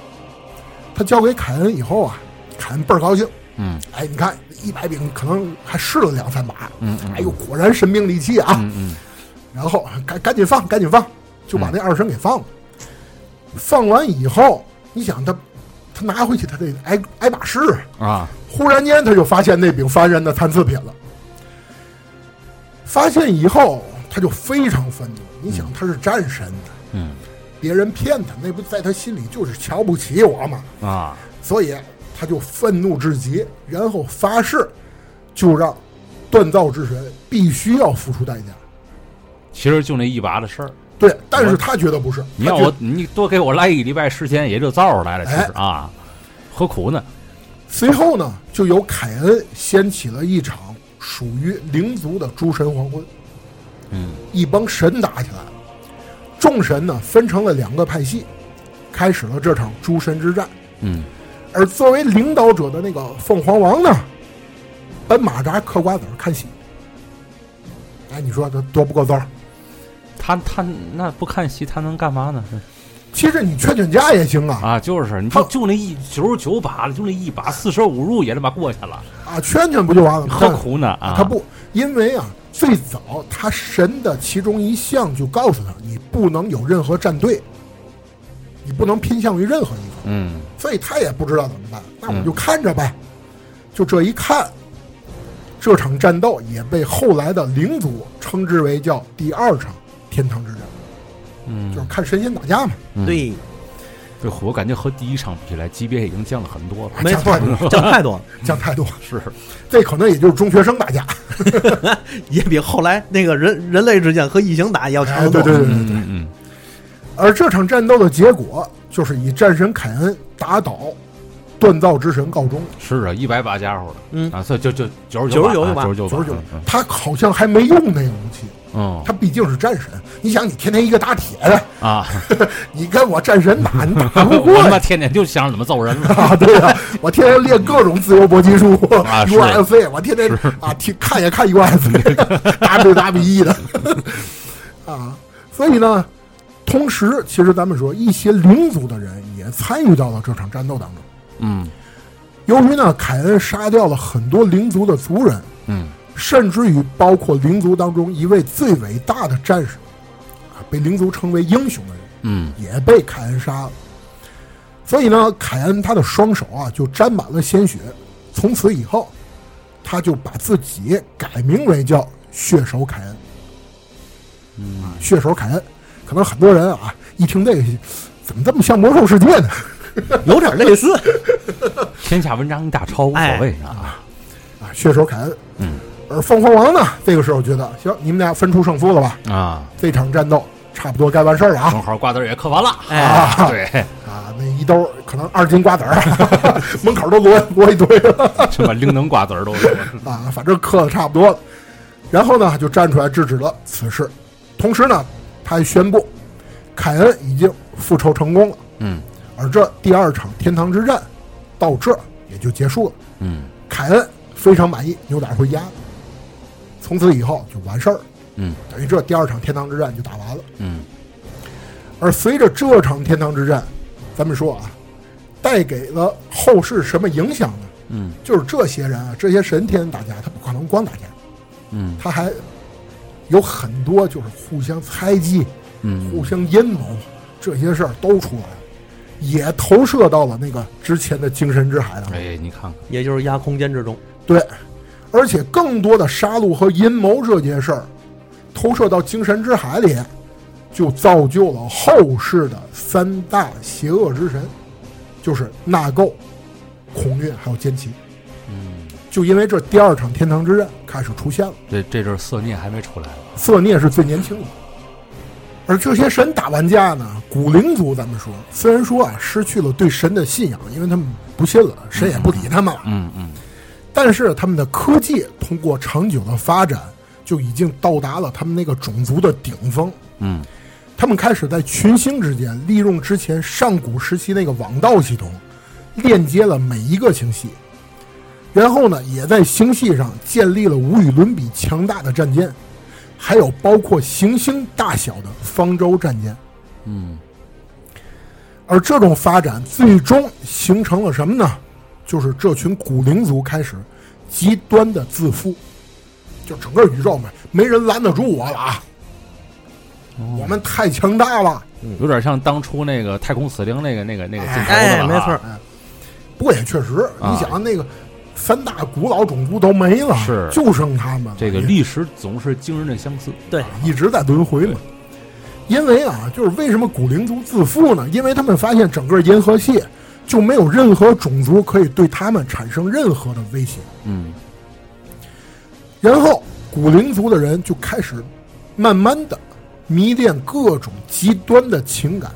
Speaker 1: 他交给凯恩以后啊，凯恩倍儿高兴。
Speaker 2: 嗯
Speaker 1: 哎，你看一百柄可能还试了两三把，
Speaker 2: 嗯嗯
Speaker 1: 哎呦，果然神兵利器啊！
Speaker 2: 嗯嗯
Speaker 1: 然后赶赶紧放，赶紧放，就把那二声给放了。放完以后，你想他，他拿回去他得挨挨把试。
Speaker 2: 啊，
Speaker 1: 忽然间他就发现那柄凡人的残次品了。发现以后，他就非常愤怒。你想，他是战神呢，
Speaker 2: 嗯
Speaker 1: 别人骗他，那不在他心里就是瞧不起我吗？
Speaker 2: 啊，
Speaker 1: 所以他就愤怒至极，然后发誓，就让锻造之神必须要付出代价。
Speaker 2: 其实就那一把的事儿。
Speaker 1: 对，但是他觉得不是，
Speaker 2: 你
Speaker 1: 他
Speaker 2: 要
Speaker 1: 觉
Speaker 2: 我，你多给我来一礼拜时间，也就照着来了。其
Speaker 1: 哎
Speaker 2: 实啊，何苦呢？
Speaker 1: 随后呢，就由凯恩掀起了一场属于灵族的诸神黄昏，
Speaker 2: 嗯
Speaker 1: 一帮神打起来了。众神呢分成了两个派系，开始了这场诸神之战。
Speaker 2: 嗯
Speaker 1: 而作为领导者的那个凤凰王呢，奔马扎嗑瓜子儿看戏。哎，你说这多不够糟儿？
Speaker 2: 他他那不看戏，他能干嘛呢？
Speaker 1: 其实你劝劝架也行啊，
Speaker 2: 啊，就是你
Speaker 1: 他
Speaker 2: 就就那一九十九把了，就那一把四舍五入也他妈过去了，
Speaker 1: 啊，劝劝不就完了吗？
Speaker 2: 何苦呢？啊，
Speaker 1: 他不，因为啊，最早他神的其中一项就告诉他，你不能有任何战队，你不能偏向于任何一方，
Speaker 2: 嗯
Speaker 1: 所以他也不知道怎么办。那我就看着呗，就这一看，这场战斗也被后来的领族称之为叫第二场天堂之战，就是
Speaker 2: 嗯，
Speaker 1: 看神仙打架嘛。
Speaker 2: 嗯
Speaker 3: 对，
Speaker 2: 这我感觉和第一场比起来，级别已经降了很多了。
Speaker 3: 没
Speaker 1: 讲
Speaker 3: 错
Speaker 1: 太多了，
Speaker 3: 讲太多了，
Speaker 1: 讲太多了，
Speaker 2: 嗯是，
Speaker 1: 这可能也就是中学生打架。
Speaker 3: *laughs* 也比后来那个人人类之间和异形打要强
Speaker 1: 哎，
Speaker 3: 得
Speaker 1: 对
Speaker 3: 多。
Speaker 1: 对对对对。
Speaker 2: 嗯嗯
Speaker 1: 而这场战斗的结果就是以战神凯恩打倒锻造之神告终。
Speaker 2: 嗯，是啊，一百把家伙的，
Speaker 3: 嗯
Speaker 2: 啊，所以就就九十
Speaker 3: 99
Speaker 2: 九
Speaker 3: 把
Speaker 2: 九十九
Speaker 1: 九
Speaker 2: 九
Speaker 1: 十九，他好像还没用那个武器，
Speaker 2: 嗯
Speaker 1: 他毕竟是战神。你想，你天天一个打铁的， *laughs*
Speaker 2: 啊，
Speaker 1: 你跟我战神打，你打不
Speaker 2: 我
Speaker 1: 过
Speaker 2: 他妈
Speaker 1: 呀。
Speaker 2: 天天就想着怎么揍人了。
Speaker 1: 啊，对啊，我天天练各种自由搏击术、
Speaker 2: 啊是
Speaker 1: UFC，我天天啊，听看也看 *laughs* UFC，WWE 的 *laughs* 啊，所以呢，同时，其实咱们说一些灵族的人也参与到了这场战斗当中。
Speaker 2: 嗯
Speaker 1: 由于呢，凯恩杀掉了很多灵族的族人，
Speaker 2: 嗯
Speaker 1: 甚至于包括灵族当中一位最伟大的战士，啊，被灵族称为英雄的人，
Speaker 2: 嗯
Speaker 1: 也被凯恩杀了。所以呢，凯恩他的双手啊就沾满了鲜血，从此以后，他就把自己改名为叫血手凯恩。啊，血手凯恩，可能很多人啊一听这个，怎么这么像魔兽世界呢？
Speaker 3: *laughs* 有点类似。
Speaker 2: *laughs* 天下文章一大抄，无
Speaker 3: 哎
Speaker 2: 所谓啊。
Speaker 1: *laughs* 啊，血手凯恩。
Speaker 2: 嗯，
Speaker 1: 而凤凰王呢，这个时候觉得行，你们俩分出胜负了吧？
Speaker 2: 啊，
Speaker 1: 这场战斗差不多该完事儿了
Speaker 3: 哦
Speaker 1: 啊
Speaker 2: 正好瓜子儿也嗑完了。
Speaker 3: 哎，
Speaker 2: 对，
Speaker 1: 啊！那一兜儿可能二斤瓜子儿， *laughs* 门口都摞摞一堆了
Speaker 2: 这把灵能瓜子儿都
Speaker 3: *laughs*
Speaker 2: 是。
Speaker 1: 啊，反正嗑的差不多了。然后呢，就站出来制止了此事，同时呢，他还宣布，凯恩已经复仇成功了，
Speaker 2: 嗯
Speaker 1: 而这第二场天堂之战到这儿也就结束了。
Speaker 2: 嗯
Speaker 1: 凯恩非常满意，扭打回家，从此以后就完事儿了。
Speaker 2: 嗯
Speaker 1: 等于这第二场天堂之战就打完了。
Speaker 2: 嗯
Speaker 1: 而随着这场天堂之战，咱们说啊，带给了后世什么影响呢？
Speaker 2: 嗯
Speaker 1: 就是这些人啊，这些神天天打架，他不可能光打架，
Speaker 2: 嗯
Speaker 1: 他还有很多就是互相猜忌、
Speaker 2: 嗯
Speaker 1: 互相阴谋这些事儿都出来了，也投射到了那个之前的精神之海当中。
Speaker 2: 哎，你看看，
Speaker 3: 也就是压空间之中。
Speaker 1: 对，而且更多的杀戮和阴谋这件事儿，投射到精神之海里，就造就了后世的三大邪恶之神，就是纳垢、孔虐还有奸奇。
Speaker 2: 嗯，
Speaker 1: 就因为这第二场天堂之战开始出现了，
Speaker 2: 这这阵儿色孽还没出来呢。
Speaker 1: 色孽是最年轻的。而这些神打完架呢，古灵族咱们说，虽然说啊失去了对神的信仰，因为他们不信了，神也不理他们了，
Speaker 2: 嗯嗯
Speaker 1: 但是他们的科技通过长久的发展，就已经到达了他们那个种族的顶峰。
Speaker 2: 嗯
Speaker 1: 他们开始在群星之间利用之前上古时期那个网道系统，链接了每一个星系，然后呢，也在星系上建立了无与伦比强大的战舰，还有包括行星大小的方舟战舰。
Speaker 2: 嗯
Speaker 1: 而这种发展最终形成了什么呢？就是这群古灵族开始极端的自负，就整个宇宙嘛，没人拦得住我了啊！
Speaker 2: 哦
Speaker 1: 我们太强大了。
Speaker 2: 有点像当初那个太空死灵那个那个那个镜头的
Speaker 3: 哎，
Speaker 2: 了
Speaker 3: 没
Speaker 2: 啊
Speaker 3: 错儿，
Speaker 1: 不过也确实，
Speaker 2: 啊
Speaker 1: 你想那个三大古老种族都没了，
Speaker 2: 是
Speaker 1: 就剩他们了
Speaker 2: 这个
Speaker 1: 也
Speaker 2: 历史总是惊人的相似。
Speaker 3: 对，
Speaker 1: 一直在轮回嘛。因为啊，就是为什么古灵族自负呢？因为他们发现整个银河系就没有任何种族可以对他们产生任何的威胁。
Speaker 2: 嗯
Speaker 1: 然后古灵族的人就开始慢慢的迷恋各种极端的情感，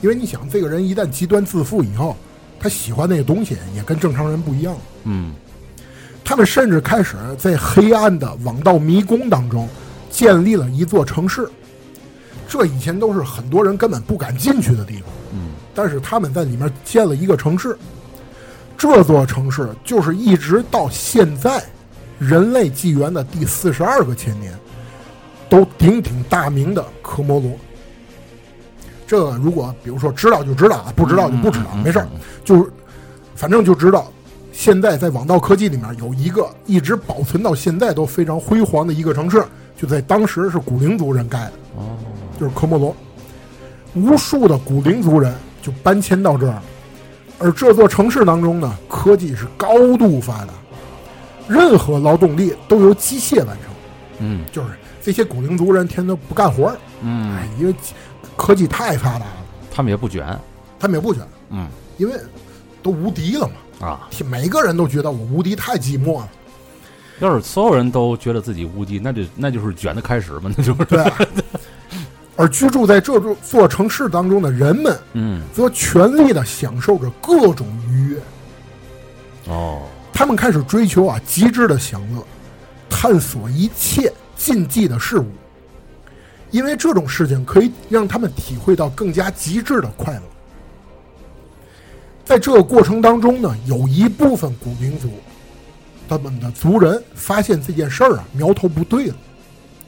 Speaker 1: 因为你想，这个人一旦极端自负以后，他喜欢那个东西也跟正常人不一样了。
Speaker 2: 嗯，
Speaker 1: 他们甚至开始在黑暗的网道迷宫当中建立了一座城市，这以前都是很多人根本不敢进去的地方。
Speaker 2: 嗯，
Speaker 1: 但是他们在里面建了一个城市，这座城市就是一直到现在人类纪元的第四十二个千年都鼎鼎大名的科摩罗。这个如果比如说知道就知道啊，不知道就不知道，
Speaker 2: 嗯嗯嗯
Speaker 1: 没事儿，就是反正就知道。现在在网道科技里面有一个一直保存到现在都非常辉煌的一个城市，就在当时是古灵族人盖的，
Speaker 2: 哦，
Speaker 1: 就是科莫罗。无数的古灵族人就搬迁到这儿了，而这座城市当中呢，科技是高度发达，任何劳动力都由机械完成，
Speaker 2: 嗯
Speaker 1: 就是这些古灵族人天天都不干活儿，哎
Speaker 2: 嗯，，
Speaker 1: 因为科技太发达了，
Speaker 2: 他们也不卷。
Speaker 1: 他们也不卷，
Speaker 2: 嗯
Speaker 1: 因为都无敌了嘛，
Speaker 2: 啊，
Speaker 1: 每个人都觉得我无敌太寂寞了。
Speaker 2: 要是所有人都觉得自己无敌，那就那就是卷的开始嘛，那就是。
Speaker 1: 对，而居住在这座城市当中的人们，
Speaker 2: 嗯
Speaker 1: 则全力的享受着各种愉悦。
Speaker 2: 哦，
Speaker 1: 他们开始追求啊极致的享乐，探索一切禁忌的事物，因为这种事情可以让他们体会到更加极致的快乐。在这个过程当中呢，有一部分古民族，他们的族人发现这件事儿啊苗头不对了，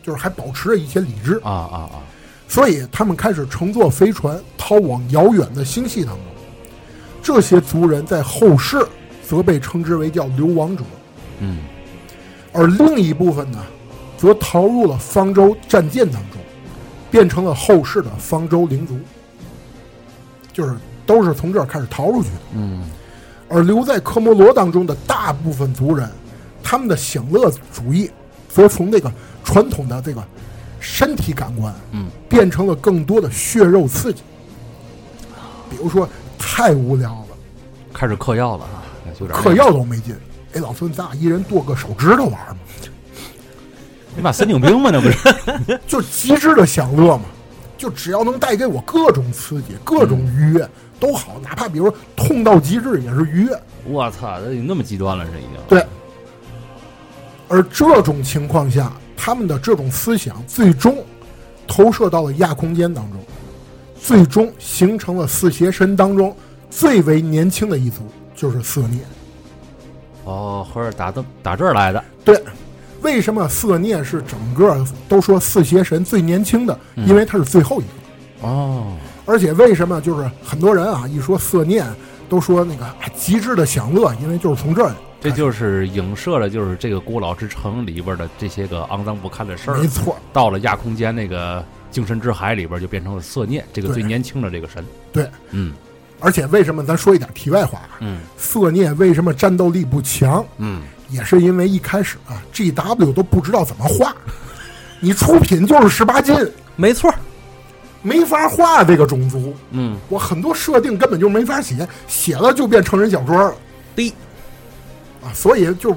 Speaker 1: 就是还保持着一些理智，
Speaker 2: 啊啊啊，
Speaker 1: 所以他们开始乘坐飞船逃往遥远的星系当中。这些族人在后世则被称之为叫流亡者，
Speaker 2: 嗯
Speaker 1: 而另一部分呢，则逃入了方舟战舰当中，变成了后世的方舟灵族，就是都是从这儿开始逃出去的。
Speaker 2: 嗯
Speaker 1: 而留在科摩罗当中的大部分族人，他们的享乐主义，则从这个传统的这个身体感官，
Speaker 2: 嗯，
Speaker 1: 变成了更多的血肉刺激，比如说太无聊了，
Speaker 2: 开始嗑药了啊，有点
Speaker 1: 嗑。药都没劲。哎，老孙，咱俩一人剁个手指头玩吗？
Speaker 2: 你妈神经病吗？那不是？
Speaker 1: 就极致的享乐嘛，就只要能带给我各种刺激、各种愉悦都好，哪怕比如说痛到极致也是愉悦。
Speaker 2: 我操，这已经那么极端了，这已经。
Speaker 1: 对，而这种情况下，他们的这种思想最终投射到了亚空间当中，最终形成了四邪神当中最为年轻的一族，就是色涅。
Speaker 2: 哦，合着打的打这儿来的。
Speaker 1: 对，为什么色涅是整个都说四邪神最年轻的？因为他是最后一个。
Speaker 2: 哦，
Speaker 1: 而且为什么就是很多人啊一说色念，都说那个啊极致的享乐，因为就是从这儿
Speaker 2: 这就是影射了，就是这个《古老之城》里边的这些个肮脏不堪的事儿
Speaker 1: 没。错，
Speaker 2: 到了亚空间那个精神之海里边，就变成了色涅这个
Speaker 1: 对
Speaker 2: 最年轻的这个神。
Speaker 1: 对。
Speaker 2: 嗯
Speaker 1: 而且为什么咱说一点题外话啊，
Speaker 2: 嗯
Speaker 1: 色念为什么战斗力不强，
Speaker 2: 嗯，
Speaker 1: 也是因为一开始啊 GW 都不知道怎么画，你出品就是十八禁，
Speaker 3: 没错儿，
Speaker 1: 没法画这个种族，
Speaker 2: 嗯，
Speaker 1: 我很多设定根本就没法写，写了就变成人小说了
Speaker 3: 第一，
Speaker 1: 啊，所以就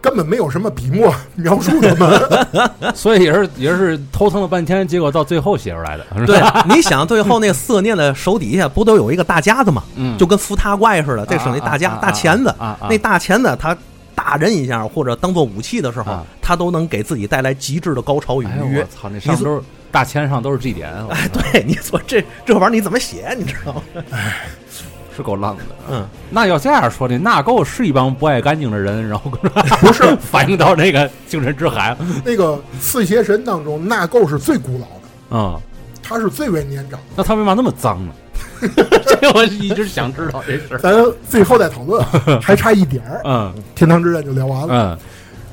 Speaker 1: 根本没有什么笔墨描述他们，
Speaker 2: 嗯所以也是也是头疼了半天，结果到最后写出来的。是吧
Speaker 3: 对，你想最后那色念的手底下不都有一个大夹子吗？
Speaker 2: 嗯
Speaker 3: 就跟扶他怪似的，这是
Speaker 2: 啊
Speaker 3: 那大夹
Speaker 2: 啊啊
Speaker 3: 大钳子
Speaker 2: 啊啊
Speaker 3: 那大钳子他打人一下或者当做武器的时候
Speaker 2: 啊，
Speaker 3: 他都能给自己带来极致的高潮与
Speaker 2: 哎呦
Speaker 3: 愉
Speaker 2: 我
Speaker 3: 悦。
Speaker 2: 操，那上面都是大签上都是 G 点。我啊
Speaker 3: 哎，对，你说这这玩意儿你怎么写？你知道吗？
Speaker 2: 是够浪的。
Speaker 3: 嗯，
Speaker 2: 那要这样说的，纳垢是一帮不爱干净的人，然后 *laughs*
Speaker 1: 不是
Speaker 2: 反映到那个精神之海。
Speaker 1: 那个四邪神当中，纳垢是最古老的，
Speaker 2: 嗯，
Speaker 1: 他是最为年长的。
Speaker 2: 那他为嘛那么脏呢？ *laughs* 这我一直想知道这事儿。
Speaker 1: 咱最后再讨论啊，还差一点儿，
Speaker 2: 嗯
Speaker 1: 天堂之战就聊完了。
Speaker 2: 嗯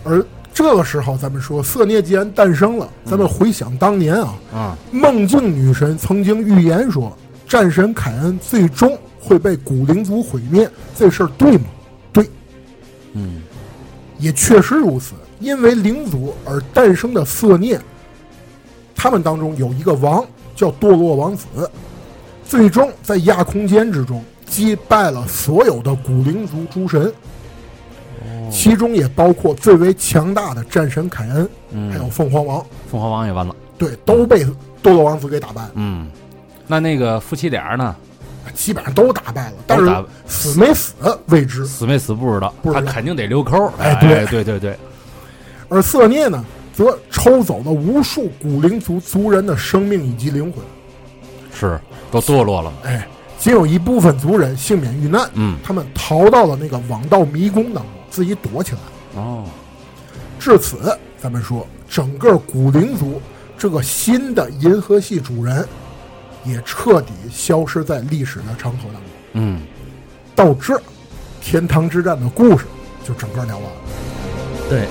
Speaker 1: 而这个时候，咱们说色涅既然诞生了，咱们回想当年啊，
Speaker 2: 嗯
Speaker 1: 梦境女神曾经预言说，战神凯恩最终会被古灵族毁灭，这事儿对吗？对，
Speaker 2: 嗯
Speaker 1: 也确实如此。因为灵族而诞生的色涅，他们当中有一个王叫堕落王子，最终在亚空间之中击败了所有的古灵族诸神，
Speaker 2: 嗯
Speaker 1: 其中也包括最为强大的战神凯恩，还有
Speaker 2: 嗯，
Speaker 1: 凤凰王，
Speaker 2: 凤凰王也完了。
Speaker 1: 对，都被堕落王子给打败了。啊
Speaker 2: 嗯，那那个夫妻俩呢？
Speaker 1: 基本上都打败了，但
Speaker 2: 都
Speaker 1: 是
Speaker 2: 打败
Speaker 1: 死没死未知。
Speaker 2: 死没死不知道，
Speaker 1: 不知
Speaker 2: 他
Speaker 1: 道
Speaker 2: 肯定得留扣。
Speaker 1: 哎
Speaker 2: 对对对对，
Speaker 1: 而色涅呢，则抽走了无数古灵族族人的生命以及灵魂，
Speaker 2: 是都堕落了嘛。
Speaker 1: 哎，仅有一部分族人幸免遇难，
Speaker 2: 嗯
Speaker 1: 他们逃到了那个网道迷宫当中，自己躲起来。
Speaker 2: 哦，
Speaker 1: 至此，咱们说整个古灵族这个新的银河系主人，也彻底消失在历史的长河当中。
Speaker 2: 嗯，
Speaker 1: 到这儿，天堂之战的故事就整个聊完了。
Speaker 3: 对，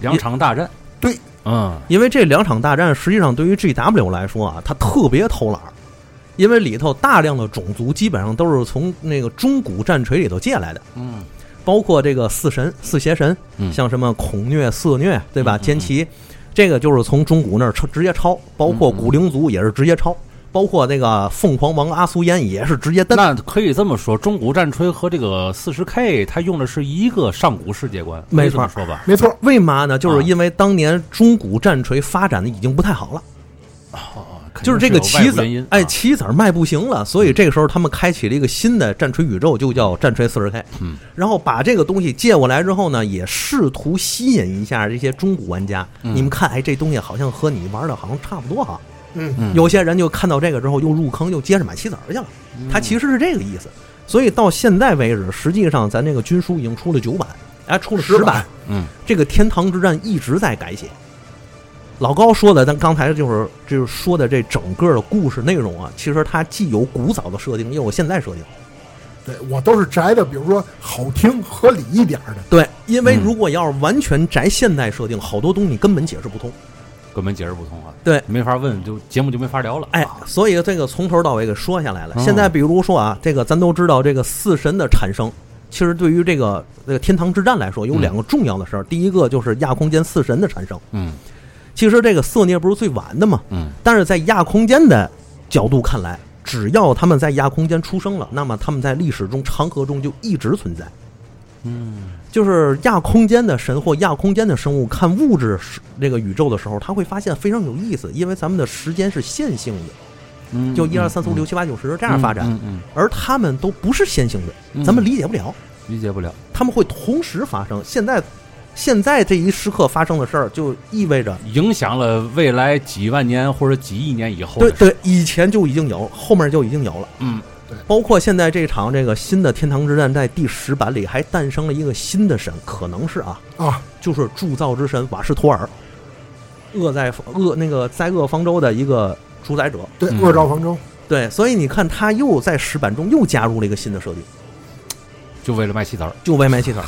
Speaker 2: 两场大战。
Speaker 1: 对，
Speaker 2: 嗯
Speaker 3: 因为这两场大战实际上对于 GW 来说啊，它特别偷懒儿，因为里头大量的种族基本上都是从那个中古战锤里头借来的，
Speaker 2: 嗯
Speaker 3: 包括这个四神、四邪神，
Speaker 2: 嗯
Speaker 3: 像什么孔虐、色虐，对吧？奸奇，这个就是从中古那儿抄直接抄，包
Speaker 2: 嗯
Speaker 3: 括古灵族也是直接抄，包括那个凤凰王阿苏烟也是直接登。
Speaker 2: 那可以这么说，中古战锤和这个四十 K，它用的是一个上古世界观，
Speaker 3: 没
Speaker 2: 可以这么
Speaker 3: 错
Speaker 2: 说吧？
Speaker 1: 没错，
Speaker 3: 为嘛呢？
Speaker 2: 啊
Speaker 3: 就是因为当年中古战锤发展的已经不太好了， *laughs* 就是这个
Speaker 2: 肯定
Speaker 3: 棋
Speaker 2: 有外
Speaker 3: 子
Speaker 2: 部原因，
Speaker 3: 哎，
Speaker 2: 啊
Speaker 3: 棋子儿卖不行了，所以这个时候他们开启了一个新的战锤宇宙，就叫战锤四十 K。
Speaker 2: 嗯，
Speaker 3: 然后把这个东西借过来之后呢，也试图吸引一下这些中古玩家。
Speaker 2: 嗯
Speaker 3: 你们看，哎，这东西好像和你玩的好像差不多哈、
Speaker 1: 嗯
Speaker 2: 嗯
Speaker 3: 有些人就看到这个之后又入坑，又接着买棋子儿去了。
Speaker 2: 嗯
Speaker 3: 它其实是这个意思。所以到现在为止，实际上咱这个军书已经出了九版，哎，出了
Speaker 1: 十
Speaker 3: 十
Speaker 1: 版
Speaker 3: 版。
Speaker 2: 嗯，
Speaker 3: 这个天堂之战一直在改写。老高说的，咱刚才就是就是说的这整个的故事内容啊，其实它既有古早的设定，又有现在设定。
Speaker 1: 对我都是摘的，比如说好听、合理一点儿的。
Speaker 3: 对，因为
Speaker 2: 嗯
Speaker 3: 如果要是完全宅现代设定，好多东西根本解释不通。
Speaker 2: 根本解释不通啊。
Speaker 3: 对
Speaker 2: 没法问，就节目就没法聊了。啊
Speaker 3: 哎，所以这个从头到尾给说下来了。
Speaker 2: 嗯
Speaker 3: 现在比如说啊，这个咱都知道，这个四神的产生，其实对于这个这个天堂之战来说，有
Speaker 2: 嗯
Speaker 3: 两个重要的事儿。第一个就是亚空间四神的产生，
Speaker 2: 嗯
Speaker 3: 其实这个色涅不是最晚的嘛，
Speaker 2: 嗯
Speaker 3: 但是在亚空间的角度看来，只要他们在亚空间出生了，那么他们在历史中长河中就一直存在。
Speaker 2: 嗯
Speaker 3: 就是亚空间的神或亚空间的生物看物质时这个宇宙的时候，他会发现非常有意思，因为咱们的时间是线性的。
Speaker 2: 嗯，
Speaker 3: 就一二三四五六
Speaker 2: 这
Speaker 3: 七八九十这样发展，
Speaker 2: 嗯嗯，
Speaker 3: 而他们都不是线性
Speaker 2: 嗯
Speaker 3: 的，咱们理解不了，
Speaker 2: 嗯理解不了，
Speaker 3: 他们会同时发生。现在，现在这一时刻发生的事儿，就意味着
Speaker 2: 影响了未来几万年或者几亿年以后的
Speaker 3: 对
Speaker 2: 事。
Speaker 3: 对，以前就已经有，后面就已经有了。
Speaker 2: 嗯
Speaker 3: 包括现在这场这个新的天堂之战，在第十版里还诞生了一个新的神，可能是啊，
Speaker 1: 啊，
Speaker 3: 就是铸造之神瓦什托尔，恶在恶那个灾厄方舟的一个主宰者。
Speaker 1: 对，
Speaker 2: 嗯
Speaker 1: 恶兆方 *laughs* 舟，
Speaker 3: 对，所以你看，他又在十版中又加入了一个新的设定。
Speaker 2: 就为了卖棋子儿。
Speaker 3: 就外卖系统。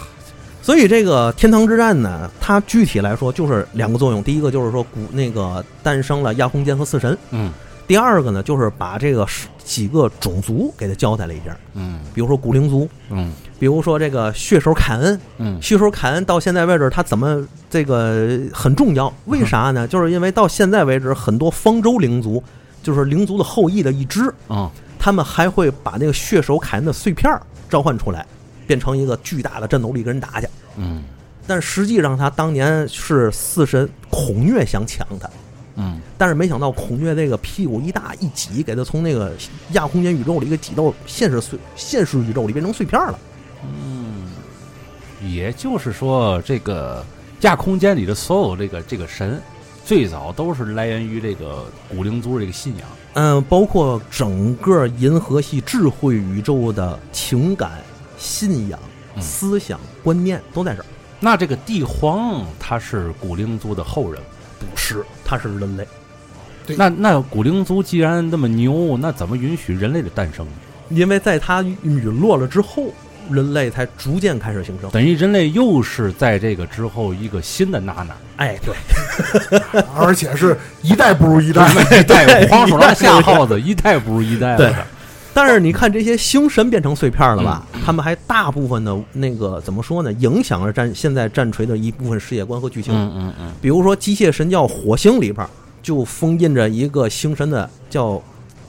Speaker 3: 所以这个天堂之战呢，它具体来说就是两个作用，第一个就是说古那个诞生了亚空间和四神，
Speaker 2: 嗯
Speaker 3: 第二个呢就是把这个十几个种族给它交代了一下，
Speaker 2: 嗯
Speaker 3: 比如说古灵族，
Speaker 2: 嗯
Speaker 3: 比如说这个血手凯恩，
Speaker 2: 嗯
Speaker 3: 血手凯恩到现在为止他怎么这个很重要？为啥呢？就是因为到现在为止，很多方舟灵族就是灵族的后裔的一支，
Speaker 2: 嗯
Speaker 3: 他们还会把那个血手凯恩的碎片儿召唤出来，变成一个巨大的战斗力跟人打去。
Speaker 2: 嗯
Speaker 3: 但实际上他当年是四神孔虐想抢他，
Speaker 2: 嗯
Speaker 3: 但是没想到孔虐这个屁股一大一挤，给他从那个亚空间宇宙里给挤到现实碎现实宇宙里变成碎片了。
Speaker 2: 嗯，也就是说，这个亚空间里的所有这个这个神，最早都是来源于这个古灵族这个信仰。
Speaker 3: 嗯，包括整个银河系智慧宇宙的情感、信仰、
Speaker 2: 嗯
Speaker 3: 思想、观念都在这儿。
Speaker 2: 那这个帝皇他是古灵族的后人，
Speaker 3: 不是，它是人类，
Speaker 1: 对
Speaker 2: 那那古灵族既然那么牛，那怎么允许人类的诞生呢？
Speaker 3: 因为在它陨落了之后，人类才逐渐开始形成。
Speaker 2: 等于人类又是在这个之后一个新的娜娜，
Speaker 3: 哎，对，
Speaker 1: 而且是一代不如一 *laughs* 代。
Speaker 2: *laughs* 一代黄鼠狼
Speaker 3: 一代
Speaker 2: 下耗子，一代不如一代了。
Speaker 3: 对但是你看这些星神变成碎片了吧？他们还大部分的那个怎么说呢？影响了战现在战锤的一部分世界观和剧情。
Speaker 2: 嗯嗯嗯，
Speaker 3: 比如说《机械神教火星》里边儿就封印着一个星神的叫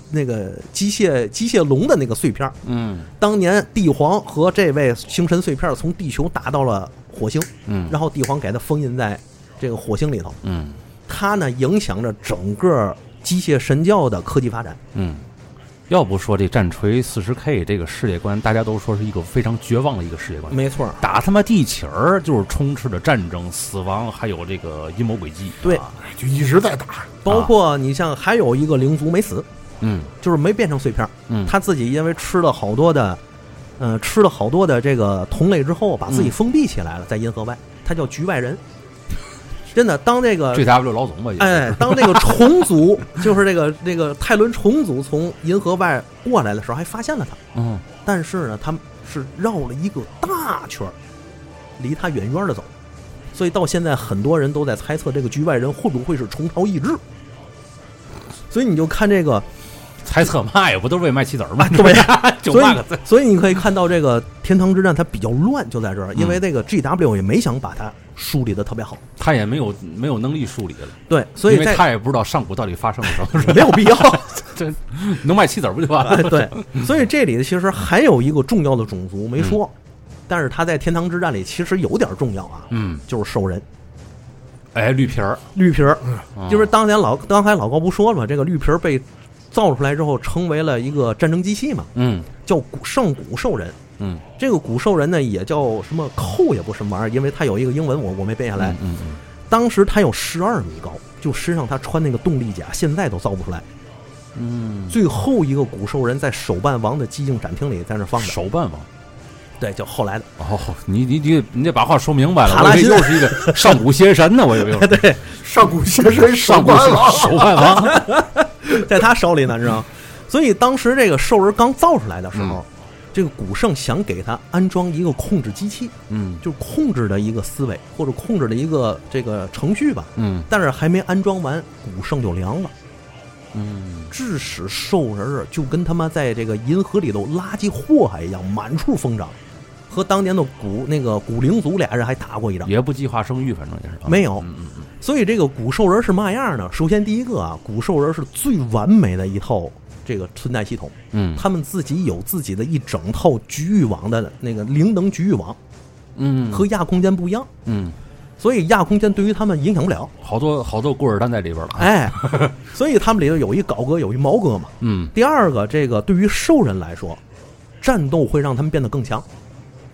Speaker 3: 那个机械机械龙的那个碎片儿。
Speaker 2: 嗯
Speaker 3: 当年帝皇和这位星神碎片儿从地球打到了火星，
Speaker 2: 嗯，
Speaker 3: 然后帝皇给它封印在这个火星里头。
Speaker 2: 嗯
Speaker 3: 它呢影响着整个机械神教的科技发展。
Speaker 2: 嗯，要不说这战锤四十 K 这个世界观，大家都说是一个非常绝望的一个世界观。
Speaker 3: 没错儿，
Speaker 2: 打他妈地起儿就是充斥着战争、死亡，还有这个阴谋诡计。
Speaker 3: 对
Speaker 2: 啊
Speaker 1: 就一直在打，
Speaker 3: 包括你像还有一个灵族没死，
Speaker 2: 嗯
Speaker 3: 就是没变成碎片儿，
Speaker 2: 嗯，
Speaker 3: 他自己因为吃了好多的，呃，吃了好多的这个同类之后，把自己
Speaker 2: 嗯
Speaker 3: 封闭起来了，在银河外，他叫局外人。真的，当这个
Speaker 2: G W 老总吧，也是
Speaker 3: 呃哎，当这个虫族， *laughs* 就是这个这个泰伦虫族从银河外过来的时候，还发现了他，
Speaker 2: 嗯
Speaker 3: 但是呢，他们是绕了一个大圈儿，离他远远的走，所以到现在很多人都在猜测这个局外人会不会是虫朝意志。所以你就看这个
Speaker 2: 猜测嘛也不都是为卖棋子儿嘛，
Speaker 3: 对
Speaker 2: *laughs* 就
Speaker 3: 所
Speaker 2: 骂个字
Speaker 3: 以， *laughs* 所以你可以看到这个天堂之战它比较乱，就在这儿，
Speaker 2: 嗯
Speaker 3: 因为这个 G W 也没想把它梳理的特别好，
Speaker 2: 他也没有没有能力梳理了，
Speaker 3: 对，所以
Speaker 2: 因为
Speaker 3: 在
Speaker 2: 他也不知道上古到底发生了什么事
Speaker 3: *laughs* 没有必要，
Speaker 2: *laughs* 这能卖棋子儿不就完了？
Speaker 3: 对，所以这里其实还有一个重要的种族
Speaker 2: 嗯
Speaker 3: 没说，但是他在天堂之战里其实有点重要啊，
Speaker 2: 嗯，
Speaker 3: 就是兽人
Speaker 2: 哎，绿皮儿，
Speaker 3: 绿皮儿，
Speaker 2: 嗯
Speaker 3: 就是当年老刚才老高不说了嘛，这个绿皮儿被造出来之后成为了一个战争机器嘛，
Speaker 2: 嗯
Speaker 3: 叫古上古兽人。
Speaker 2: 嗯，
Speaker 3: 这个古兽人呢，也叫什么寇，也不是什么玩意儿，因为它有一个英文我我没背下来。
Speaker 2: 嗯嗯
Speaker 3: 当时他有十二米高，就身上他穿那个动力甲，现在都造不出来。
Speaker 2: 嗯，
Speaker 3: 最后一个古兽人在手办王的寂静展厅里在那放着，
Speaker 2: 手办王。
Speaker 3: 对，就后来的， *laughs*
Speaker 2: 哦，你你你你得把话说明白了，
Speaker 3: 塔
Speaker 2: 我
Speaker 3: 拉
Speaker 2: 这
Speaker 3: 辛
Speaker 2: 又是一
Speaker 3: *laughs*
Speaker 2: 个上古邪神呢，我以为
Speaker 3: 对，
Speaker 1: 上古邪神手
Speaker 2: 上古
Speaker 1: 办
Speaker 2: 是
Speaker 1: 了，
Speaker 2: 手办
Speaker 3: *laughs*
Speaker 2: 王，
Speaker 3: 在他手里呢，知
Speaker 2: *laughs*
Speaker 3: 道吗？所以当时这个兽人刚造出来的时候，
Speaker 2: 嗯
Speaker 3: 这个古圣想给他安装一个控制机器，
Speaker 2: 嗯
Speaker 3: 就是控制的一个思维或者控制的一个这个程序吧。
Speaker 2: 嗯
Speaker 3: 但是还没安装完，古圣就凉了，
Speaker 2: 嗯，
Speaker 3: 致使兽人儿就跟他妈在这个银河里头垃圾祸害一样，满处疯长，和当年的古那个古灵族俩人还打过一仗。
Speaker 2: 也不计划生育，反正也是啊
Speaker 3: 没有
Speaker 2: 嗯嗯嗯
Speaker 3: 所以这个古兽人是嘛样呢？首先第一个啊，古兽人是最完美的一套这个存在系统，
Speaker 2: 嗯
Speaker 3: 他们自己有自己的一整套局域网的那个灵能局域网，
Speaker 2: 嗯
Speaker 3: 和亚空间不一样，
Speaker 2: 嗯，
Speaker 3: 所以亚空间对于他们影响不
Speaker 2: *laughs*
Speaker 3: 了。
Speaker 2: 好多好多棍儿蛋在里边了。，
Speaker 3: 哎，所以他们里头有一镐哥，有一毛哥嘛。
Speaker 2: 嗯
Speaker 3: 第二个，这个对于兽人来说，战斗会让他们变得更强。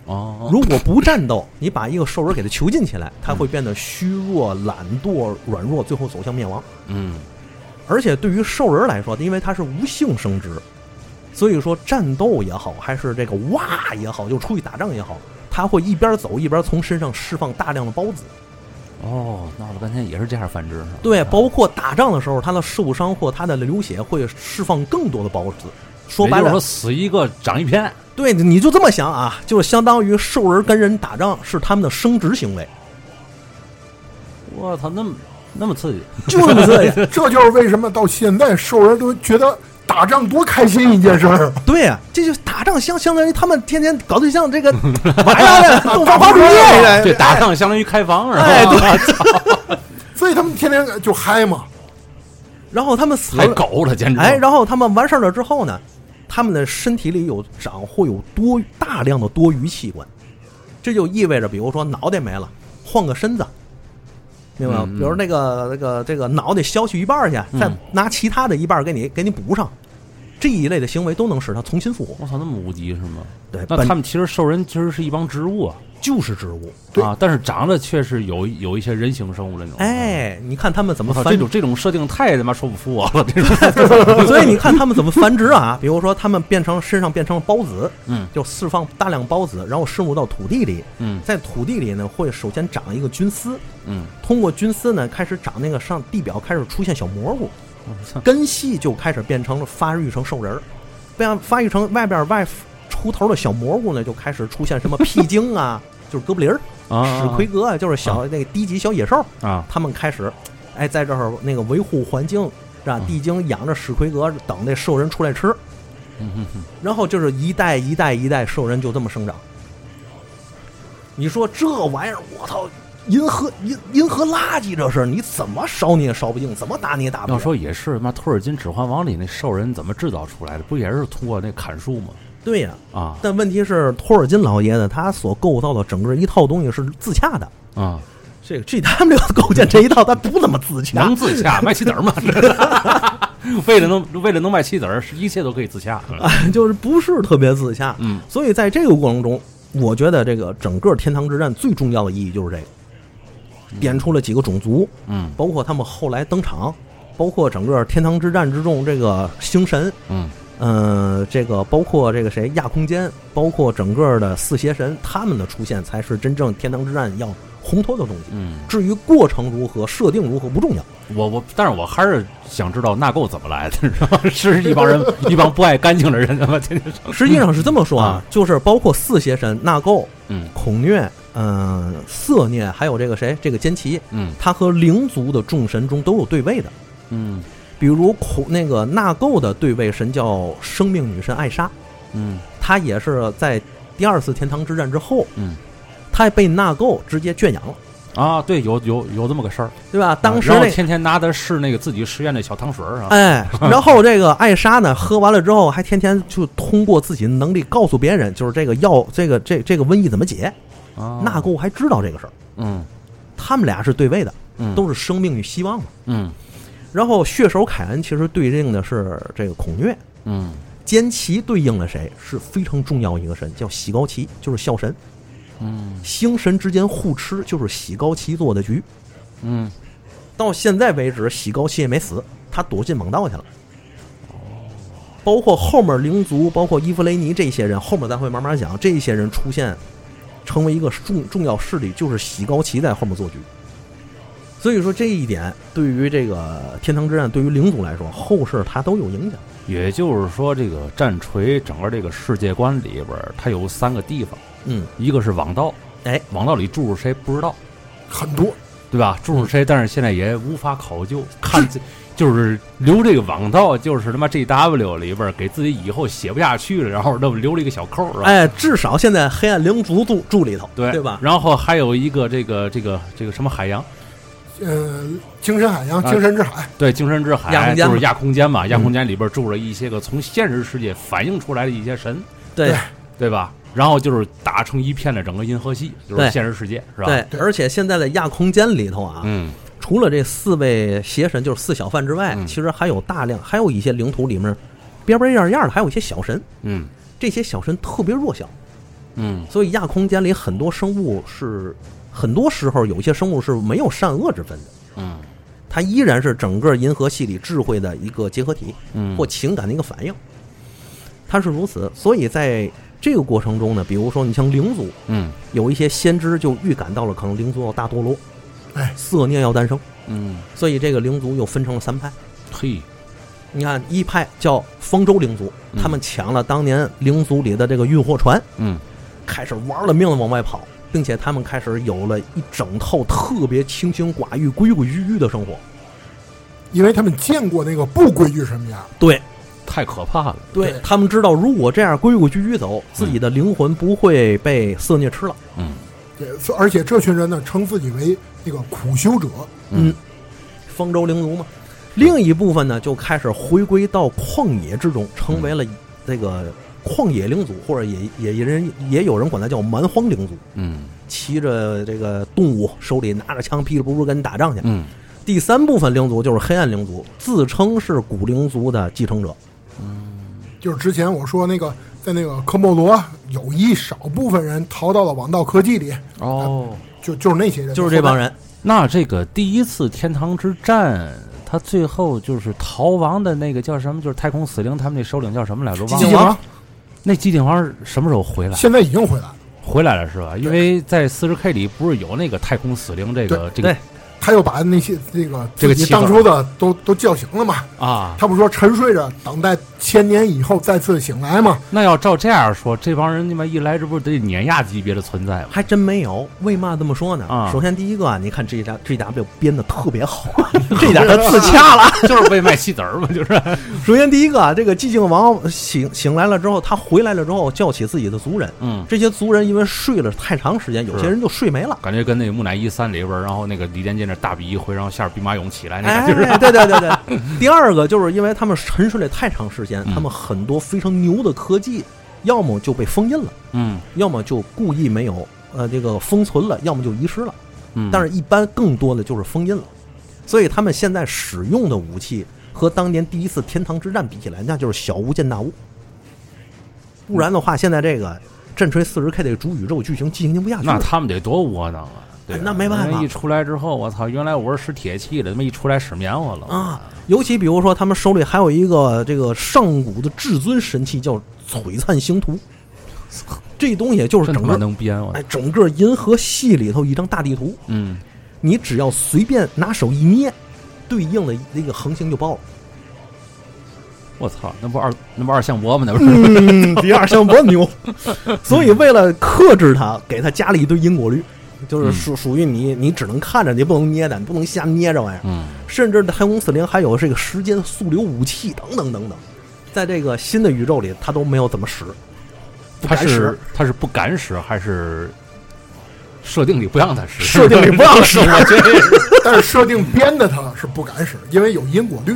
Speaker 2: 哦，
Speaker 3: 如果不战斗，你把一个兽人给他囚禁起来，他会变得虚弱、懒惰、软弱，最后走向灭亡。
Speaker 2: 嗯
Speaker 3: 而且对于兽人来说，因为它是无性生殖，所以说战斗也好，还是这个哇也好，就出去打仗也好，它会一边走一边从身上释放大量的孢子。
Speaker 2: 哦，闹了半天也是这样繁殖呢。
Speaker 3: 对，
Speaker 2: 啊
Speaker 3: 包括打仗的时候，它的受伤或它的流血会释放更多的孢子。说白
Speaker 2: 也就是说，
Speaker 3: 了
Speaker 2: 死一个长一片。
Speaker 3: 对，你就这么想啊，就是相当于兽人跟人打仗是他们的生殖行为，
Speaker 2: 我操，那么那么刺激。 *laughs*
Speaker 3: 就这么这样。
Speaker 1: *laughs* 这就是为什么到现在兽人都觉得打仗多开心一件事儿。啊
Speaker 3: 对呀、这就是打仗相相当于他们天天搞对象，这个 *laughs* 玩意儿呢，东方花烛啊夜呀，
Speaker 2: 对，啊打仗相当于开房是吧？
Speaker 3: 哎
Speaker 2: *laughs* 对，
Speaker 1: 所以他们天天就嗨嘛，
Speaker 3: 然后他们死
Speaker 2: 还
Speaker 3: 了，
Speaker 2: 狗了，简直。
Speaker 3: 哎，然后他们完事儿了之后呢，他们的身体里有长会有多大量的多余器官，这就意味着，比如说脑袋没了，换个身子，明白吗？
Speaker 2: 嗯嗯
Speaker 3: 比如那个那个这个脑袋削去一半儿去，再
Speaker 2: 嗯
Speaker 3: 拿其他的一半儿给你给你补上，这一类的行为都能使他重新复活。
Speaker 2: 我操，那么无敌是吗？
Speaker 3: 对，
Speaker 2: 那
Speaker 3: 本
Speaker 2: 他们其实兽人其实是一帮植物啊，
Speaker 3: 就是植物。
Speaker 1: 对
Speaker 2: 啊，但是长得却是有有一些人形生物那种。，啊
Speaker 3: 哎，你看他们怎么
Speaker 2: 我操，
Speaker 3: 繁
Speaker 2: 这种这种设定太他妈说不服我了，这种。 *laughs*
Speaker 3: *laughs* 所以你看他们怎么繁殖啊？ *laughs* 比如说，他们变成身上变成了孢子，
Speaker 2: 嗯
Speaker 3: 就释放大量孢子，然后渗入到土地里，
Speaker 2: 嗯
Speaker 3: 在土地里呢，会首先长一个菌丝，
Speaker 2: 嗯，
Speaker 3: 通过菌丝呢，开始长那个上地表开始出现小蘑菇，
Speaker 2: 我操，
Speaker 3: 根系就开始变成了发育成兽人儿，这样发育成外边外出头的小蘑菇呢，就开始出现什么屁精啊， *laughs* 就是哥布林儿、
Speaker 2: 啊
Speaker 3: 史奎格啊，就是小那个低级小野兽，
Speaker 2: 啊，
Speaker 3: 他们开始，哎，在这儿那个维护环境，让地精养着史奎格，等那兽人出来吃，
Speaker 2: 嗯哼哼
Speaker 3: 然后就是一代一代一代兽人就这么生长。你说这玩意儿，我操，银河银银河垃圾，这是你怎么烧你也烧不净，怎么打你也打不
Speaker 2: 要
Speaker 3: 了。
Speaker 2: 说也是，妈，托尔金《指环王》里那兽人怎么制造出来的？不也是通过那砍树吗？
Speaker 3: 对呀、
Speaker 2: 啊
Speaker 3: 但问题是，托尔金老爷子他所构造的整个一套东西是自洽的。
Speaker 2: *laughs* 啊，
Speaker 3: 这个这他们这个构建这一套，他不怎么自洽，
Speaker 2: 能自洽卖棋子儿 *laughs* 吗？为了能为了能卖棋子儿，一切都可以自洽。
Speaker 3: *laughs* 就是不是特别自洽。
Speaker 2: 嗯，
Speaker 3: 所以在这个过程中，我觉得这个整个天堂之战最重要的意义就是这个，点出了几个种族，
Speaker 2: 嗯
Speaker 3: 包括他们后来登场，包括整个天堂之战之中这个星神，
Speaker 2: 嗯
Speaker 3: 呃，这个包括这个谁亚空间，包括整个的四邪神，他们的出现才是真正天堂之战要烘托的东西。
Speaker 2: 嗯，
Speaker 3: 至于过程如何、设定如何不重要，
Speaker 2: 我我，但是我还是想知道纳垢怎么来的，你知道吗？是一帮人，一帮不爱干净的人，他妈天
Speaker 3: *laughs*
Speaker 2: 天上。
Speaker 3: 实际上是这么说啊
Speaker 2: 啊，
Speaker 3: 就是包括四邪神纳垢、
Speaker 2: 嗯
Speaker 3: 孔虐、嗯、色孽，还有这个谁，这个坚奇，
Speaker 2: 嗯
Speaker 3: 他和灵族的众神中都有对位的。
Speaker 2: 嗯
Speaker 3: 比如孔那个纳垢的对位神叫生命女神艾莎，
Speaker 2: 嗯
Speaker 3: 她也是在第二次天堂之战之后，
Speaker 2: 嗯，
Speaker 3: 她被纳垢直接圈养了，
Speaker 2: 啊，对，有有有这么个事儿。
Speaker 3: 对吧？当时
Speaker 2: 然后
Speaker 3: 那
Speaker 2: 啊天天拿的是那个自己实验那小汤水儿啊。 *laughs*
Speaker 3: 哎，然后这个艾莎呢，喝完了之后还天天就通过自己的能力告诉别人，就是这个药，这个这这个瘟疫怎么解。
Speaker 2: 啊
Speaker 3: 纳垢还知道这个事儿，
Speaker 2: 嗯
Speaker 3: 他们俩是对位的，
Speaker 2: 嗯
Speaker 3: 都是生命与希望嘛。
Speaker 2: 嗯
Speaker 3: 然后血手凯恩其实对应的是这个孔虐，
Speaker 2: 嗯
Speaker 3: 坚奇对应了谁是非常重要一个神，叫喜高旗，就是笑神。
Speaker 2: 嗯
Speaker 3: 星神之间互吃，就是喜高旗做的局。
Speaker 2: 嗯
Speaker 3: 到现在为止，喜高旗也没死，他躲进猛道去了。包括后面灵族，包括伊芙雷尼这些人，后面咱会慢慢讲。这些人出现，成为一个重重要势力，就是喜高旗在后面做局。所以说这一点对于这个天堂之战，对于灵族来说，后世它都有影响。
Speaker 2: 也就是说，这个战锤整个这个世界观里边儿，它有三个地方，
Speaker 3: 嗯，
Speaker 2: 一个是网道，
Speaker 3: 哎，
Speaker 2: 网道里住着谁不知道，
Speaker 1: 很多
Speaker 2: 对吧？住着谁，但是现在也无法考究，看这就是留这个网道，就是他妈 G W 里边儿给自己以后写不下去了，然后那么留了一个小扣儿，是吧？
Speaker 3: 哎，至少现在黑暗灵族住住里头，
Speaker 2: 对
Speaker 3: 对吧？
Speaker 2: 然后还有一个这个这个这个什么海洋，
Speaker 1: 呃，精神海洋、
Speaker 2: 啊
Speaker 1: 精神之海，
Speaker 2: 对，精神之
Speaker 3: 亚
Speaker 2: 海啊
Speaker 3: 空间
Speaker 2: 就是
Speaker 3: 嘛
Speaker 2: 亚空间嘛，亚空间里边住了一些个从现实世界反映出来的一些神，
Speaker 3: 对
Speaker 2: 对吧？然后就是打成一片的整个银河系，就是
Speaker 3: 对
Speaker 2: 现实世界，是吧？
Speaker 3: 对，
Speaker 1: 对
Speaker 3: 而且现在的亚空间里头啊，
Speaker 2: 嗯
Speaker 3: 除了这四位邪神，就是四小贩之外，
Speaker 2: 嗯
Speaker 3: 其实还有大量，还有一些领土里面边边样样的，还有一些小神。
Speaker 2: 嗯
Speaker 3: 这些小神特别弱小，
Speaker 2: 嗯
Speaker 3: 所以亚空间里很多生物是，很多时候有一些生物是没有善恶之分的，
Speaker 2: 嗯
Speaker 3: 它依然是整个银河系里智慧的一个结合体
Speaker 2: 嗯
Speaker 3: 或情感的一个反应，它是如此。所以在这个过程中呢，比如说你像灵族，
Speaker 2: 嗯
Speaker 3: 有一些先知就预感到了可能灵族要大堕落，
Speaker 1: 哎
Speaker 3: 色孽要诞生，
Speaker 2: 嗯，
Speaker 3: 所以这个灵族又分成了三派。
Speaker 2: 嘿，
Speaker 3: 你看，一派叫方舟灵族，
Speaker 2: 嗯
Speaker 3: 他们抢了当年灵族里的这个运货船，
Speaker 2: 嗯
Speaker 3: 开始玩了命的往外跑，并且他们开始有了一整套特别清心寡欲、规规矩矩的生活。
Speaker 1: 因为他们见过那个不规矩神家，
Speaker 3: 对，
Speaker 2: 太可怕了。
Speaker 3: 对
Speaker 1: 对
Speaker 3: 他们知道，如果这样规规矩矩走，自己的灵魂不会被色孽吃了。
Speaker 2: 嗯
Speaker 1: 对，所而且这群人呢，称自己为那个苦修者，
Speaker 2: 嗯，
Speaker 3: 方舟灵族嘛，另一部分呢就开始回归到旷野之中，成为了
Speaker 2: 嗯
Speaker 3: 这个旷野灵族，或者也也也人也有人管它叫蛮荒灵族。
Speaker 2: 嗯
Speaker 3: 骑着这个动物，手里拿着枪，噼里啪啦跟你打仗去。
Speaker 2: 嗯
Speaker 3: 第三部分灵族就是黑暗灵族，自称是古灵族的继承者。
Speaker 1: 就是之前我说那个，在那个科莫罗有一少部分人逃到了网道科技里，
Speaker 3: 哦，
Speaker 1: 就就是那些人，
Speaker 3: 就是这帮。人，
Speaker 2: 那这个第一次天堂之战，他最后就是逃亡的那个叫什么？就是太空死灵他们那首领叫什么来着？
Speaker 1: 寂
Speaker 2: 忘
Speaker 1: 静
Speaker 2: 了。
Speaker 1: 王
Speaker 2: 那寂静王是什么时候回来？
Speaker 1: 现在已经回来了，
Speaker 2: 回来了是吧？因为在四十 K 里不是有那个太空死灵这个这个
Speaker 3: 对
Speaker 1: 他又把那些这个
Speaker 2: 这个
Speaker 1: 自己
Speaker 2: 气氛
Speaker 1: 当初的都都叫醒了嘛。
Speaker 2: 啊？
Speaker 1: 他不说沉睡着，等待千年以后再次醒来吗？
Speaker 2: 那要照这样说，这帮人他妈一来，这不是得碾压级别的存在吗？
Speaker 3: 还真没有。为嘛这么说呢？
Speaker 2: 啊
Speaker 3: 首先第一个啊，你看 G 这 W 编的特
Speaker 2: *laughs*
Speaker 3: 别好，这点他自洽了。
Speaker 2: 就是为卖棋子儿嘛，就是。
Speaker 3: 首先第一个啊，这个寂静王醒醒来了之后，他回来了之后叫起自己的族人，
Speaker 2: 嗯，
Speaker 3: 这些族人因为睡了太长时间，有些人就睡没了。
Speaker 2: 感觉跟那个木乃伊三里边儿，然后那个李连杰那大笔一挥，然后下边兵马俑起来那感
Speaker 3: 哎，
Speaker 2: 觉是吧。
Speaker 3: 对对对对。第二个就是因为他们沉睡了太长时间，
Speaker 2: 嗯
Speaker 3: 他们很多非常牛的科技，要么就被封印了，
Speaker 2: 嗯
Speaker 3: 要么就故意没有呃这个封存了，要么就遗失了。
Speaker 2: 嗯，
Speaker 3: 但是一般更多的就是封印了，所以他们现在使用的武器和当年第一次天堂之战比起来，那就是小巫见大巫。不然的话，现在这个战锤四十 K 的主宇宙剧情进行不下去
Speaker 2: 那
Speaker 3: 了。
Speaker 2: 他们得多窝囊啊！对吧
Speaker 3: 哎那没办法
Speaker 2: 人家一出来之后，我操，原来我是使铁器的，他妈一出来使棉花了
Speaker 3: 啊！，尤其比如说，他们手里还有一个这个上古的至尊神器，叫璀璨星图。这东西就是
Speaker 2: 真他
Speaker 3: 整
Speaker 2: 妈
Speaker 3: 个
Speaker 2: 能编我操
Speaker 3: 哎，！整个银河系里头一张大地图，
Speaker 2: 嗯，
Speaker 3: 你只要随便拿手一捏，对应的那个恒星就爆了。
Speaker 2: 我操，那不二那不二向箔吗？
Speaker 3: *laughs*
Speaker 2: 那不是
Speaker 3: 嗯，比二香伯牛。 *laughs* 所以为了克制它，给它加了一堆因果律，
Speaker 2: 嗯
Speaker 3: 就是属属于你，你只能看着，你不能捏的，你不能瞎捏这玩意儿。
Speaker 2: 嗯
Speaker 3: 甚至太空死灵还有这个时间速留武器等等等等，在这个新的宇宙里，它都没有怎么使，不
Speaker 2: 他
Speaker 3: 敢
Speaker 2: 是
Speaker 3: 使。
Speaker 2: 他是不敢使还是设定里不让他使？ *laughs*
Speaker 3: 设定里不让使
Speaker 2: 我觉得
Speaker 1: *laughs* 但是设定编的他是不敢使，因为有因果律。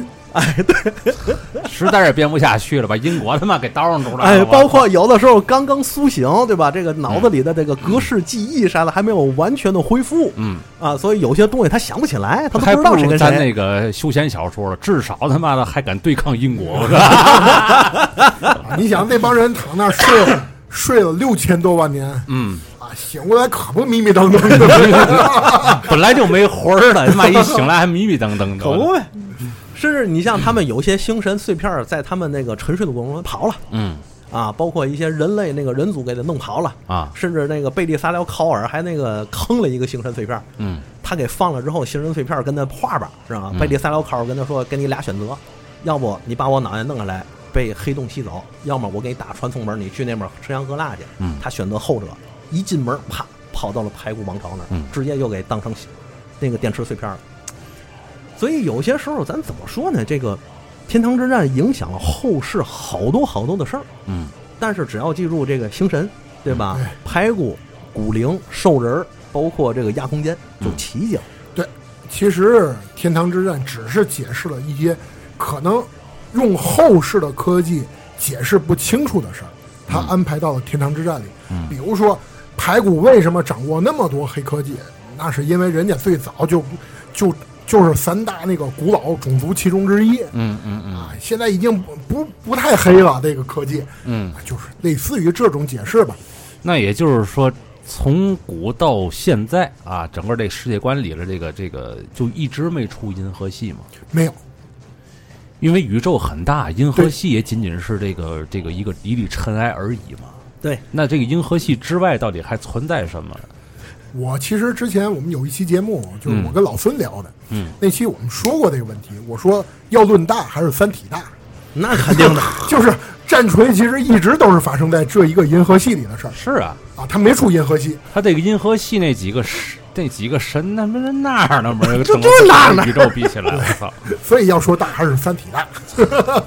Speaker 2: 实在是编不下去了，把英国他妈给叨上出来了。
Speaker 3: 哎，
Speaker 2: 我操
Speaker 3: 包括有的时候刚刚苏醒，对吧？这个脑子里的这个格式记忆啥的还没有完全的恢复
Speaker 2: 嗯，
Speaker 3: 啊，所以有些东西他想不起来，他都
Speaker 2: 还
Speaker 3: 不知道
Speaker 2: 不
Speaker 3: 谁
Speaker 2: 如
Speaker 3: 跟
Speaker 2: 咱
Speaker 3: 谁。
Speaker 2: 那个休闲小说了，至少他妈的还敢对抗英国，我说
Speaker 1: 啊你想那帮人躺那儿睡了睡了六千多万年
Speaker 2: 嗯，
Speaker 1: 啊，醒过来可不迷迷瞪瞪的。 *laughs*
Speaker 2: 本来就没魂儿了，他妈一醒来还迷迷瞪瞪的，
Speaker 3: *laughs* 可不呗。甚至你像他们有一些星神碎片儿，在他们那个沉睡的过程中跑了
Speaker 2: 嗯
Speaker 3: 啊，包括一些人类那个人族给他弄跑了，
Speaker 2: 啊
Speaker 3: 甚至那个贝利撒辽考尔还那个坑了一个星神碎片儿，
Speaker 2: 嗯
Speaker 3: 他给放了之后，星神碎片儿跟他画吧，是吧
Speaker 2: 嗯？
Speaker 3: 贝利撒辽考尔跟他说，给你俩选择，要不你把我脑袋弄下来被黑洞吸走，要么我给你打传送门，你去那边吃香喝辣去。
Speaker 2: 嗯
Speaker 3: 他选择后者，一进门啪跑到了排骨王朝那儿，
Speaker 2: 嗯
Speaker 3: 直接就给当成那个电池碎片了。所以有些时候咱怎么说呢？这个天堂之战影响了后世好多好多的事儿，
Speaker 2: 嗯
Speaker 3: 但是只要记住这个星神，对吧
Speaker 2: 哎
Speaker 1: 对？
Speaker 3: 排骨、骨灵、兽人儿，包括这个亚空间，就
Speaker 2: 嗯
Speaker 3: 奇迹了。
Speaker 1: 其实天堂之战只是解释了一些可能用后世的科技解释不清楚的事儿，他安排到了天堂之战里。
Speaker 2: 嗯
Speaker 1: 比如说排骨为什么掌握那么多黑科技，那是因为人家最早就就就是三大那个古老种族其中之一。
Speaker 2: 嗯嗯嗯
Speaker 1: 啊，现在已经不不不太黑了，这个科技
Speaker 2: 嗯，
Speaker 1: 啊就是类似于这种解释吧。
Speaker 2: 那也就是说，从古到现在啊，整个这世界观里的这个这个就一直没出银河系嘛。
Speaker 1: 没有，
Speaker 2: 因为宇宙很大，银河
Speaker 1: 对
Speaker 2: 系也仅仅是这个这个一个一粒尘埃而已嘛。
Speaker 3: 对，
Speaker 2: 那这个银河系之外到底还存在什么？
Speaker 1: 我其实之前我们有一期节目，就是
Speaker 2: 嗯
Speaker 1: 我跟老孙聊的，
Speaker 2: 嗯，
Speaker 1: 那期我们说过这个问题，我说要论大还是三体大，
Speaker 3: 那
Speaker 1: *laughs*
Speaker 2: *laughs*
Speaker 3: 肯定的，
Speaker 1: 就是战锤其实一直都是发生在这一个银河系里的事儿
Speaker 2: 是啊，
Speaker 1: 啊，它没出银河系，
Speaker 2: 他这个银河系那几个神，那几个神，那不是那儿呢吗？
Speaker 3: 就
Speaker 2: 整
Speaker 3: 就
Speaker 2: 个
Speaker 3: 是那儿呢
Speaker 2: 宇宙比起来，我操！
Speaker 1: 所以要说大还是三体大。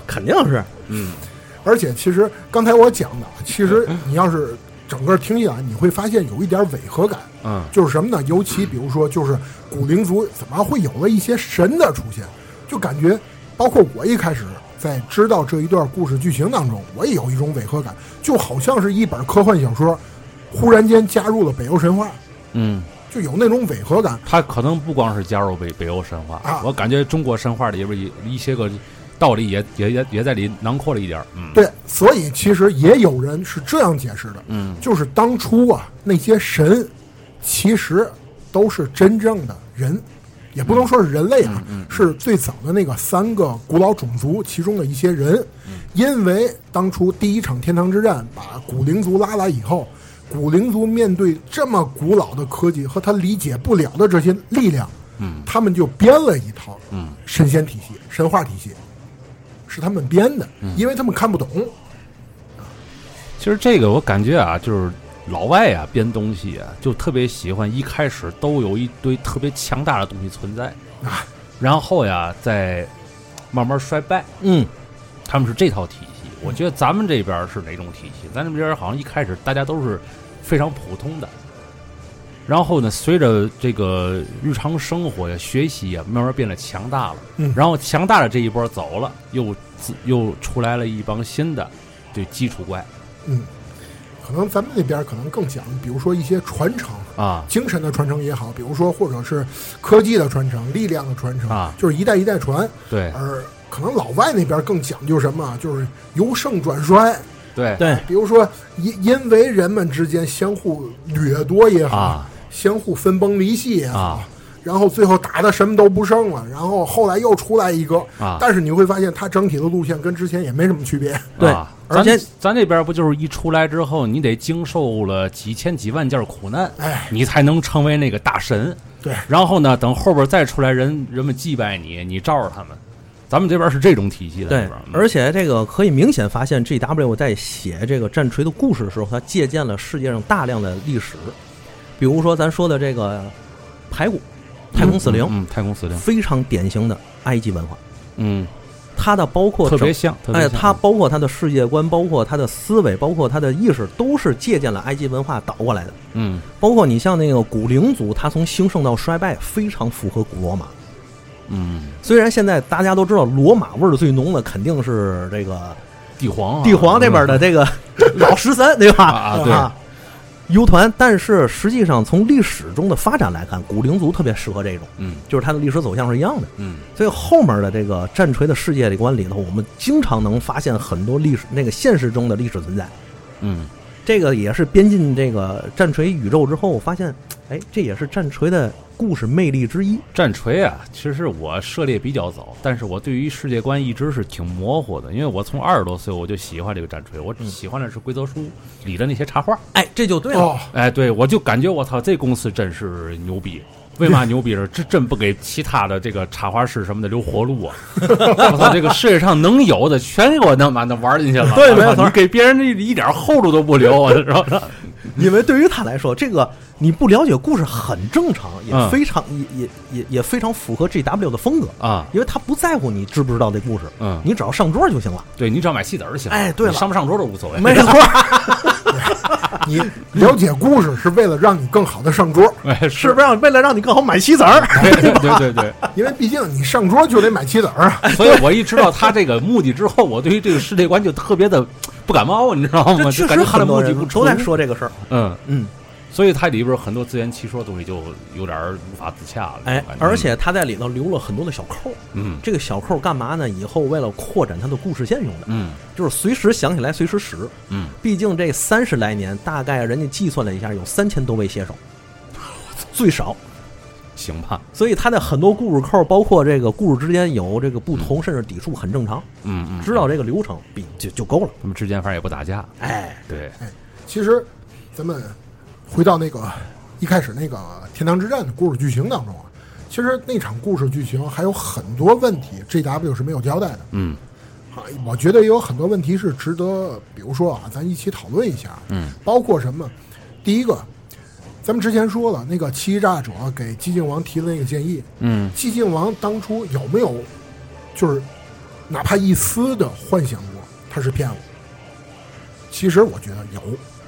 Speaker 3: 肯定是
Speaker 1: 而且其实刚才我讲的，其实你要是整个听下来，你会发现有一点违和感，
Speaker 2: 嗯
Speaker 1: 就是什么呢？尤其比如说，就是古灵族怎么会有了一些神的出现，就感觉，包括我一开始在知道这一段故事剧情当中，我也有一种违和感，就好像是一本科幻小说，忽然间加入了北欧神话，
Speaker 2: 嗯，
Speaker 1: 就有那种违和感。
Speaker 2: 他可能不光是加入北北欧神话，
Speaker 1: 啊
Speaker 2: 我感觉中国神话里边一一些个道理也也也也在里囊括了一点儿。嗯，
Speaker 1: 对，所以其实也有人是这样解释的，嗯，就是当初啊那些神，其实都是真正的人，也不能说是人类啊，是最早的那个三个古老种族其中的一些人，因为当初第一场天堂之战把古灵族拉来以后。古灵族面对这么古老的科技和他理解不了的这些力量，嗯，他们就编了一套，嗯，神仙体系、神话体系，是他们编的，因为他们看不懂。
Speaker 2: 其实这个我感觉啊，就是老外啊编东西啊，就特别喜欢一开始都有一堆特别强大的东西存在，
Speaker 1: 啊
Speaker 2: 然后呀再慢慢衰败。
Speaker 3: 嗯，
Speaker 2: 他们是这套体系，我觉得咱们这边是哪种体系？咱们这边好像一开始大家都是非常普通的，然后呢，随着这个日常生活呀、学习呀，慢慢变得强大了。
Speaker 1: 嗯
Speaker 2: 然后强大的这一波走了，又自又出来了一帮新的，对基础怪
Speaker 1: 嗯，可能咱们那边可能更讲，比如说一些传承，
Speaker 2: 啊
Speaker 1: 精神的传承也好，比如说或者是科技的传承、力量的传承，
Speaker 2: 啊
Speaker 1: 就是一代一代传。
Speaker 2: 对
Speaker 1: 而可能老外那边更讲究什么啊，就是由盛转衰，
Speaker 2: 对
Speaker 3: 对，
Speaker 1: 比如说因因为人们之间相互掠夺也好，
Speaker 2: 啊
Speaker 1: 相互分崩离析也好。
Speaker 2: 啊
Speaker 1: 然后最后打的什么都不剩了，然后后来又出来一个，
Speaker 2: 啊
Speaker 1: 但是你会发现它整体的路线跟之前也没什么区
Speaker 2: *laughs*
Speaker 1: 别。
Speaker 3: 对
Speaker 2: 啊
Speaker 3: 而
Speaker 2: 咱
Speaker 3: 且
Speaker 2: 咱这边不就是一出来之后，你得经受了几千几万件苦难，
Speaker 1: 哎，
Speaker 2: 你才能成为那个大神。
Speaker 1: 对，
Speaker 2: 然后呢，等后边再出来人人们祭拜你，你照着他们。咱们这边是这种体系的，
Speaker 3: 对
Speaker 2: 这边，嗯
Speaker 3: 而且这个可以明显发现，G W 在写这个战锤的故事的时候，他借鉴了世界上大量的历史，比如说咱说的这个排骨、太空死灵，
Speaker 2: 嗯，嗯太空死灵，
Speaker 3: 非常典型的埃及文化。
Speaker 2: 嗯，
Speaker 3: 它的包括
Speaker 2: 特
Speaker 3: 整
Speaker 2: 别像，特别
Speaker 3: 哎，
Speaker 2: 像
Speaker 3: 它包括它的世界观，包括它的思维，包括它的意识，都是借鉴了埃及文化倒过来的。
Speaker 2: 嗯，
Speaker 3: 包括你像那个古灵族，它从兴盛到衰败，非常符合古罗马。
Speaker 2: 嗯，
Speaker 3: 虽然现在大家都知道罗马味儿最浓的肯定是这个
Speaker 2: 帝皇啊，
Speaker 3: 帝皇这边的这个 *laughs* 老十三，对吧？
Speaker 2: 啊啊对
Speaker 3: 游团，但是实际上从历史中的发展来看，古灵族特别适合这种，
Speaker 2: 嗯，
Speaker 3: 就是它的历史走向是一样的。
Speaker 2: 嗯
Speaker 3: 所以后面的这个战锤的世界观里头，我们经常能发现很多历史那个现实中的历史存在。
Speaker 2: 嗯
Speaker 3: 这个也是编进这个战锤宇宙之后，发现，哎，这也是战锤的故事魅力之一。
Speaker 2: 战锤啊，其实我涉猎比较早，但是我对于世界观一直是挺模糊的，因为我从二十多岁我就喜欢这个战锤，我只
Speaker 3: 嗯
Speaker 2: 喜欢的是规则书里的那些插画。
Speaker 3: 哎，这就对了。
Speaker 1: 哦，
Speaker 2: 哎，对，我就感觉我操，这公司真是牛逼。为嘛牛逼呢？这真不给其他的这个插画师什么的留活路啊！ *laughs* 我操，这个世界上能有的全给我弄把那玩进去了。
Speaker 3: 对
Speaker 2: 我操
Speaker 3: 没错
Speaker 2: 你给别人一一点后路都不留，啊
Speaker 3: *laughs*
Speaker 2: 我说
Speaker 3: 因为对于他来说，这个你不了解故事很正常，也
Speaker 2: 嗯
Speaker 3: 非常、也也也也非常符合 G W 的风格，
Speaker 2: 啊，
Speaker 3: 因为他不在乎你知不知道这故事，
Speaker 2: 嗯
Speaker 3: 你只要上桌就行了。
Speaker 2: 对你只要买戏子儿就行。
Speaker 3: 哎对了
Speaker 2: 你上不上桌都无所谓。
Speaker 3: 没错，
Speaker 1: 你了解故事是为了让你更好的上桌，
Speaker 2: *laughs* 哎，
Speaker 3: 是
Speaker 2: 是
Speaker 3: 不是让为了让你更好买棋子儿？
Speaker 2: *laughs* 对对对对。
Speaker 1: 因为毕竟你上桌就得买棋子儿啊。
Speaker 2: 所以我一知道他这个目的之后，我对于这个世界观就特别的不感冒，你知道吗？
Speaker 3: 这
Speaker 2: 就
Speaker 3: 确
Speaker 2: 感
Speaker 3: 实
Speaker 2: 觉他的目
Speaker 3: 很多
Speaker 2: 的
Speaker 3: 人
Speaker 2: 不
Speaker 3: 都
Speaker 2: 纯
Speaker 3: 在。说这个事儿。
Speaker 2: 嗯，
Speaker 3: 嗯，
Speaker 2: 所以它里边很多自圆其说的东西就有点儿无法自洽了。
Speaker 3: 哎
Speaker 2: 我感，觉
Speaker 3: 而且他在里头留了很多的小扣儿。
Speaker 2: 嗯
Speaker 3: 这个小扣儿干嘛呢？以后为了扩展他的故事线用的，
Speaker 2: 嗯
Speaker 3: 就是随时想起来随时使。
Speaker 2: 嗯，
Speaker 3: 毕竟这三十来年，大概人家计算了一下，有三千多位写手，最少。
Speaker 2: 行吧，
Speaker 3: 所以他的很多故事扣，包括这个故事之间有这个不同，甚至抵触，很正常。
Speaker 2: 嗯嗯，
Speaker 3: 知道这个流程，比就就够了。
Speaker 2: 他们之间反正也不打架，
Speaker 3: 哎，
Speaker 2: 对，
Speaker 1: 其实，咱们回到那个一开始那个天堂之战的故事剧情当中啊，其实那场故事剧情还有很多问题，G W 是没有交代的。
Speaker 2: 嗯
Speaker 1: 啊，我觉得也有很多问题是值得，比如说啊，咱一起讨论一下。
Speaker 2: 嗯，
Speaker 1: 包括什么？第一个，咱们之前说了，那个欺诈者给寂静王提的那个建议，
Speaker 2: 嗯
Speaker 1: 寂静王当初有没有就是哪怕一丝的幻想过他是骗我？其实我觉得有，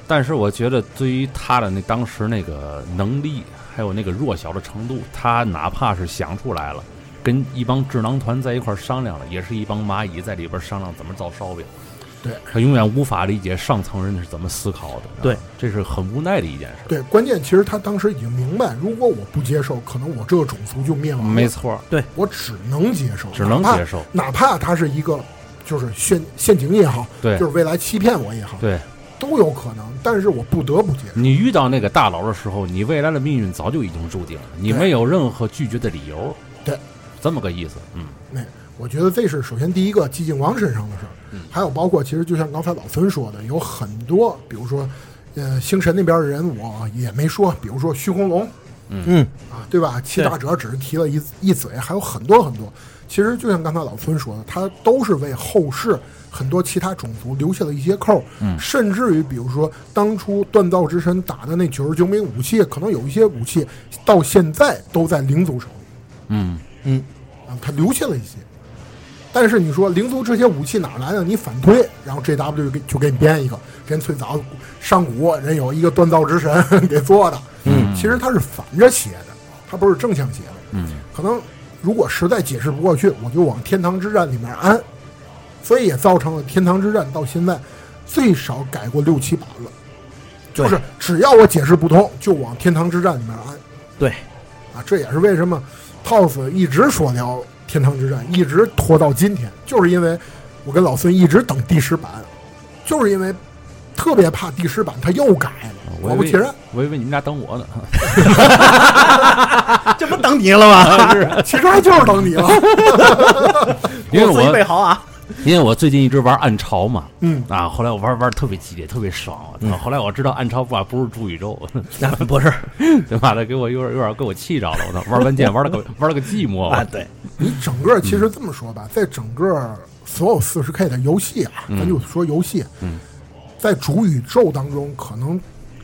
Speaker 2: 但是我觉得对于他的那当时那个能力，还有那个弱小的程度，他哪怕是想出来了，跟一帮智囊团在一块儿商量了，也是一帮蚂蚁在里边商量怎么造烧饼，
Speaker 1: 对
Speaker 2: 他永远无法理解上层人是怎么思考的。
Speaker 3: 对
Speaker 2: 啊，这是很无奈的一件事。
Speaker 1: 对，关键其实他当时已经明白，如果我不接受，可能我这个种族就灭亡了。
Speaker 2: 没，错，
Speaker 1: 我只能接受，
Speaker 2: 只能
Speaker 1: 哪怕
Speaker 2: 接受。
Speaker 1: 哪怕他是一个就是陷陷阱也好，
Speaker 2: 对
Speaker 1: 就是未来欺骗我也好，
Speaker 2: 对
Speaker 1: 都有可能，但是我不得不接受。
Speaker 2: 你遇到那个大佬的时候，你未来的命运早就已经注定了，你
Speaker 1: 对
Speaker 2: 没有任何拒绝的理由。
Speaker 1: 对，
Speaker 2: 这么个意思。嗯，
Speaker 1: 那我觉得这是首先第一个寂静王身上的事儿，还有包括其实就像刚才老孙说的，有很多，比如说，呃，星辰那边的人我也没说，比如说虚空龙
Speaker 3: 嗯，
Speaker 1: 啊，对吧？七大者只是提了一一嘴，还有很多很多。其实就像刚才老孙说的，他都是为后世很多其他种族留下了一些扣，嗯、甚至于比如说当初锻造之神打的那九十九名武器，可能有一些武器到现在都在灵族手里。
Speaker 2: 嗯，
Speaker 1: 啊，他留下了一些。但是你说灵族这些武器哪来的？你反推，然后 JW 就给就给你编一个，人最早上古人有一个锻造之神 *laughs* 给做的，嗯，其实他是反着写的，他不是正向写的，嗯，可能如果实在解释不过去，我就往天堂之战里面安，所以也造成了天堂之战到现在最少改过六七版了，就
Speaker 3: 对
Speaker 1: 是只要我解释不通，就往天堂之战里面安，
Speaker 3: 对，
Speaker 1: 啊，这也是为什么 TOS 一直说聊《天堂之战》，一直拖到今天，就是因为我跟老孙一直等第十版，就是因为特别怕第十版他又改了，果
Speaker 2: 我以
Speaker 1: 不
Speaker 2: 为
Speaker 1: 其然，
Speaker 2: 我以为你们俩等
Speaker 3: *laughs*
Speaker 2: 我呢。
Speaker 3: 这不等你了吗？
Speaker 1: *laughs* 其实还就是等你了。
Speaker 2: 因为
Speaker 3: 我自己备
Speaker 2: 我
Speaker 3: 好啊。 *laughs*
Speaker 2: 因为我最近一直玩暗潮嘛，
Speaker 1: 嗯，
Speaker 2: 啊，后来我玩玩得特别激烈，特别爽。啊
Speaker 3: 嗯
Speaker 2: 后来我知道暗潮吧不是主宇宙， *laughs*
Speaker 3: 那啊不是
Speaker 2: 对吧？他给我有点有点给我气着了，我操！玩完剑玩
Speaker 3: *laughs*
Speaker 2: 了个玩了个寂寞，
Speaker 3: 啊，对，
Speaker 1: 你整个其实这么说吧，在整个所有四十 K 的游戏啊，咱就说游戏，在主宇宙当中可能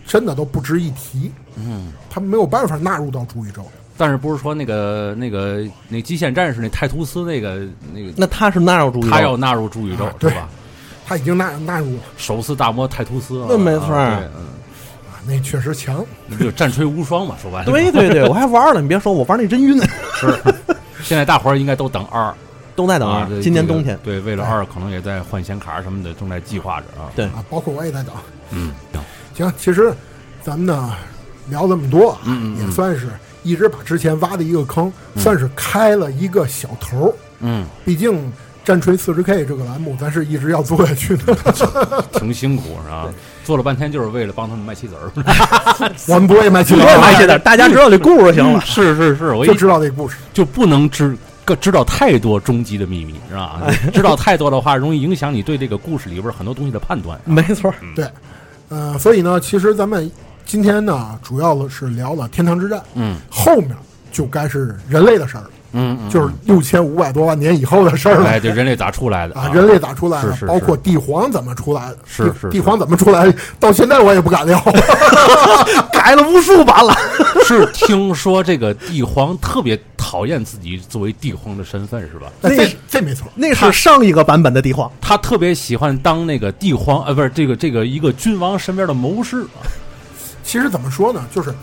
Speaker 1: 真的都不值一提，嗯，他没有办法纳入到主宇宙。
Speaker 2: 但是不是说那个那个那极限战士那泰图斯那个那个
Speaker 3: 那他是纳入主义，
Speaker 2: 他要纳入主宇宙、
Speaker 1: 啊
Speaker 2: 是
Speaker 1: 对
Speaker 2: 吧？
Speaker 1: 他已经纳纳入了
Speaker 2: 首次大魔泰图斯啊，
Speaker 3: 那没错
Speaker 2: 啊对
Speaker 1: 啊，那确实强。
Speaker 2: 嗯，就战锤无双嘛，说白了，
Speaker 3: 对对对，我还玩了，你别说，我玩那真晕， *laughs*
Speaker 2: 是。现在大伙儿应该都等二，
Speaker 3: 都在等
Speaker 2: 啊
Speaker 3: 啊，
Speaker 2: 对
Speaker 3: 今年
Speaker 2: 这个
Speaker 3: 冬天。
Speaker 2: 对，为了二可能也在换显卡什么的，正在计划着啊。
Speaker 3: 对
Speaker 1: 啊，包括我也在等。
Speaker 2: 嗯，
Speaker 1: 行，其实咱们呢聊这么多啊，
Speaker 2: 嗯嗯嗯
Speaker 1: 也算是一直把之前挖的一个坑，算是开了一个小头儿。
Speaker 2: 嗯，
Speaker 1: 毕竟战锤四十 K 这个栏目，咱是一直要做下去
Speaker 2: *laughs*
Speaker 1: 的，
Speaker 2: 挺辛苦是吧？做了半天就是为了帮他们卖棋子
Speaker 3: *laughs*
Speaker 2: 儿。
Speaker 1: 我们不会卖气
Speaker 3: 不
Speaker 1: 泡
Speaker 3: 要埋汰点，大家知道这故事就行了。
Speaker 2: *laughs* 是是是，我一
Speaker 1: 就知道这故事。
Speaker 2: 就不能知个知道太多终极的秘密，是吧？
Speaker 3: 哎
Speaker 2: 知道太多的话，容易影响你对这个故事里边很多东西的判断。啊
Speaker 3: 没错，
Speaker 2: 嗯
Speaker 1: 对，呃，所以呢，其实咱们今天呢，主要是聊了天堂之战，
Speaker 2: 嗯，
Speaker 1: 后面就该是人类的事儿了，
Speaker 2: 嗯嗯，
Speaker 1: 就是六千五百多万年以后的事儿了。
Speaker 2: 哎，这人类咋出来的
Speaker 1: 啊，人类咋出来的？
Speaker 2: 是是
Speaker 1: 包括帝皇怎么出来的？
Speaker 2: 是
Speaker 1: 帝
Speaker 2: 是
Speaker 1: 帝皇怎么出来的？到现在我也不敢聊。
Speaker 3: *laughs*
Speaker 1: *laughs*
Speaker 3: 改了无数版了。
Speaker 2: *laughs* 是听说这个帝皇特别讨厌自己作为帝皇的身份，是吧？
Speaker 1: 哎
Speaker 3: 那
Speaker 1: 这这没错，
Speaker 3: 那是上一个版本的帝
Speaker 2: *laughs*
Speaker 3: 皇，
Speaker 2: 他特别喜欢当那个帝皇，呃，不是这个这个一个君王身边的谋士。
Speaker 1: 其实怎么说呢，就是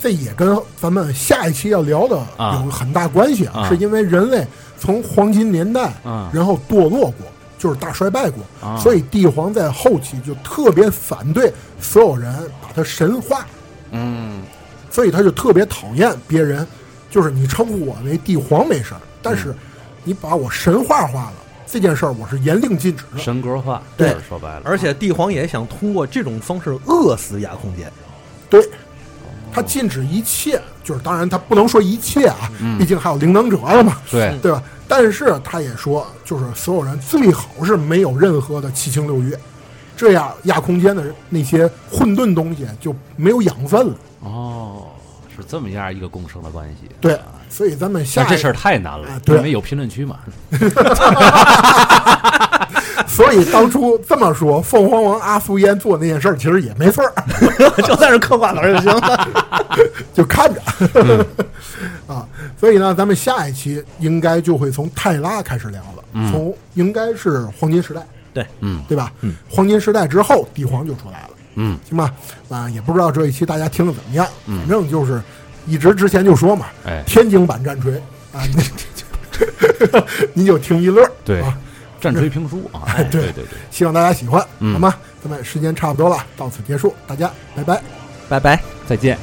Speaker 1: 这也跟咱们下一期要聊的
Speaker 2: 啊
Speaker 1: 有很大关系
Speaker 2: 啊
Speaker 1: 是因为人类从黄金年代，
Speaker 2: 啊
Speaker 1: 然后堕落过，就是大衰败过，
Speaker 2: 啊
Speaker 1: 所以帝皇在后期就特别反对所有人把他神化，
Speaker 2: 嗯
Speaker 1: 所以他就特别讨厌别人，就是你称呼我为帝皇没事儿，但是你把我神化化了。这件事儿我是严令禁止的，
Speaker 2: 神格化，
Speaker 1: 对
Speaker 2: 就是说白了，
Speaker 3: 而且帝皇也想通过这种方式饿死亚空间。 *laughs*
Speaker 1: 对，他禁止一切，就是当然他不能说一切啊，毕竟还有灵能者了嘛，
Speaker 2: 嗯对
Speaker 1: 对吧？但是他也说，就是所有人最好是没有任何的七情六欲，这样亚空间的那些混沌东西就没有养分了。
Speaker 2: 哦，是这么样一个共生的关系。
Speaker 1: 对，所以咱们下
Speaker 2: 但
Speaker 1: 一
Speaker 2: 这事儿太难了
Speaker 1: 哎，对
Speaker 2: 因为有评论区嘛。
Speaker 1: 所以当初这么说，凤凰王阿苏烟做那件事儿其实也没错儿， *laughs*
Speaker 3: 就在这嗑瓜子儿就行
Speaker 2: *laughs*
Speaker 3: 了。
Speaker 1: 就看着、
Speaker 2: 嗯
Speaker 1: *laughs* 啊。所以呢，咱们下一期应该就会从泰拉开始聊了，从应该是黄金时代。
Speaker 3: 对，
Speaker 2: 嗯
Speaker 1: 对吧？黄金时代之后，帝皇就出来了，
Speaker 2: 嗯，
Speaker 1: 行吧？啊，也不知道这一期大家听的怎么样，反正就是一直之前就说嘛，
Speaker 2: 哎
Speaker 1: *laughs* 天津版战锤啊，你您就听一乐，
Speaker 2: 对
Speaker 1: 啊，
Speaker 2: 战锤评书啊，哎对对对，
Speaker 1: 希望大家喜欢，
Speaker 2: 嗯
Speaker 1: 好吗？咱们时间差不多了，到此结束，大家拜拜。
Speaker 3: 拜拜。
Speaker 2: 再见。